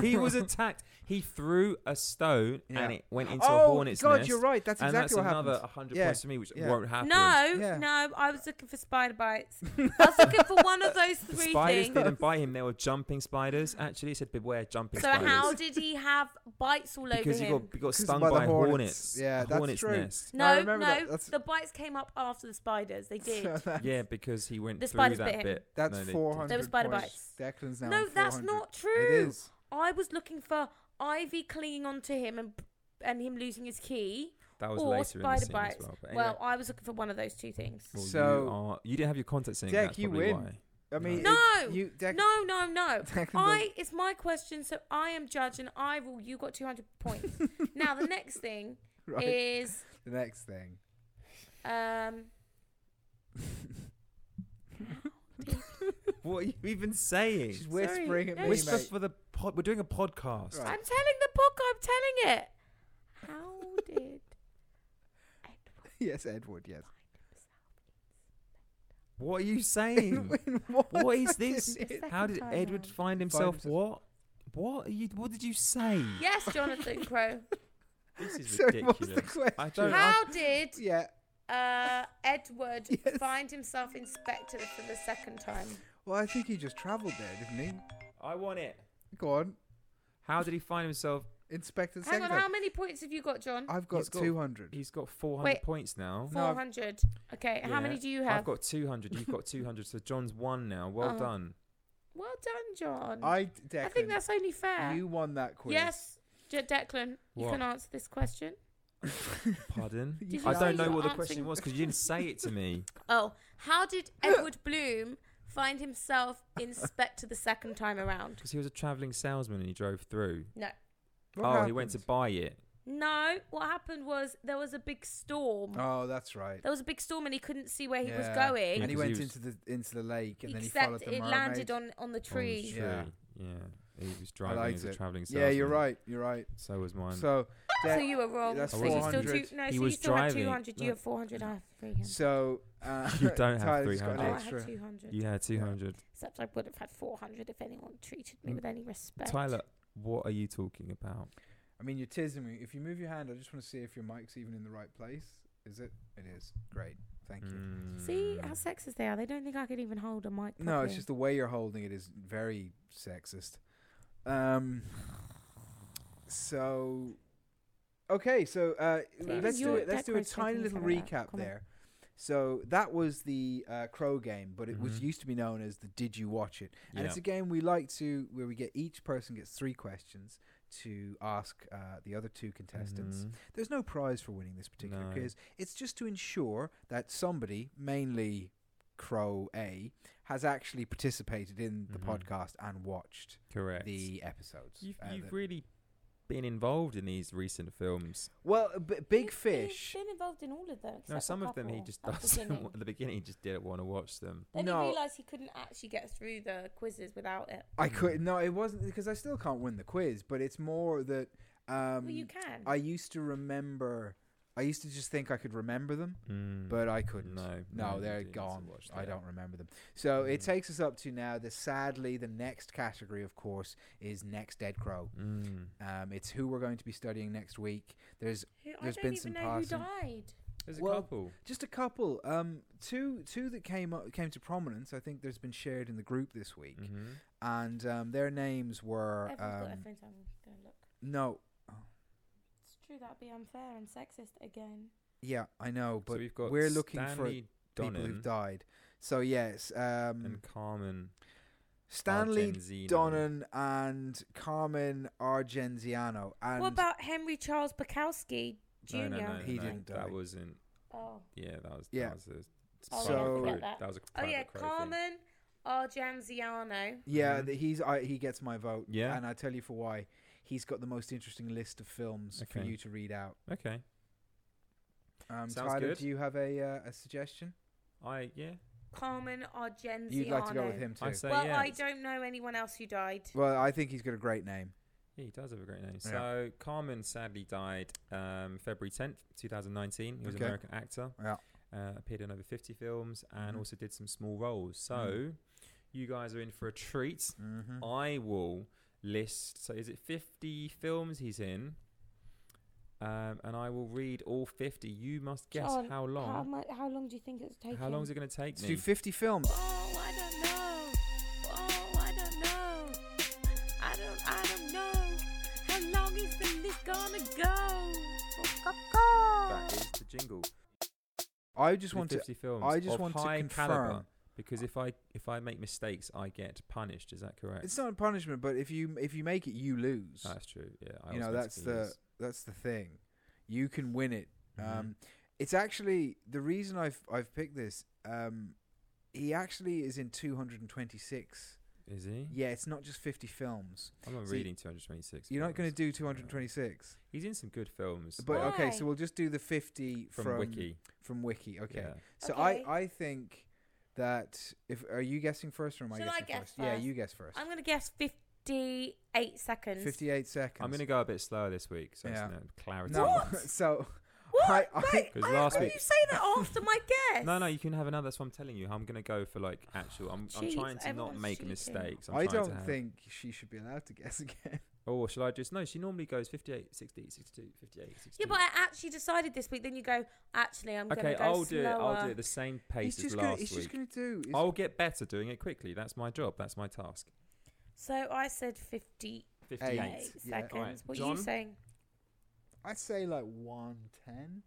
Speaker 4: he was attacked. He threw a stone
Speaker 3: Yeah.
Speaker 4: and it went into a
Speaker 3: oh
Speaker 4: hornet's
Speaker 3: God,
Speaker 4: nest.
Speaker 3: you're right. That's
Speaker 4: and
Speaker 3: exactly
Speaker 4: that's
Speaker 3: what
Speaker 4: another
Speaker 3: happened.
Speaker 4: 100
Speaker 3: Yeah.
Speaker 4: points to me, which
Speaker 3: Yeah.
Speaker 4: won't happen.
Speaker 2: No,
Speaker 3: Yeah.
Speaker 2: no, I was looking for spider bites. I was looking for one of those
Speaker 4: The
Speaker 2: three
Speaker 4: spiders
Speaker 2: things.
Speaker 4: didn't bite him. They were jumping spiders. Actually, it said beware jumping
Speaker 2: So
Speaker 4: spiders.
Speaker 2: how did he have bites all
Speaker 4: because
Speaker 2: over
Speaker 4: he
Speaker 2: him?
Speaker 4: got, he got
Speaker 3: Because
Speaker 4: stung
Speaker 3: by
Speaker 4: by,
Speaker 3: the
Speaker 4: hornets.
Speaker 3: hornets. Yeah,
Speaker 4: a
Speaker 3: that's
Speaker 4: hornet's
Speaker 3: true.
Speaker 4: nest.
Speaker 3: I
Speaker 2: no, no,
Speaker 3: remember that. That's-
Speaker 2: the bites came up after the spiders. They did.
Speaker 3: So that's-
Speaker 4: Yeah, because he went
Speaker 2: The
Speaker 4: through
Speaker 2: spiders
Speaker 4: that
Speaker 2: bit him.
Speaker 4: bit.
Speaker 3: That's
Speaker 4: No, they-
Speaker 3: four hundred.
Speaker 2: There was spider bites.
Speaker 3: Declan's now.
Speaker 2: no,
Speaker 3: on
Speaker 2: that's
Speaker 3: 400.
Speaker 2: not
Speaker 3: It
Speaker 2: true.
Speaker 3: is.
Speaker 2: I was looking for Ivy clinging onto him and and him losing his key
Speaker 4: That was
Speaker 2: or
Speaker 4: later in the
Speaker 2: spider
Speaker 4: scene as
Speaker 2: bites.
Speaker 4: well. But anyway,
Speaker 2: well, I was looking for one of those two things.
Speaker 4: well,
Speaker 3: So-
Speaker 4: you, are, you didn't have your contact sync.
Speaker 3: Jack,
Speaker 4: that's
Speaker 3: you
Speaker 4: probably
Speaker 3: win.
Speaker 4: Why.
Speaker 3: I mean, it-
Speaker 2: No,
Speaker 3: you, Dec-
Speaker 2: no, no, no.
Speaker 3: Declan does-
Speaker 2: I it's my question, so I am judge and I rule. You got two hundred points. now the next thing
Speaker 3: Right.
Speaker 2: is
Speaker 3: the next thing.
Speaker 2: um.
Speaker 4: What are you even saying?
Speaker 3: She's
Speaker 2: Sorry,
Speaker 3: whispering at
Speaker 2: no,
Speaker 3: me,
Speaker 2: Whisper
Speaker 4: Whisper
Speaker 3: mate.
Speaker 4: for the pod. We're doing a podcast.
Speaker 3: Right.
Speaker 2: I'm telling the book. I'm telling it. How did Edward
Speaker 3: yes, Edward. Yes.
Speaker 4: What are you saying? what is this?
Speaker 2: It's the
Speaker 4: How
Speaker 2: second
Speaker 4: did
Speaker 2: time
Speaker 4: Edward
Speaker 2: round.
Speaker 4: find himself?
Speaker 3: himself-
Speaker 4: what? What are you? What did you say?
Speaker 2: Yes, Jonathan Crow.
Speaker 4: This is
Speaker 3: Sorry,
Speaker 4: ridiculous.
Speaker 3: what's the question?
Speaker 4: I don't. I,
Speaker 2: How did
Speaker 3: Yeah.
Speaker 2: uh, Edward
Speaker 3: Yes.
Speaker 2: find himself inspected for the second time?
Speaker 3: Well, I think he just travelled there, didn't he?
Speaker 4: I want it.
Speaker 3: Go on.
Speaker 4: How did he find himself?
Speaker 3: Inspector
Speaker 2: Hang on,
Speaker 3: Secretary.
Speaker 2: how many points have you got, John?
Speaker 3: I've got
Speaker 4: He's got-
Speaker 3: two hundred.
Speaker 4: He's got 400
Speaker 2: Wait.
Speaker 4: points now.
Speaker 3: No, I've-
Speaker 2: Four hundred. Okay, how many
Speaker 4: Yeah.
Speaker 2: do you have?
Speaker 4: I've got 200. You've got 200. So John's one now. Well
Speaker 2: Uh-huh.
Speaker 4: done.
Speaker 2: Well done, John.
Speaker 3: I, Declan,
Speaker 2: I think that's only fair.
Speaker 3: you won that quiz.
Speaker 2: yes, De- Declan, you
Speaker 4: What?
Speaker 2: can answer this question.
Speaker 4: Pardon?
Speaker 3: You
Speaker 4: I
Speaker 2: say
Speaker 4: don't know
Speaker 2: you
Speaker 4: what the
Speaker 2: answered-
Speaker 4: question was because you didn't say it to me.
Speaker 2: Oh, how did Edward Bloom find himself inspector the second time around?
Speaker 4: Because he was a travelling salesman and he drove through.
Speaker 2: No.
Speaker 3: What
Speaker 4: oh, he went to
Speaker 3: happened?
Speaker 4: buy it.
Speaker 2: No, what happened was there was a big storm.
Speaker 3: Oh, that's right.
Speaker 2: There was a big storm and he couldn't see where he was
Speaker 3: Yeah.
Speaker 2: going.
Speaker 4: Yeah,
Speaker 3: and he
Speaker 4: 'cause he
Speaker 3: went
Speaker 4: was-
Speaker 3: into the into the lake, and then he followed
Speaker 2: except
Speaker 3: the
Speaker 2: it
Speaker 3: mermaid.
Speaker 2: landed on, on the
Speaker 4: on the
Speaker 2: tree.
Speaker 4: Oh, tree.
Speaker 3: Yeah.
Speaker 4: Yeah. He was driving as
Speaker 3: liked
Speaker 4: a
Speaker 3: it.
Speaker 4: traveling
Speaker 3: Yeah,
Speaker 4: salesman.
Speaker 3: you're right. You're right.
Speaker 4: So was mine.
Speaker 3: So,
Speaker 2: So
Speaker 3: that-
Speaker 2: you were wrong.
Speaker 3: that's
Speaker 2: so you still
Speaker 3: 400.
Speaker 2: two, no,
Speaker 4: He
Speaker 2: so
Speaker 4: was
Speaker 2: you still
Speaker 4: driving.
Speaker 2: had 200, you
Speaker 4: No.
Speaker 2: have 400, I have 300.
Speaker 3: so uh,
Speaker 4: You don't have
Speaker 3: Tyler's got an
Speaker 4: 300.
Speaker 2: oh, I had
Speaker 3: extra.
Speaker 2: 200.
Speaker 4: you had 200.
Speaker 2: Except I would have had 400 if anyone treated me
Speaker 4: Mm.
Speaker 2: with any respect.
Speaker 4: Tyler, what are you talking about?
Speaker 3: I mean, you're teasing me. If you move your hand, I just want to see if your mic's even in the right place. Is it? It is. Great. Thank you.
Speaker 2: See
Speaker 4: Mm.
Speaker 2: how sexist they are. They don't think I could even hold a mic. Properly.
Speaker 3: No, it's just the way you're holding it is very sexist. Um. So, okay, so uh,
Speaker 2: Even
Speaker 3: let's do
Speaker 2: your
Speaker 3: it. Let's do a
Speaker 2: decorate's
Speaker 3: tiny
Speaker 2: making me
Speaker 3: little
Speaker 2: feel like that.
Speaker 3: recap
Speaker 2: Come on.
Speaker 3: there. So that was the uh, Crow game, but it was
Speaker 4: Mhm.
Speaker 3: used to be known as the Did You Watch It? And
Speaker 4: Yeah.
Speaker 3: it's a game we like to where we get each person gets three questions to ask uh, the other two contestants.
Speaker 4: Mhm.
Speaker 3: There's no prize for winning this particular
Speaker 4: No.
Speaker 3: quiz. It's just to ensure that somebody, mainly Crow A, has actually participated in the
Speaker 4: Mhm.
Speaker 3: podcast and watched
Speaker 4: Correct.
Speaker 3: the episodes.
Speaker 4: you've
Speaker 3: uh,
Speaker 4: you've
Speaker 3: the-
Speaker 4: really been involved in these recent films.
Speaker 3: well, b- Big
Speaker 2: He's-
Speaker 3: Fish.
Speaker 2: He's been involved in all of them.
Speaker 4: No, some of them he just doesn't. wa- At the beginning, he just didn't want to watch them.
Speaker 2: Then
Speaker 3: No.
Speaker 2: he realised he couldn't actually get through the quizzes without it.
Speaker 3: I could no, it wasn't because I still can't win the quiz, but it's more that um,
Speaker 2: well, you can.
Speaker 3: I used to remember. I used to just think I could remember them, Mm.
Speaker 4: Mm.
Speaker 3: but I couldn't.
Speaker 4: No,
Speaker 3: No,
Speaker 4: no, you
Speaker 3: they're
Speaker 4: didn't
Speaker 3: gone.
Speaker 4: watch
Speaker 3: I
Speaker 4: that.
Speaker 3: don't remember them. So it
Speaker 4: Mm.
Speaker 3: takes us up to now. The sadly, the next category, of course, is next Dead Crow.
Speaker 4: Mm.
Speaker 3: Um, it's who we're going to be studying next week. There's
Speaker 2: Who- I
Speaker 3: there's
Speaker 2: don't
Speaker 3: been
Speaker 2: even
Speaker 3: some
Speaker 2: know
Speaker 3: passing.
Speaker 2: who died.
Speaker 4: There's a
Speaker 3: Well,
Speaker 4: couple.
Speaker 3: just a couple. Um, two two that came up, came to prominence. I think there's been shared in the group this week,
Speaker 4: Mhm.
Speaker 3: and um, their names were
Speaker 2: Everyone's got
Speaker 3: um,
Speaker 2: their phones. I'm go and look.
Speaker 3: no.
Speaker 2: It's true. That'd be unfair and sexist again.
Speaker 3: Yeah, I know,
Speaker 4: So
Speaker 3: but
Speaker 4: we've got
Speaker 3: we're looking for
Speaker 4: Stanley
Speaker 3: people
Speaker 4: Donen
Speaker 3: who've died. So yes, um,
Speaker 4: and Carmen
Speaker 3: Stanley
Speaker 4: Argenzino.
Speaker 3: Donnan and Carmen Argenziano. And
Speaker 2: what about Henry Charles Bukowski Jr.?
Speaker 4: No, no, no, no,
Speaker 3: He
Speaker 4: no,
Speaker 3: didn't die.
Speaker 4: That wasn't.
Speaker 2: Oh.
Speaker 4: Yeah, that was.
Speaker 3: Yeah.
Speaker 4: That was a
Speaker 3: yeah, I
Speaker 2: Oh,
Speaker 4: private
Speaker 3: forget
Speaker 4: crow-
Speaker 2: that.
Speaker 4: that was a
Speaker 2: Oh,
Speaker 4: private
Speaker 2: yeah.
Speaker 4: crow thing.
Speaker 2: Carmen Argenziano.
Speaker 3: yeah,
Speaker 4: Mhm.
Speaker 3: th- he's I, he gets my vote.
Speaker 4: Yeah.
Speaker 3: and I tell you for why. He's got the most interesting list of films for
Speaker 4: Okay.
Speaker 3: you to read out.
Speaker 4: Okay.
Speaker 3: Um,
Speaker 4: Sounds
Speaker 3: Tyler,
Speaker 4: good.
Speaker 3: do you have a uh, a suggestion?
Speaker 4: I yeah.
Speaker 2: Carmen Argenziano.
Speaker 3: You'd like to go with him too.
Speaker 4: I say
Speaker 2: well,
Speaker 4: yeah.
Speaker 2: I don't know anyone else who died.
Speaker 3: Well, I think he's got a great name.
Speaker 4: Yeah, he does have a great name.
Speaker 3: Yeah.
Speaker 4: So Carmen sadly died um, February 10th, 2019. He was
Speaker 3: Okay.
Speaker 4: an American actor.
Speaker 3: Yeah.
Speaker 4: Uh, appeared in over 50 films and
Speaker 3: Mhm.
Speaker 4: also did some small roles. So
Speaker 3: Mm.
Speaker 4: you guys are in for a treat.
Speaker 3: Mm-hmm.
Speaker 4: I will list. So is it 50 films he's in? Um, and I will read all 50. You must guess
Speaker 2: John,
Speaker 4: how
Speaker 2: How,
Speaker 4: long.
Speaker 2: mu- how long do you think it's
Speaker 4: How,
Speaker 2: taking?
Speaker 4: long is it going to take
Speaker 3: Let's
Speaker 4: me?
Speaker 3: do 50 films.
Speaker 2: Oh, I don't know. Oh, I don't know. I don't, I don't know. How long is the list gonna
Speaker 4: that
Speaker 2: go?
Speaker 4: is the jingle.
Speaker 3: I just
Speaker 4: The
Speaker 3: want to.
Speaker 4: 50 films.
Speaker 3: I just
Speaker 4: of
Speaker 3: want to
Speaker 4: high
Speaker 3: confirm.
Speaker 4: caliber. Because if I if I make mistakes, I get punished. Is that correct?
Speaker 3: It's not a punishment, but if you if you make it, you lose.
Speaker 4: That's true. Yeah, I
Speaker 3: you
Speaker 4: was
Speaker 3: know,
Speaker 4: meant
Speaker 3: that's
Speaker 4: to
Speaker 3: the
Speaker 4: lose.
Speaker 3: that's the thing. You can win it.
Speaker 4: Mhm.
Speaker 3: Um, it's actually the reason I've I've picked this. Um, he actually is in 226.
Speaker 4: is he?
Speaker 3: Yeah, it's not just 50 films.
Speaker 4: I'm not
Speaker 3: so you-
Speaker 4: reading 226.
Speaker 3: You're not going to
Speaker 4: films.
Speaker 3: do 226.
Speaker 4: He's in some good films.
Speaker 3: But
Speaker 4: like,
Speaker 3: okay,
Speaker 2: Why?
Speaker 3: so we'll just do the 50 from
Speaker 4: from, Wiki.
Speaker 3: From Wiki. Okay.
Speaker 4: Yeah.
Speaker 3: So
Speaker 2: Okay.
Speaker 3: I I think that if are you guessing first or am I
Speaker 2: Shall
Speaker 3: guessing
Speaker 2: I
Speaker 3: first?
Speaker 2: guess
Speaker 3: Yeah,
Speaker 2: first?
Speaker 3: you guess first.
Speaker 2: I'm gonna guess 58 seconds.
Speaker 3: 58 seconds.
Speaker 4: I'm going to go a bit slower this week, so
Speaker 3: Yeah.
Speaker 4: it's no clarity.
Speaker 3: No.
Speaker 2: What?
Speaker 3: so
Speaker 2: What?
Speaker 3: I- I-
Speaker 2: Wait,
Speaker 4: 'Cause
Speaker 2: I
Speaker 4: last
Speaker 2: last
Speaker 4: week-
Speaker 2: you say that after my guess.
Speaker 4: No, no, you can have another. That's what I'm telling you. I'm going to go for like actual. I'm, I'm
Speaker 2: Jeez,
Speaker 4: trying to not
Speaker 2: everyone's
Speaker 4: make
Speaker 2: cheating.
Speaker 4: mistakes. I'm
Speaker 3: I
Speaker 4: trying to
Speaker 3: don't
Speaker 4: have-
Speaker 3: think she should be allowed to guess again.
Speaker 4: Oh, or should I just? No, she normally goes 58, 60, 62, 58, 62.
Speaker 2: Yeah, but I actually decided this week. Then you go. Actually, I'm
Speaker 4: okay,
Speaker 2: gonna go slower.
Speaker 4: I'll do it. I'll do it the same
Speaker 3: he's
Speaker 4: pace
Speaker 3: just
Speaker 4: as
Speaker 3: gonna,
Speaker 4: last
Speaker 3: he's just
Speaker 4: week. Oh.
Speaker 3: going to do. it's-
Speaker 4: I'll get better doing it quickly. That's my job. That's my task.
Speaker 2: So I said 58
Speaker 4: 58.
Speaker 3: Eight.
Speaker 2: seconds.
Speaker 3: Yeah.
Speaker 4: Alright,
Speaker 2: What are
Speaker 4: John?
Speaker 2: you saying?
Speaker 3: I'd say like 110.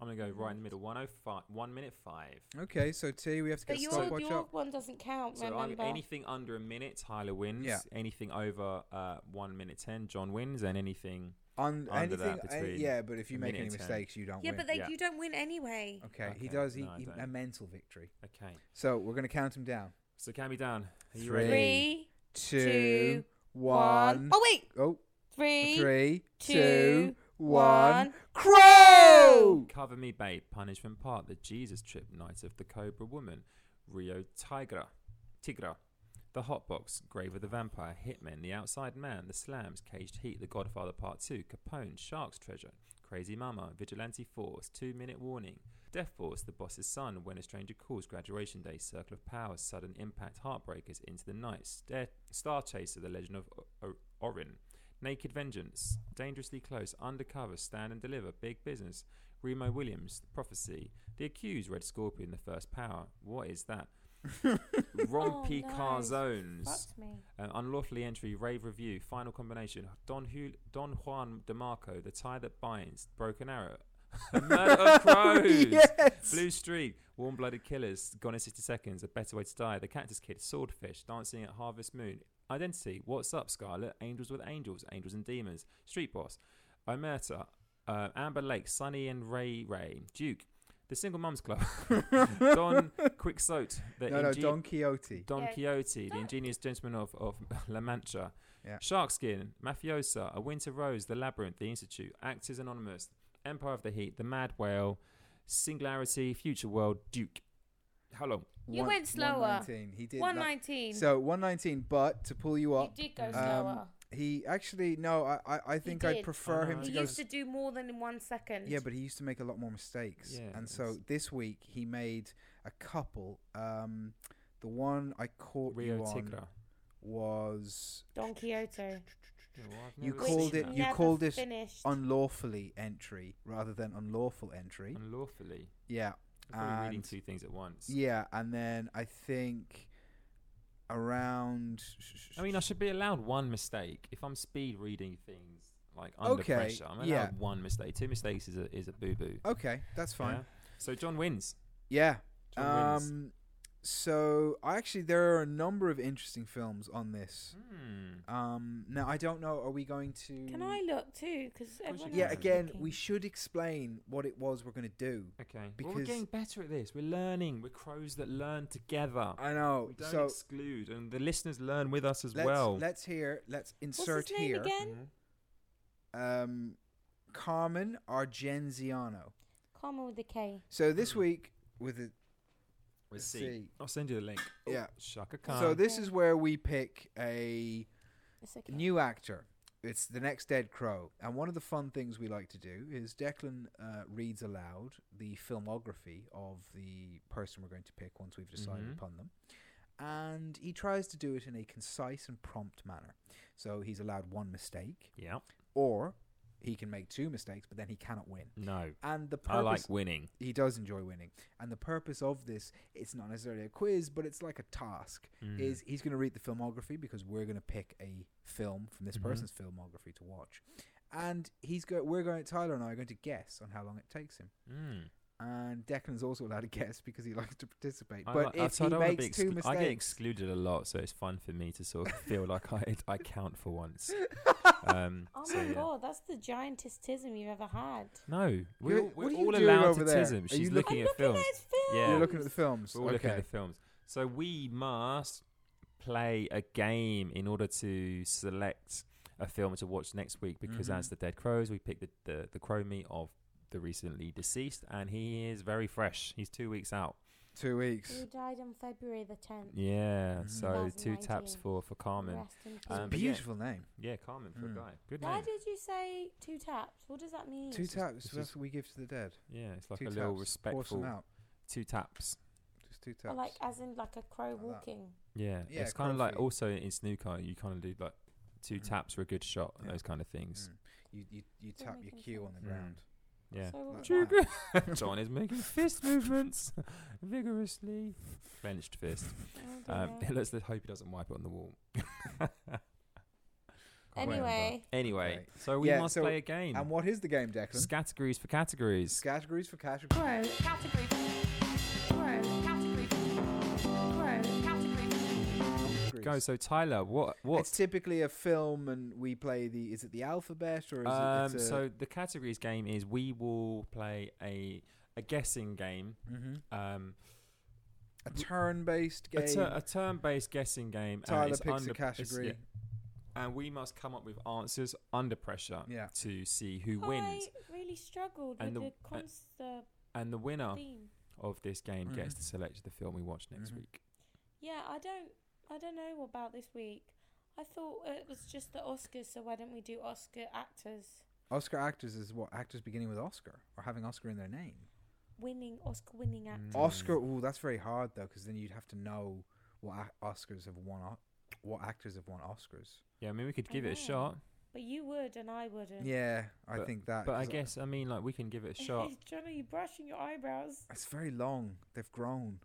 Speaker 4: I'm going to go right in the middle. 105. 1 minute 5.
Speaker 3: Okay, so T, we have to get
Speaker 2: But your,
Speaker 3: stopwatch
Speaker 2: your
Speaker 3: up.
Speaker 2: one doesn't count.
Speaker 4: So I'm,
Speaker 2: remember?
Speaker 4: anything under a minute, Tyler wins.
Speaker 3: Yeah.
Speaker 4: Anything over uh, one minute ten, John wins, and anything
Speaker 3: On
Speaker 4: under that
Speaker 3: anything, any-
Speaker 4: between
Speaker 3: yeah, but if you
Speaker 4: a
Speaker 3: make any
Speaker 4: minute and 10.
Speaker 3: mistakes, you don't
Speaker 2: yeah,
Speaker 3: win.
Speaker 2: but they,
Speaker 4: Yeah.
Speaker 2: you don't win anyway.
Speaker 3: okay, he
Speaker 4: Okay,
Speaker 3: does. He,
Speaker 4: no, I
Speaker 3: he-
Speaker 4: don't.
Speaker 3: a mental victory.
Speaker 4: okay.
Speaker 3: So we're going to count him down.
Speaker 4: So can be done. Are you
Speaker 3: Three,
Speaker 4: ready?
Speaker 2: Three,
Speaker 3: Two,
Speaker 2: Two,
Speaker 3: one.
Speaker 2: Oh wait,
Speaker 3: Oh,
Speaker 2: three.
Speaker 3: three, two,
Speaker 2: two,
Speaker 3: one.
Speaker 2: one.
Speaker 3: Crow!
Speaker 4: Cover me, babe. Punishment part. The Jesus trip. Night of the Cobra Woman. Rio Tigra. Tigra. The Hotbox, Grave of the Vampire, Hitman, The Outside Man, The Slams, Caged Heat, The Godfather Part 2, Capone, Shark's Treasure, Crazy Mama, Vigilante Force, Two Minute Warning, Death Force, The Boss's Son, When a Stranger Calls, Graduation Day, Circle of Power, Sudden Impact, Heartbreakers, Into the Night, Stair- Star Chaser, The Legend of o- O- Orin, Naked Vengeance, Dangerously Close, Undercover, Stand and Deliver, Big Business, Remo Williams, The Prophecy, The Accused, Red Scorpion, The First Power. What is that? Rompy
Speaker 2: Oh,
Speaker 4: Car
Speaker 2: nice.
Speaker 4: Zones.
Speaker 2: Fucked me.
Speaker 4: Um, unlawfully entry, rave review, final combination, Don, Hu- Don Juan DeMarco, the tie that binds, broken arrow, A murder of crows, blue streak, warm blooded killers, gone in 60 seconds, a better way to die, the cactus kid, swordfish, dancing at harvest moon, identity, what's up, Scarlet, angels with angels, angels and demons, street boss, Omerta, uh, Amber Lake, Sunny and Ray Ray, Duke, the single mums club, Don Quixote,
Speaker 3: no,
Speaker 4: the
Speaker 3: no,
Speaker 4: ingenious-
Speaker 3: Don Quixote.
Speaker 4: Don
Speaker 2: Yeah.
Speaker 4: Quixote, the
Speaker 2: Don-
Speaker 4: ingenious gentleman of, of La Mancha.
Speaker 3: Yeah.
Speaker 4: Sharkskin, Mafiosa, A Winter Rose, The Labyrinth, The Institute, Actors Anonymous, Empire of the Heat, The Mad Whale, Singularity, Future World, Duke. How long?
Speaker 2: You went slower.
Speaker 3: 119. He did.
Speaker 2: One
Speaker 3: not-
Speaker 2: nineteen.
Speaker 3: So 119, but to pull you
Speaker 2: you
Speaker 3: up,
Speaker 2: did go
Speaker 4: um,
Speaker 2: slower.
Speaker 3: he actually no. I I, I think I
Speaker 2: did.
Speaker 3: prefer
Speaker 4: Oh,
Speaker 3: him
Speaker 4: no,
Speaker 3: to
Speaker 2: he
Speaker 3: go.
Speaker 4: goes-
Speaker 2: used to do more than in one second.
Speaker 3: Yeah, but he used to make a lot more mistakes.
Speaker 4: Yeah,
Speaker 3: and so
Speaker 4: it's-
Speaker 3: this week he made a couple. Um, the one I caught
Speaker 4: Rio
Speaker 3: you on
Speaker 4: Tigra.
Speaker 3: was
Speaker 2: Don Quixote.
Speaker 3: You called it- you
Speaker 2: never
Speaker 3: called it
Speaker 2: finished.
Speaker 3: unlawfully entry rather than unlawful entry.
Speaker 4: unlawfully.
Speaker 3: Yeah,
Speaker 4: I'm probably reading
Speaker 3: And-
Speaker 4: two things at once.
Speaker 3: yeah, and then I think around.
Speaker 4: I mean, I should be allowed one mistake if I'm speed reading things like under
Speaker 3: Okay,
Speaker 4: pressure. I'm allowed
Speaker 3: yeah.
Speaker 4: one mistake. Two mistakes is a is a boo boo.
Speaker 3: okay, that's fine.
Speaker 4: So John wins.
Speaker 3: Yeah.
Speaker 4: John wins.
Speaker 3: Um. So I actually there are a number of interesting films on this.
Speaker 4: Hmm.
Speaker 3: Um. Now I don't know. Are we going to?
Speaker 2: Can I look too? Because everyone
Speaker 4: can.
Speaker 3: Yeah.
Speaker 2: else is
Speaker 3: Again,
Speaker 2: looking.
Speaker 3: we should explain what it was we're going to do.
Speaker 4: Okay. well, we're
Speaker 3: Because-
Speaker 4: getting better at this. We're learning. We're crows that learn together.
Speaker 3: I know.
Speaker 4: we don't
Speaker 3: Uh, So
Speaker 4: exclude, and the listeners learn with us as
Speaker 3: let's Mm-hmm.
Speaker 4: well.
Speaker 3: let's hear. Let's
Speaker 2: What's
Speaker 3: insert
Speaker 2: his name
Speaker 3: here.
Speaker 2: again?
Speaker 3: Um, Carmen Argenziano.
Speaker 2: Carmen with the K.
Speaker 3: So this
Speaker 4: Hmm.
Speaker 3: week with it.
Speaker 4: We'll
Speaker 3: Let's
Speaker 4: see.
Speaker 3: see.
Speaker 4: I'll send you the link. Oh,
Speaker 3: Yeah.
Speaker 4: Shaka Khan.
Speaker 3: So
Speaker 2: Um,
Speaker 3: this
Speaker 2: Yeah.
Speaker 3: is where we pick a
Speaker 2: It's okay.
Speaker 3: new actor. It's the next Dead Crow, and one of the fun things we like to do is Declan uh, reads aloud the filmography of the person we're going to pick once we've decided
Speaker 4: Mhm.
Speaker 3: upon them, and he tries to do it in a concise and prompt manner. So he's allowed one mistake,
Speaker 4: yeah.
Speaker 3: or he can make two mistakes, but then he cannot win.
Speaker 4: No.
Speaker 3: And the
Speaker 4: I
Speaker 3: purpose
Speaker 4: like winning.
Speaker 3: he does enjoy winning, and the purpose of this it's not necessarily a quiz, but it's like a task
Speaker 4: Mm.
Speaker 3: is he's going to read the filmography because we're going to pick a film from this
Speaker 4: Mhm.
Speaker 3: person's filmography to watch, and he's go we're going Tyler and I are going to guess on how long it takes him,
Speaker 4: Mm.
Speaker 3: and Declan's also allowed to guess because he likes to participate.
Speaker 4: I
Speaker 3: but
Speaker 4: like- I-
Speaker 3: if
Speaker 4: so I
Speaker 3: he
Speaker 4: don't wanna be
Speaker 3: makes two
Speaker 4: exclu- I get
Speaker 3: mistakes,
Speaker 4: excluded a lot, so it's fun for me to sort of feel like I I count for once. Um,
Speaker 2: Oh
Speaker 4: so,
Speaker 2: my
Speaker 4: yeah.
Speaker 2: god, that's the giantest tism you've ever had.
Speaker 4: No, we're,
Speaker 3: You're-
Speaker 4: all-
Speaker 3: what
Speaker 4: we're
Speaker 3: are you
Speaker 4: all
Speaker 3: doing
Speaker 4: allowed
Speaker 3: over
Speaker 4: to
Speaker 3: there?
Speaker 4: tism.
Speaker 3: Are
Speaker 4: She's
Speaker 3: you
Speaker 4: looking
Speaker 2: I'm
Speaker 4: at films.
Speaker 2: at his films.
Speaker 4: Yeah.
Speaker 3: you're looking at the films.
Speaker 4: We're all looking at
Speaker 3: okay,
Speaker 4: the films. So we must play a game in order to select a film to watch next week because
Speaker 3: Mhm.
Speaker 4: as the Dead Crows, we picked the, the, the crow meat of the recently deceased and he is very fresh. He's two weeks out.
Speaker 3: two weeks.
Speaker 4: um,
Speaker 2: He died on February the 10th.
Speaker 4: Yeah.
Speaker 3: Mhm.
Speaker 4: So two taps
Speaker 2: 2019.
Speaker 4: for, for Carmen.
Speaker 2: Rest in peace.
Speaker 4: Um, but yeah.
Speaker 3: Beautiful name.
Speaker 4: Yeah, Carmen for
Speaker 3: Mm.
Speaker 4: a guy. Good
Speaker 2: Why
Speaker 4: name.
Speaker 2: did you say two taps? What does that mean?
Speaker 3: Two taps.
Speaker 4: it's
Speaker 3: That's
Speaker 4: just-
Speaker 3: what we give to the dead.
Speaker 4: Yeah, it's like
Speaker 3: two
Speaker 4: a
Speaker 3: taps.
Speaker 4: little
Speaker 3: Pour some
Speaker 4: respectful
Speaker 3: out.
Speaker 4: two taps.
Speaker 3: Just two
Speaker 2: Or
Speaker 3: taps.
Speaker 2: like as in like a crow
Speaker 3: Like that.
Speaker 2: walking.
Speaker 4: Yeah.
Speaker 3: Yeah,
Speaker 4: it's kind
Speaker 3: crow
Speaker 4: of like
Speaker 3: feet.
Speaker 4: also in snooker, you kind of do like two
Speaker 3: Mm.
Speaker 4: taps for a good shot and
Speaker 3: Yeah.
Speaker 4: those kind of things.
Speaker 3: Mm. You you you
Speaker 2: Doesn't
Speaker 3: tap
Speaker 2: make
Speaker 3: your
Speaker 2: any
Speaker 3: cue on the
Speaker 4: sense. Mm.
Speaker 3: ground.
Speaker 4: Yeah.
Speaker 2: So
Speaker 3: Like
Speaker 2: what
Speaker 3: that.
Speaker 2: was that?
Speaker 4: John is making fist movements vigorously. Clenched fist.
Speaker 2: Oh, dear.
Speaker 4: Um, let's, let's hope he doesn't wipe it on the wall.
Speaker 2: anyway,
Speaker 4: Anyway,
Speaker 3: Okay.
Speaker 4: so we
Speaker 3: Yeah,
Speaker 4: must
Speaker 3: so-
Speaker 4: play a game.
Speaker 3: And what is the game, Declan?
Speaker 4: Categories for categories.
Speaker 3: Categories for categories.
Speaker 2: category. Crow, category. Crow, category.
Speaker 4: Go. So Tyler, what what?
Speaker 3: It's typically a film, and we play the. Is it the alphabet or is
Speaker 4: um,
Speaker 3: it? It's a,
Speaker 4: so the categories game is we will play a a guessing game.
Speaker 3: Mhm.
Speaker 4: Um,
Speaker 3: a turn-based game.
Speaker 4: A, ter- a term-based guessing game. and
Speaker 3: Tyler
Speaker 4: it's
Speaker 3: picks
Speaker 4: under-
Speaker 3: a
Speaker 4: it's-
Speaker 3: category.
Speaker 4: yeah, and we must come up with answers under pressure
Speaker 3: Yeah.
Speaker 4: to see who wins.
Speaker 2: I really struggled
Speaker 4: And
Speaker 2: with
Speaker 4: the- uh,
Speaker 2: the, cons- the
Speaker 4: And the winner
Speaker 2: theme.
Speaker 4: of this game gets
Speaker 3: Mhm.
Speaker 4: to select the film we watch next
Speaker 3: Mhm.
Speaker 4: week.
Speaker 2: Yeah, I don't. I don't know about this week. I thought it was just the Oscars, so why don't we do Oscar actors?
Speaker 3: Oscar actors is what actors beginning with Oscar or having Oscar in their name.
Speaker 2: Winning, Oscar winning
Speaker 4: Mm.
Speaker 2: actors.
Speaker 3: Oscar. Ooh, that's very hard though, because then you'd have to know what ac- Oscars have won. O- what actors have won Oscars?
Speaker 4: Yeah, I mean, we could
Speaker 2: I
Speaker 4: give it a
Speaker 2: know.
Speaker 4: shot.
Speaker 2: But you would and I wouldn't.
Speaker 3: Yeah, I think that.
Speaker 4: But I
Speaker 3: 'cause
Speaker 4: guess, I mean, like, we can give it a shot.
Speaker 2: Johnny, you're brushing your eyebrows.
Speaker 3: it's very long. They've grown.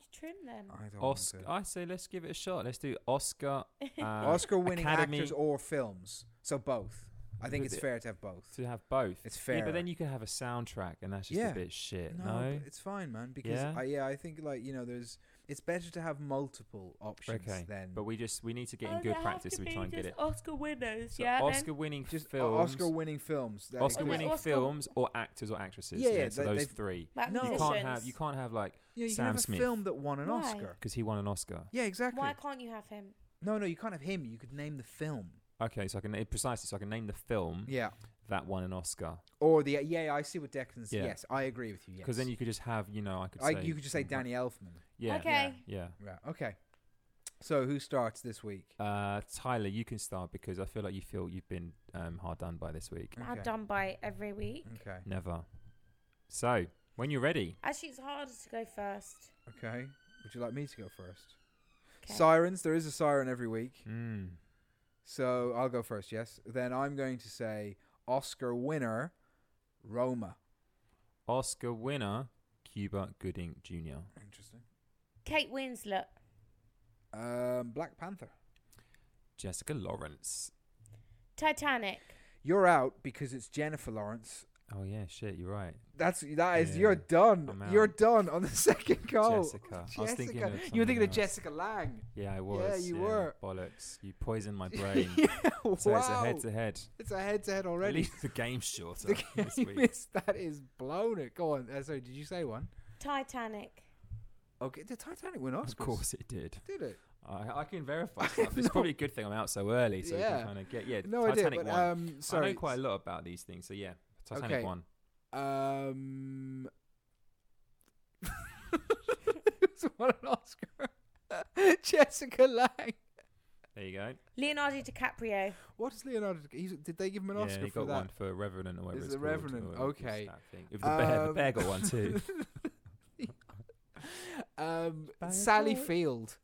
Speaker 2: You trim them.
Speaker 3: I don't
Speaker 4: Oscar.
Speaker 3: want
Speaker 4: I say let's give it a shot. Let's do Oscar.
Speaker 3: to.
Speaker 4: uh,
Speaker 3: Oscar-winning
Speaker 4: Academy
Speaker 3: actors or films. So both. I think
Speaker 4: But
Speaker 3: it's
Speaker 4: the-
Speaker 3: fair to have both.
Speaker 4: to have both.
Speaker 3: It's
Speaker 4: Yeah, but
Speaker 3: fair.
Speaker 4: then you can have a soundtrack, and that's just
Speaker 3: Yeah.
Speaker 4: a bit shit. No,
Speaker 3: No, but it's fine, man. Because
Speaker 4: Yeah?
Speaker 3: I, yeah, I think like you know, there's. It's better to have multiple options
Speaker 4: okay.
Speaker 3: than
Speaker 4: But we just we need to get
Speaker 2: Oh,
Speaker 4: in good
Speaker 2: they have
Speaker 4: practice.
Speaker 2: to
Speaker 4: so We
Speaker 2: be
Speaker 4: try and get
Speaker 2: just
Speaker 4: it.
Speaker 2: Oscar winners,
Speaker 4: So
Speaker 2: yeah. then?
Speaker 4: Oscar-winning
Speaker 3: just uh,
Speaker 4: films,
Speaker 3: Oscar-winning films. that-
Speaker 4: Oscar-winning
Speaker 2: No, Oscar-
Speaker 4: films, or actors or actresses.
Speaker 3: Yeah,
Speaker 4: Yeah,
Speaker 3: yeah,
Speaker 4: so
Speaker 3: they-
Speaker 4: those
Speaker 3: they've-
Speaker 4: three.
Speaker 2: Like
Speaker 3: No.
Speaker 4: You can't have
Speaker 2: musicians.
Speaker 4: you can't have like
Speaker 3: Yeah, you
Speaker 4: Sam
Speaker 3: can have
Speaker 4: Smith.
Speaker 3: a film that won an
Speaker 2: Why?
Speaker 3: Oscar.
Speaker 4: because he won an Oscar.
Speaker 3: Yeah, exactly.
Speaker 2: Why can't you have him?
Speaker 3: No, no, you can't have him. You could name the film.
Speaker 4: Okay, so I can eh, precisely so I can name the film
Speaker 3: Yeah.
Speaker 4: that won an Oscar
Speaker 3: Or the yeah, I see what Declan's.
Speaker 4: Yeah.
Speaker 3: Yes, I agree with you. Yes.
Speaker 4: because then you could just have you know I could
Speaker 3: I,
Speaker 4: say
Speaker 3: you could just say Danny Elfman.
Speaker 4: Yeah,
Speaker 2: Okay.
Speaker 4: yeah.
Speaker 3: Yeah. Okay. So who starts this week?
Speaker 4: Uh, Tyler, you can start because I feel like you feel you've been um, hard done by this week.
Speaker 2: I'm
Speaker 3: Okay.
Speaker 2: done by it every week.
Speaker 3: Okay.
Speaker 4: Never. So when you're ready,
Speaker 2: Actually, it's harder to go first.
Speaker 3: Okay. Would you like me to go first?
Speaker 2: 'Kay.
Speaker 3: Sirens. There is a siren every week,
Speaker 4: mm.
Speaker 3: so I'll go first. Yes. Then I'm going to say Oscar winner, Roma.
Speaker 4: Oscar winner Cuba Gooding Jr.
Speaker 3: Interesting.
Speaker 2: Kate Winslet,
Speaker 3: Um, Black Panther.
Speaker 4: Jessica Lawrence.
Speaker 2: Titanic.
Speaker 3: You're out because it's Jennifer Lawrence.
Speaker 4: Oh yeah, shit, you're right.
Speaker 3: That's that is
Speaker 4: Yeah,
Speaker 3: you're done.
Speaker 4: I'm
Speaker 3: You're
Speaker 4: out.
Speaker 3: done on the second goal.
Speaker 4: Jessica. I was thinking of
Speaker 3: you were
Speaker 4: something
Speaker 3: thinking of
Speaker 4: else.
Speaker 3: Jessica Lang.
Speaker 4: Yeah, I was.
Speaker 3: Yeah, you were.
Speaker 4: Bollocks. You poisoned my brain.
Speaker 3: yeah,
Speaker 4: so
Speaker 3: wow.
Speaker 4: it's a head to head.
Speaker 3: It's a head-to-head
Speaker 4: At
Speaker 3: already.
Speaker 4: least the game's shorter
Speaker 3: The
Speaker 4: this
Speaker 3: game
Speaker 4: week.
Speaker 3: is- that is blown. It. Go on. Uh, sorry, did you say one?
Speaker 2: Titanic.
Speaker 3: Okay, the Titanic went off.
Speaker 4: Of course it did.
Speaker 3: did it?
Speaker 4: I, I can verify stuff. It's probably a good thing I'm out so early so we
Speaker 3: Yeah.
Speaker 4: can kind of get yeah,
Speaker 3: No,
Speaker 4: Titanic
Speaker 3: I did. But
Speaker 4: one.
Speaker 3: um, sorry.
Speaker 4: I know quite a lot about these things, so yeah.
Speaker 3: Okay.
Speaker 4: Titanic one.
Speaker 3: Um, who's won an Oscar? Jessica Lang.
Speaker 4: There you go.
Speaker 2: Leonardo DiCaprio.
Speaker 3: What is Leonardo? He's, did they give him an
Speaker 4: yeah,
Speaker 3: Oscar
Speaker 4: he
Speaker 3: for
Speaker 4: got
Speaker 3: that?
Speaker 4: one for Revenant or whatever
Speaker 3: Is
Speaker 4: it's
Speaker 3: it
Speaker 4: called,
Speaker 3: Revenant?
Speaker 4: or it's
Speaker 3: Okay.
Speaker 4: that thing. If the bear, the
Speaker 3: Um,
Speaker 4: bear got one too.
Speaker 3: um,
Speaker 4: By a
Speaker 3: Sally
Speaker 4: boat.
Speaker 3: Field,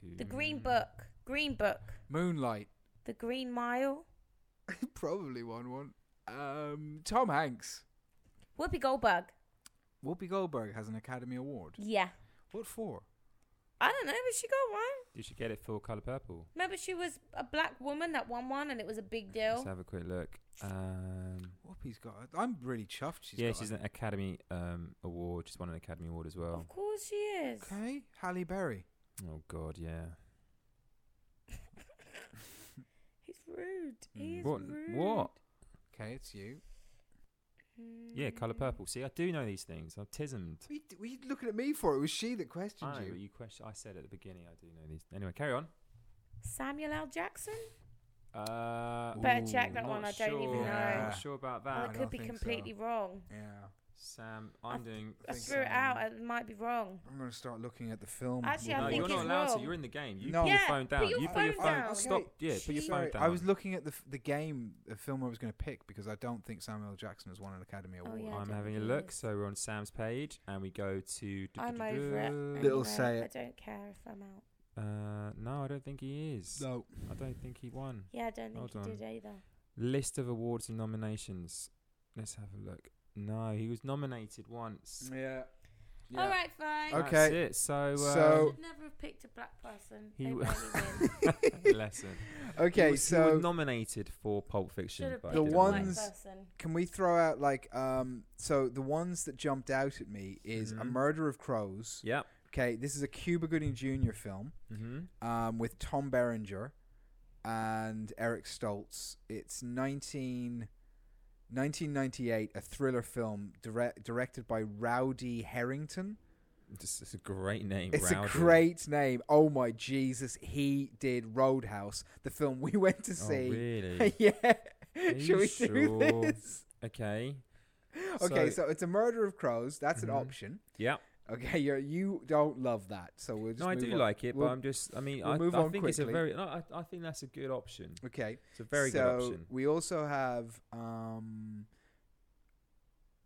Speaker 2: The Green
Speaker 4: Hmm.
Speaker 2: Book. Green Book.
Speaker 3: Moonlight,
Speaker 2: The Green Mile.
Speaker 3: probably won one. Um, Tom Hanks,
Speaker 2: Whoopi Goldberg.
Speaker 3: Whoopi Goldberg has an Academy Award.
Speaker 2: Yeah.
Speaker 3: What for?
Speaker 2: I don't know, but she got one.
Speaker 4: You should get it for Color Purple.
Speaker 2: Remember, she was a black woman that won one, and it was a big
Speaker 4: Let's
Speaker 2: deal.
Speaker 4: have a quick look. Um,
Speaker 3: Whoopi's got. i I'm really chuffed. She's
Speaker 4: yeah,
Speaker 3: got
Speaker 4: she's
Speaker 3: a-
Speaker 4: an Academy um, Award. She's won an Academy Award as well.
Speaker 2: Of course she is.
Speaker 3: okay. Halle Berry.
Speaker 4: Oh God, yeah.
Speaker 2: He's rude. He
Speaker 3: Mm.
Speaker 2: is
Speaker 4: What?
Speaker 2: rude.
Speaker 4: What?
Speaker 3: Okay, it's you.
Speaker 4: Yeah, Color
Speaker 2: Mm.
Speaker 4: Purple. See, I do know these things. I'm tismed.
Speaker 3: What are you, d- what are you looking at me for? It was she that questioned
Speaker 4: I know, but
Speaker 3: you.
Speaker 4: you question. I said at the beginning, I do know these. Anyway, carry on.
Speaker 2: Samuel L. Jackson?
Speaker 4: Uh,
Speaker 2: Better check that
Speaker 4: not
Speaker 2: one, I don't even
Speaker 4: sure.
Speaker 2: know.
Speaker 4: Not sure about
Speaker 2: Oh,
Speaker 3: I
Speaker 4: that.
Speaker 2: it
Speaker 3: don't
Speaker 2: could be
Speaker 3: think so.
Speaker 2: completely wrong.
Speaker 3: Yeah,
Speaker 4: Sam, I'm
Speaker 2: th-
Speaker 4: doing.
Speaker 2: I
Speaker 3: think
Speaker 2: threw it
Speaker 3: so.
Speaker 2: out. It might be wrong.
Speaker 3: I'm gonna start looking at the film.
Speaker 2: Actually, I
Speaker 4: no,
Speaker 2: think
Speaker 4: you're not
Speaker 2: it's
Speaker 4: allowed
Speaker 2: wrong.
Speaker 4: to. You're in the game. You
Speaker 3: No.
Speaker 4: put
Speaker 2: Yeah,
Speaker 4: your phone
Speaker 2: put
Speaker 4: down.
Speaker 2: your
Speaker 4: you put your
Speaker 2: phone
Speaker 4: phone.
Speaker 2: down.
Speaker 4: Stop. Yeah, put your phone
Speaker 3: Sorry,
Speaker 4: down.
Speaker 3: I was looking at the f- the game, the film I was going to pick because I don't think Samuel L. Jackson has won an Academy
Speaker 2: Oh,
Speaker 3: Award.
Speaker 2: yeah, I
Speaker 4: I'm
Speaker 2: don't
Speaker 4: having a
Speaker 2: think it
Speaker 4: look.
Speaker 2: is.
Speaker 4: So we're on Sam's page, and we go to.
Speaker 2: I'm over it.
Speaker 3: Little
Speaker 2: anyway.
Speaker 3: say
Speaker 2: I
Speaker 3: it.
Speaker 2: don't care if I'm out.
Speaker 4: Uh, no, I don't think he is.
Speaker 3: No,
Speaker 4: I don't think he won.
Speaker 2: Yeah, I don't think
Speaker 4: Hold
Speaker 2: he
Speaker 4: on.
Speaker 2: did either.
Speaker 4: List of awards and nominations. Let's have a look. No, he was nominated once.
Speaker 3: yeah, Oh.
Speaker 2: All right, fine.
Speaker 3: Mm. Okay.
Speaker 4: That's it. So, uh,
Speaker 2: I
Speaker 3: So-
Speaker 2: should never have picked a black person.
Speaker 4: He
Speaker 2: They
Speaker 4: w-
Speaker 2: rarely win.
Speaker 4: lesson.
Speaker 3: Okay,
Speaker 4: He was- he was
Speaker 3: so
Speaker 4: nominated for Pulp Fiction.
Speaker 2: Should have
Speaker 4: but
Speaker 2: picked
Speaker 3: The
Speaker 2: a
Speaker 4: didn't
Speaker 2: black
Speaker 4: win.
Speaker 3: ones-
Speaker 2: person.
Speaker 3: can we throw out like um? So the ones that jumped out at me is A
Speaker 4: Mhm.
Speaker 3: Murder of Crows.
Speaker 4: Yep.
Speaker 3: Okay, this is a Cuba Gooding Jr. film
Speaker 4: hmm
Speaker 3: um with Tom Berenger and Eric Stoltz. It's 19. 1998, a thriller film direct, directed by Rowdy Herrington.
Speaker 4: This is a great name.
Speaker 3: It's
Speaker 4: Rowdy.
Speaker 3: a great name. Oh my Jesus, he did Roadhouse, the film we went to
Speaker 4: Oh,
Speaker 3: see.
Speaker 4: really?
Speaker 3: yeah.
Speaker 4: Are
Speaker 3: Shall
Speaker 4: you
Speaker 3: we do
Speaker 4: sure?
Speaker 3: this?
Speaker 4: okay.
Speaker 3: Okay,
Speaker 4: So-
Speaker 3: so, it's a murder of crows. That's
Speaker 4: Mhm.
Speaker 3: an option.
Speaker 4: Yep.
Speaker 3: Okay, you you don't love that, so we'll just
Speaker 4: no, I
Speaker 3: move
Speaker 4: do
Speaker 3: on.
Speaker 4: like it,
Speaker 3: We'll-
Speaker 4: but I'm just. I mean,
Speaker 3: we'll
Speaker 4: I,
Speaker 3: move
Speaker 4: I
Speaker 3: on
Speaker 4: think it's a
Speaker 3: quickly.
Speaker 4: very. No, I, I think that's a good option.
Speaker 3: okay.
Speaker 4: It's a very
Speaker 3: so
Speaker 4: good option.
Speaker 3: we also have um.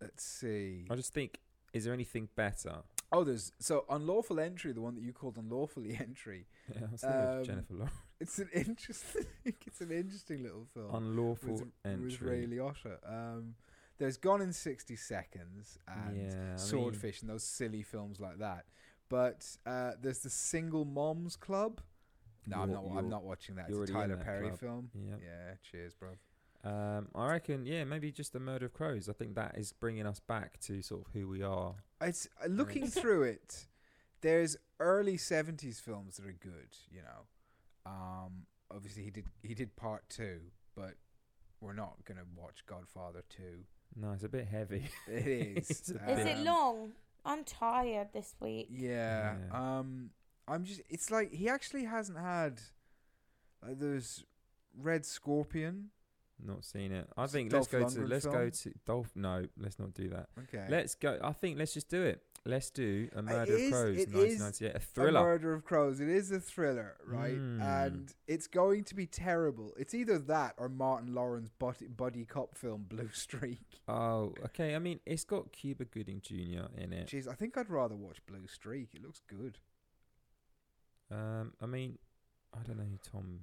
Speaker 3: Let's see.
Speaker 4: I just think, is there anything better?
Speaker 3: Oh, there's so unlawful entry, the one that you called unlawfully entry.
Speaker 4: Yeah, I was thinking of
Speaker 3: Um,
Speaker 4: Jennifer Lawrence.
Speaker 3: It's an interesting. it's an interesting little film.
Speaker 4: Unlawful
Speaker 3: It was Ray
Speaker 4: entry.
Speaker 3: Liotta. Um, there's Gone in 60 Seconds and
Speaker 4: yeah, I mean,
Speaker 3: Swordfish and those silly films like that. But uh, there's the Single Moms Club. No, I'm
Speaker 4: You're-
Speaker 3: not. I'm
Speaker 4: you're-
Speaker 3: not watching that.
Speaker 4: you're
Speaker 3: It's a
Speaker 4: already in
Speaker 3: Tyler
Speaker 4: that
Speaker 3: Perry
Speaker 4: club.
Speaker 3: film.
Speaker 4: yeah.
Speaker 3: Yeah, cheers, bro.
Speaker 4: Um, I reckon, yeah, maybe just the murder of crows. I think that is bringing us back to sort of who we are.
Speaker 3: It's uh, looking
Speaker 2: Right.
Speaker 3: through it. There's early 70s films that are good. You know, um, obviously he did. He did part two, but we're not gonna watch Godfather two.
Speaker 4: No, it's a bit heavy.
Speaker 3: It is.
Speaker 4: It's a
Speaker 2: Is it
Speaker 3: um,
Speaker 2: long? I'm tired this week.
Speaker 3: Yeah.
Speaker 4: Yeah.
Speaker 3: Um I'm just it's like he actually hasn't had like there's Red Scorpion.
Speaker 4: Not seen it. I
Speaker 3: It's a
Speaker 4: think
Speaker 3: Dolph
Speaker 4: let's go
Speaker 3: Lundgren
Speaker 4: to let's
Speaker 3: film.
Speaker 4: go to Dolph. No, let's not do that.
Speaker 3: Okay.
Speaker 4: Let's go. I think let's just do it. Let's do a murder
Speaker 3: is-
Speaker 4: of crows,
Speaker 3: it is
Speaker 4: 1998, a
Speaker 3: A
Speaker 4: thriller.
Speaker 3: Murder of Crows. It is a thriller, right?
Speaker 4: Mm.
Speaker 3: And it's going to be terrible. It's either that or Martin Lawrence buddy, buddy cop film Blue Streak.
Speaker 4: Oh, okay. I mean, it's got Cuba Gooding Jr. in it.
Speaker 3: Jeez, I think I'd rather watch Blue Streak. It looks good.
Speaker 4: Um, I mean, I don't know who Tom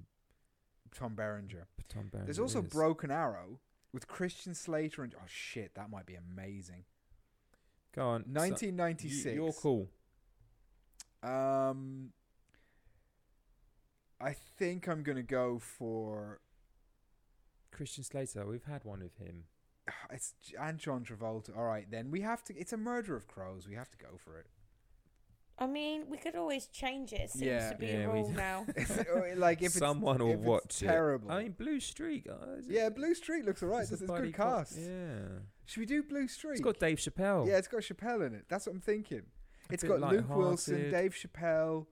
Speaker 3: Tom Berenger.
Speaker 4: Tom Berenger.
Speaker 3: There's also
Speaker 4: is.
Speaker 3: Broken Arrow with Christian Slater and oh shit, that might be amazing.
Speaker 4: Go on. so-
Speaker 3: 1996.
Speaker 4: You, you're cool.
Speaker 3: Um, I think I'm gonna go for
Speaker 4: Christian Slater. We've had one of him.
Speaker 3: it's J- and John Travolta. All right, then we have to. It's a murder of crows. We have to go for it.
Speaker 2: I mean, we could always change it. It seems
Speaker 3: Yeah.
Speaker 2: to be
Speaker 4: Yeah,
Speaker 2: a
Speaker 4: we-
Speaker 2: rule now.
Speaker 3: It's- like if
Speaker 4: someone
Speaker 3: it's,
Speaker 4: will
Speaker 3: if it's
Speaker 4: watch it.
Speaker 3: Terrible.
Speaker 4: I mean, Blue Streak. Uh, is it-
Speaker 3: yeah, Blue Street looks alright.
Speaker 4: it's a
Speaker 3: This is
Speaker 4: buddy
Speaker 3: good
Speaker 4: cop-
Speaker 3: cast.
Speaker 4: Yeah.
Speaker 3: Should we do Blue Street?
Speaker 4: It's got Dave Chappelle.
Speaker 3: yeah, it's got Chappelle in it. That's what I'm thinking. It's
Speaker 4: bit
Speaker 3: got Luke Wilson,
Speaker 4: lighthearted.
Speaker 3: Dave Chappelle,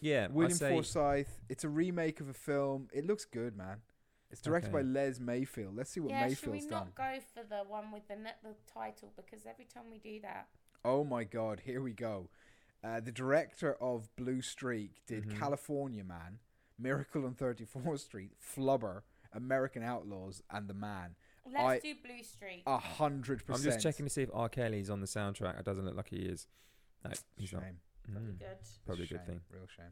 Speaker 4: yeah.
Speaker 3: William
Speaker 4: I say,
Speaker 3: Forsyth. It's a remake of a film. It looks good, man. It's directed by
Speaker 4: Okay.
Speaker 3: Les Mayfield. Let's see what
Speaker 2: yeah, should we
Speaker 3: Mayfield's done.
Speaker 2: not go for the one with the, ne- the title? Because every time we do that,
Speaker 3: Oh my God, here we go. Uh, the director of Blue Streak did
Speaker 4: Mhm.
Speaker 3: California Man, Miracle on 34th Street, Flubber, American Outlaws, and The Man.
Speaker 2: let's
Speaker 3: I-
Speaker 2: do Blue Street.
Speaker 3: A hundred
Speaker 4: I'm
Speaker 3: percent.
Speaker 4: just checking to see if R. Kelly's on the soundtrack. It doesn't look like he is. No, he's
Speaker 3: Shame.
Speaker 4: not.
Speaker 2: That'd
Speaker 4: Mm,
Speaker 2: be good.
Speaker 4: Probably a
Speaker 3: Shame.
Speaker 4: good thing.
Speaker 3: Real shame.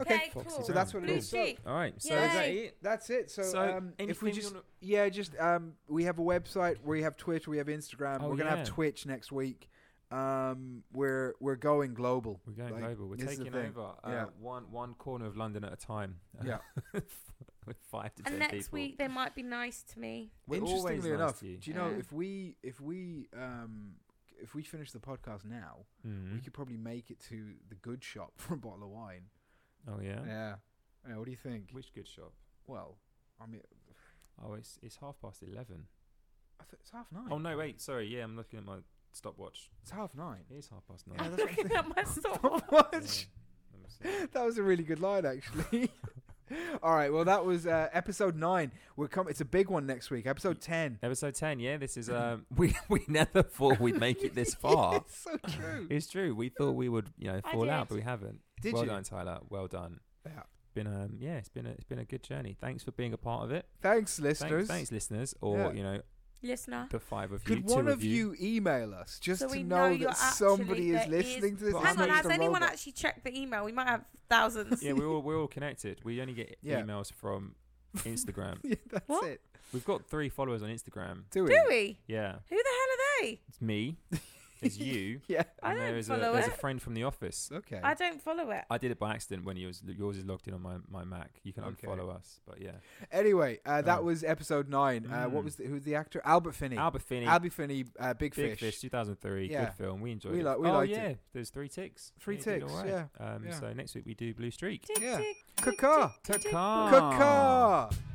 Speaker 2: Okay,
Speaker 3: Okay,
Speaker 2: cool.
Speaker 4: Foxy
Speaker 3: so that's
Speaker 4: Brown.
Speaker 3: what it
Speaker 2: Blue
Speaker 3: is. So
Speaker 2: Street.
Speaker 4: All right. So
Speaker 2: Yay.
Speaker 4: is that it?
Speaker 3: that's it. So,
Speaker 4: So,
Speaker 3: um, if we
Speaker 4: anything you
Speaker 3: just
Speaker 4: wanna-
Speaker 3: yeah, just um, we have a website, we have Twitch, we have Instagram.
Speaker 4: Oh,
Speaker 3: we're gonna
Speaker 4: yeah.
Speaker 3: have Twitch next week. Um, we're we're going global.
Speaker 4: We're going
Speaker 3: Like,
Speaker 4: global. We're
Speaker 3: this is the
Speaker 4: taking
Speaker 3: thing.
Speaker 4: over uh,
Speaker 3: Yeah.
Speaker 4: one one corner of London at a time.
Speaker 3: Yeah.
Speaker 4: With five to
Speaker 2: And
Speaker 4: ten
Speaker 2: next
Speaker 4: people.
Speaker 2: week they might be nice to me.
Speaker 4: We're always
Speaker 3: Interestingly
Speaker 4: nice
Speaker 3: enough,
Speaker 4: to you.
Speaker 3: do you know
Speaker 2: Yeah.
Speaker 3: if we if we um if we finish the podcast now, we
Speaker 4: Mhm.
Speaker 3: could probably make it to the good shop for a bottle of wine.
Speaker 4: Oh yeah?
Speaker 3: Yeah. Yeah, what do you think?
Speaker 4: Which good shop?
Speaker 3: well, I mean,
Speaker 4: Oh, it's it's half past eleven.
Speaker 3: I th- it's half nine.
Speaker 4: Oh no, wait, sorry. Yeah, I'm looking at my stopwatch.
Speaker 3: It's half nine.
Speaker 4: It is half past
Speaker 3: Yeah,
Speaker 4: nine.
Speaker 2: I'm
Speaker 3: that's what I'm
Speaker 2: looking at my soul.
Speaker 4: Yeah,
Speaker 3: What?
Speaker 4: let me see.
Speaker 3: that was a really good line, actually. All right, well, that was uh, episode nine. We're coming. It's a big one next week. Episode ten.
Speaker 4: Episode ten. Yeah, this is um. We we never thought we'd make it this far.
Speaker 3: it's so true.
Speaker 4: It's true. We thought we would, you know,
Speaker 2: I
Speaker 4: fall out,
Speaker 2: did.
Speaker 4: but we haven't.
Speaker 3: Did
Speaker 4: well
Speaker 3: you?
Speaker 4: done, Tyler. Well done.
Speaker 3: Yeah.
Speaker 4: Been um, yeah, it's been a, it's been a good journey. Thanks for being a part of it.
Speaker 3: Thanks,
Speaker 4: Thanks,
Speaker 3: listeners.
Speaker 4: thanks, listeners, or
Speaker 3: Yeah.
Speaker 4: you know,
Speaker 2: Listener.
Speaker 4: the five of you.
Speaker 3: Could
Speaker 4: two
Speaker 3: one
Speaker 4: of
Speaker 3: of you email us just
Speaker 2: So
Speaker 3: to
Speaker 2: we
Speaker 3: know,
Speaker 2: know you're
Speaker 3: that somebody
Speaker 2: actually-
Speaker 3: is
Speaker 2: there
Speaker 3: listening
Speaker 2: is-
Speaker 3: to this?
Speaker 4: Well,
Speaker 3: and
Speaker 2: Hang on,
Speaker 3: not
Speaker 2: has
Speaker 3: just a
Speaker 2: anyone
Speaker 3: robot?
Speaker 2: actually checked the email? We might have thousands.
Speaker 4: Yeah, we're all we're all connected. We only get
Speaker 3: Yeah.
Speaker 4: emails from Instagram.
Speaker 3: yeah, that's
Speaker 2: What?
Speaker 3: it.
Speaker 4: We've got three followers on Instagram.
Speaker 3: Do it.
Speaker 2: Do we?
Speaker 4: Yeah,
Speaker 2: Who the hell are they?
Speaker 4: it's me, it's you,
Speaker 3: Yeah.
Speaker 2: I
Speaker 4: and there
Speaker 2: don't
Speaker 4: is a
Speaker 2: follow
Speaker 4: there's a
Speaker 2: it.
Speaker 4: friend from the office.
Speaker 3: Okay.
Speaker 2: I don't follow it.
Speaker 4: I did it by accident when yours yours is logged in on my, my Mac. You can
Speaker 3: Okay.
Speaker 4: unfollow us, but yeah,
Speaker 3: Anyway, uh, that
Speaker 4: Oh.
Speaker 3: was episode nine. Uh, what
Speaker 4: Mm.
Speaker 3: was the, who was the actor? Albert Finney.
Speaker 4: Albert Finney,
Speaker 3: Albert Finney. Uh, Big,
Speaker 4: Big
Speaker 3: Fish.
Speaker 4: Fish, 2003,
Speaker 3: Yeah.
Speaker 4: good film. We enjoyed
Speaker 3: We
Speaker 4: it.
Speaker 3: like- we
Speaker 4: oh
Speaker 3: liked it.
Speaker 4: yeah, there's three ticks.
Speaker 3: Three
Speaker 4: Yeah, it did
Speaker 3: ticks,
Speaker 4: alright.
Speaker 3: yeah,
Speaker 4: Um,
Speaker 3: yeah.
Speaker 4: so next week we do Blue Streak.
Speaker 2: Tick,
Speaker 3: Yeah.
Speaker 2: tick, tick,
Speaker 3: Caca.
Speaker 2: tick, tick, tick.
Speaker 4: Caca.
Speaker 3: Caca.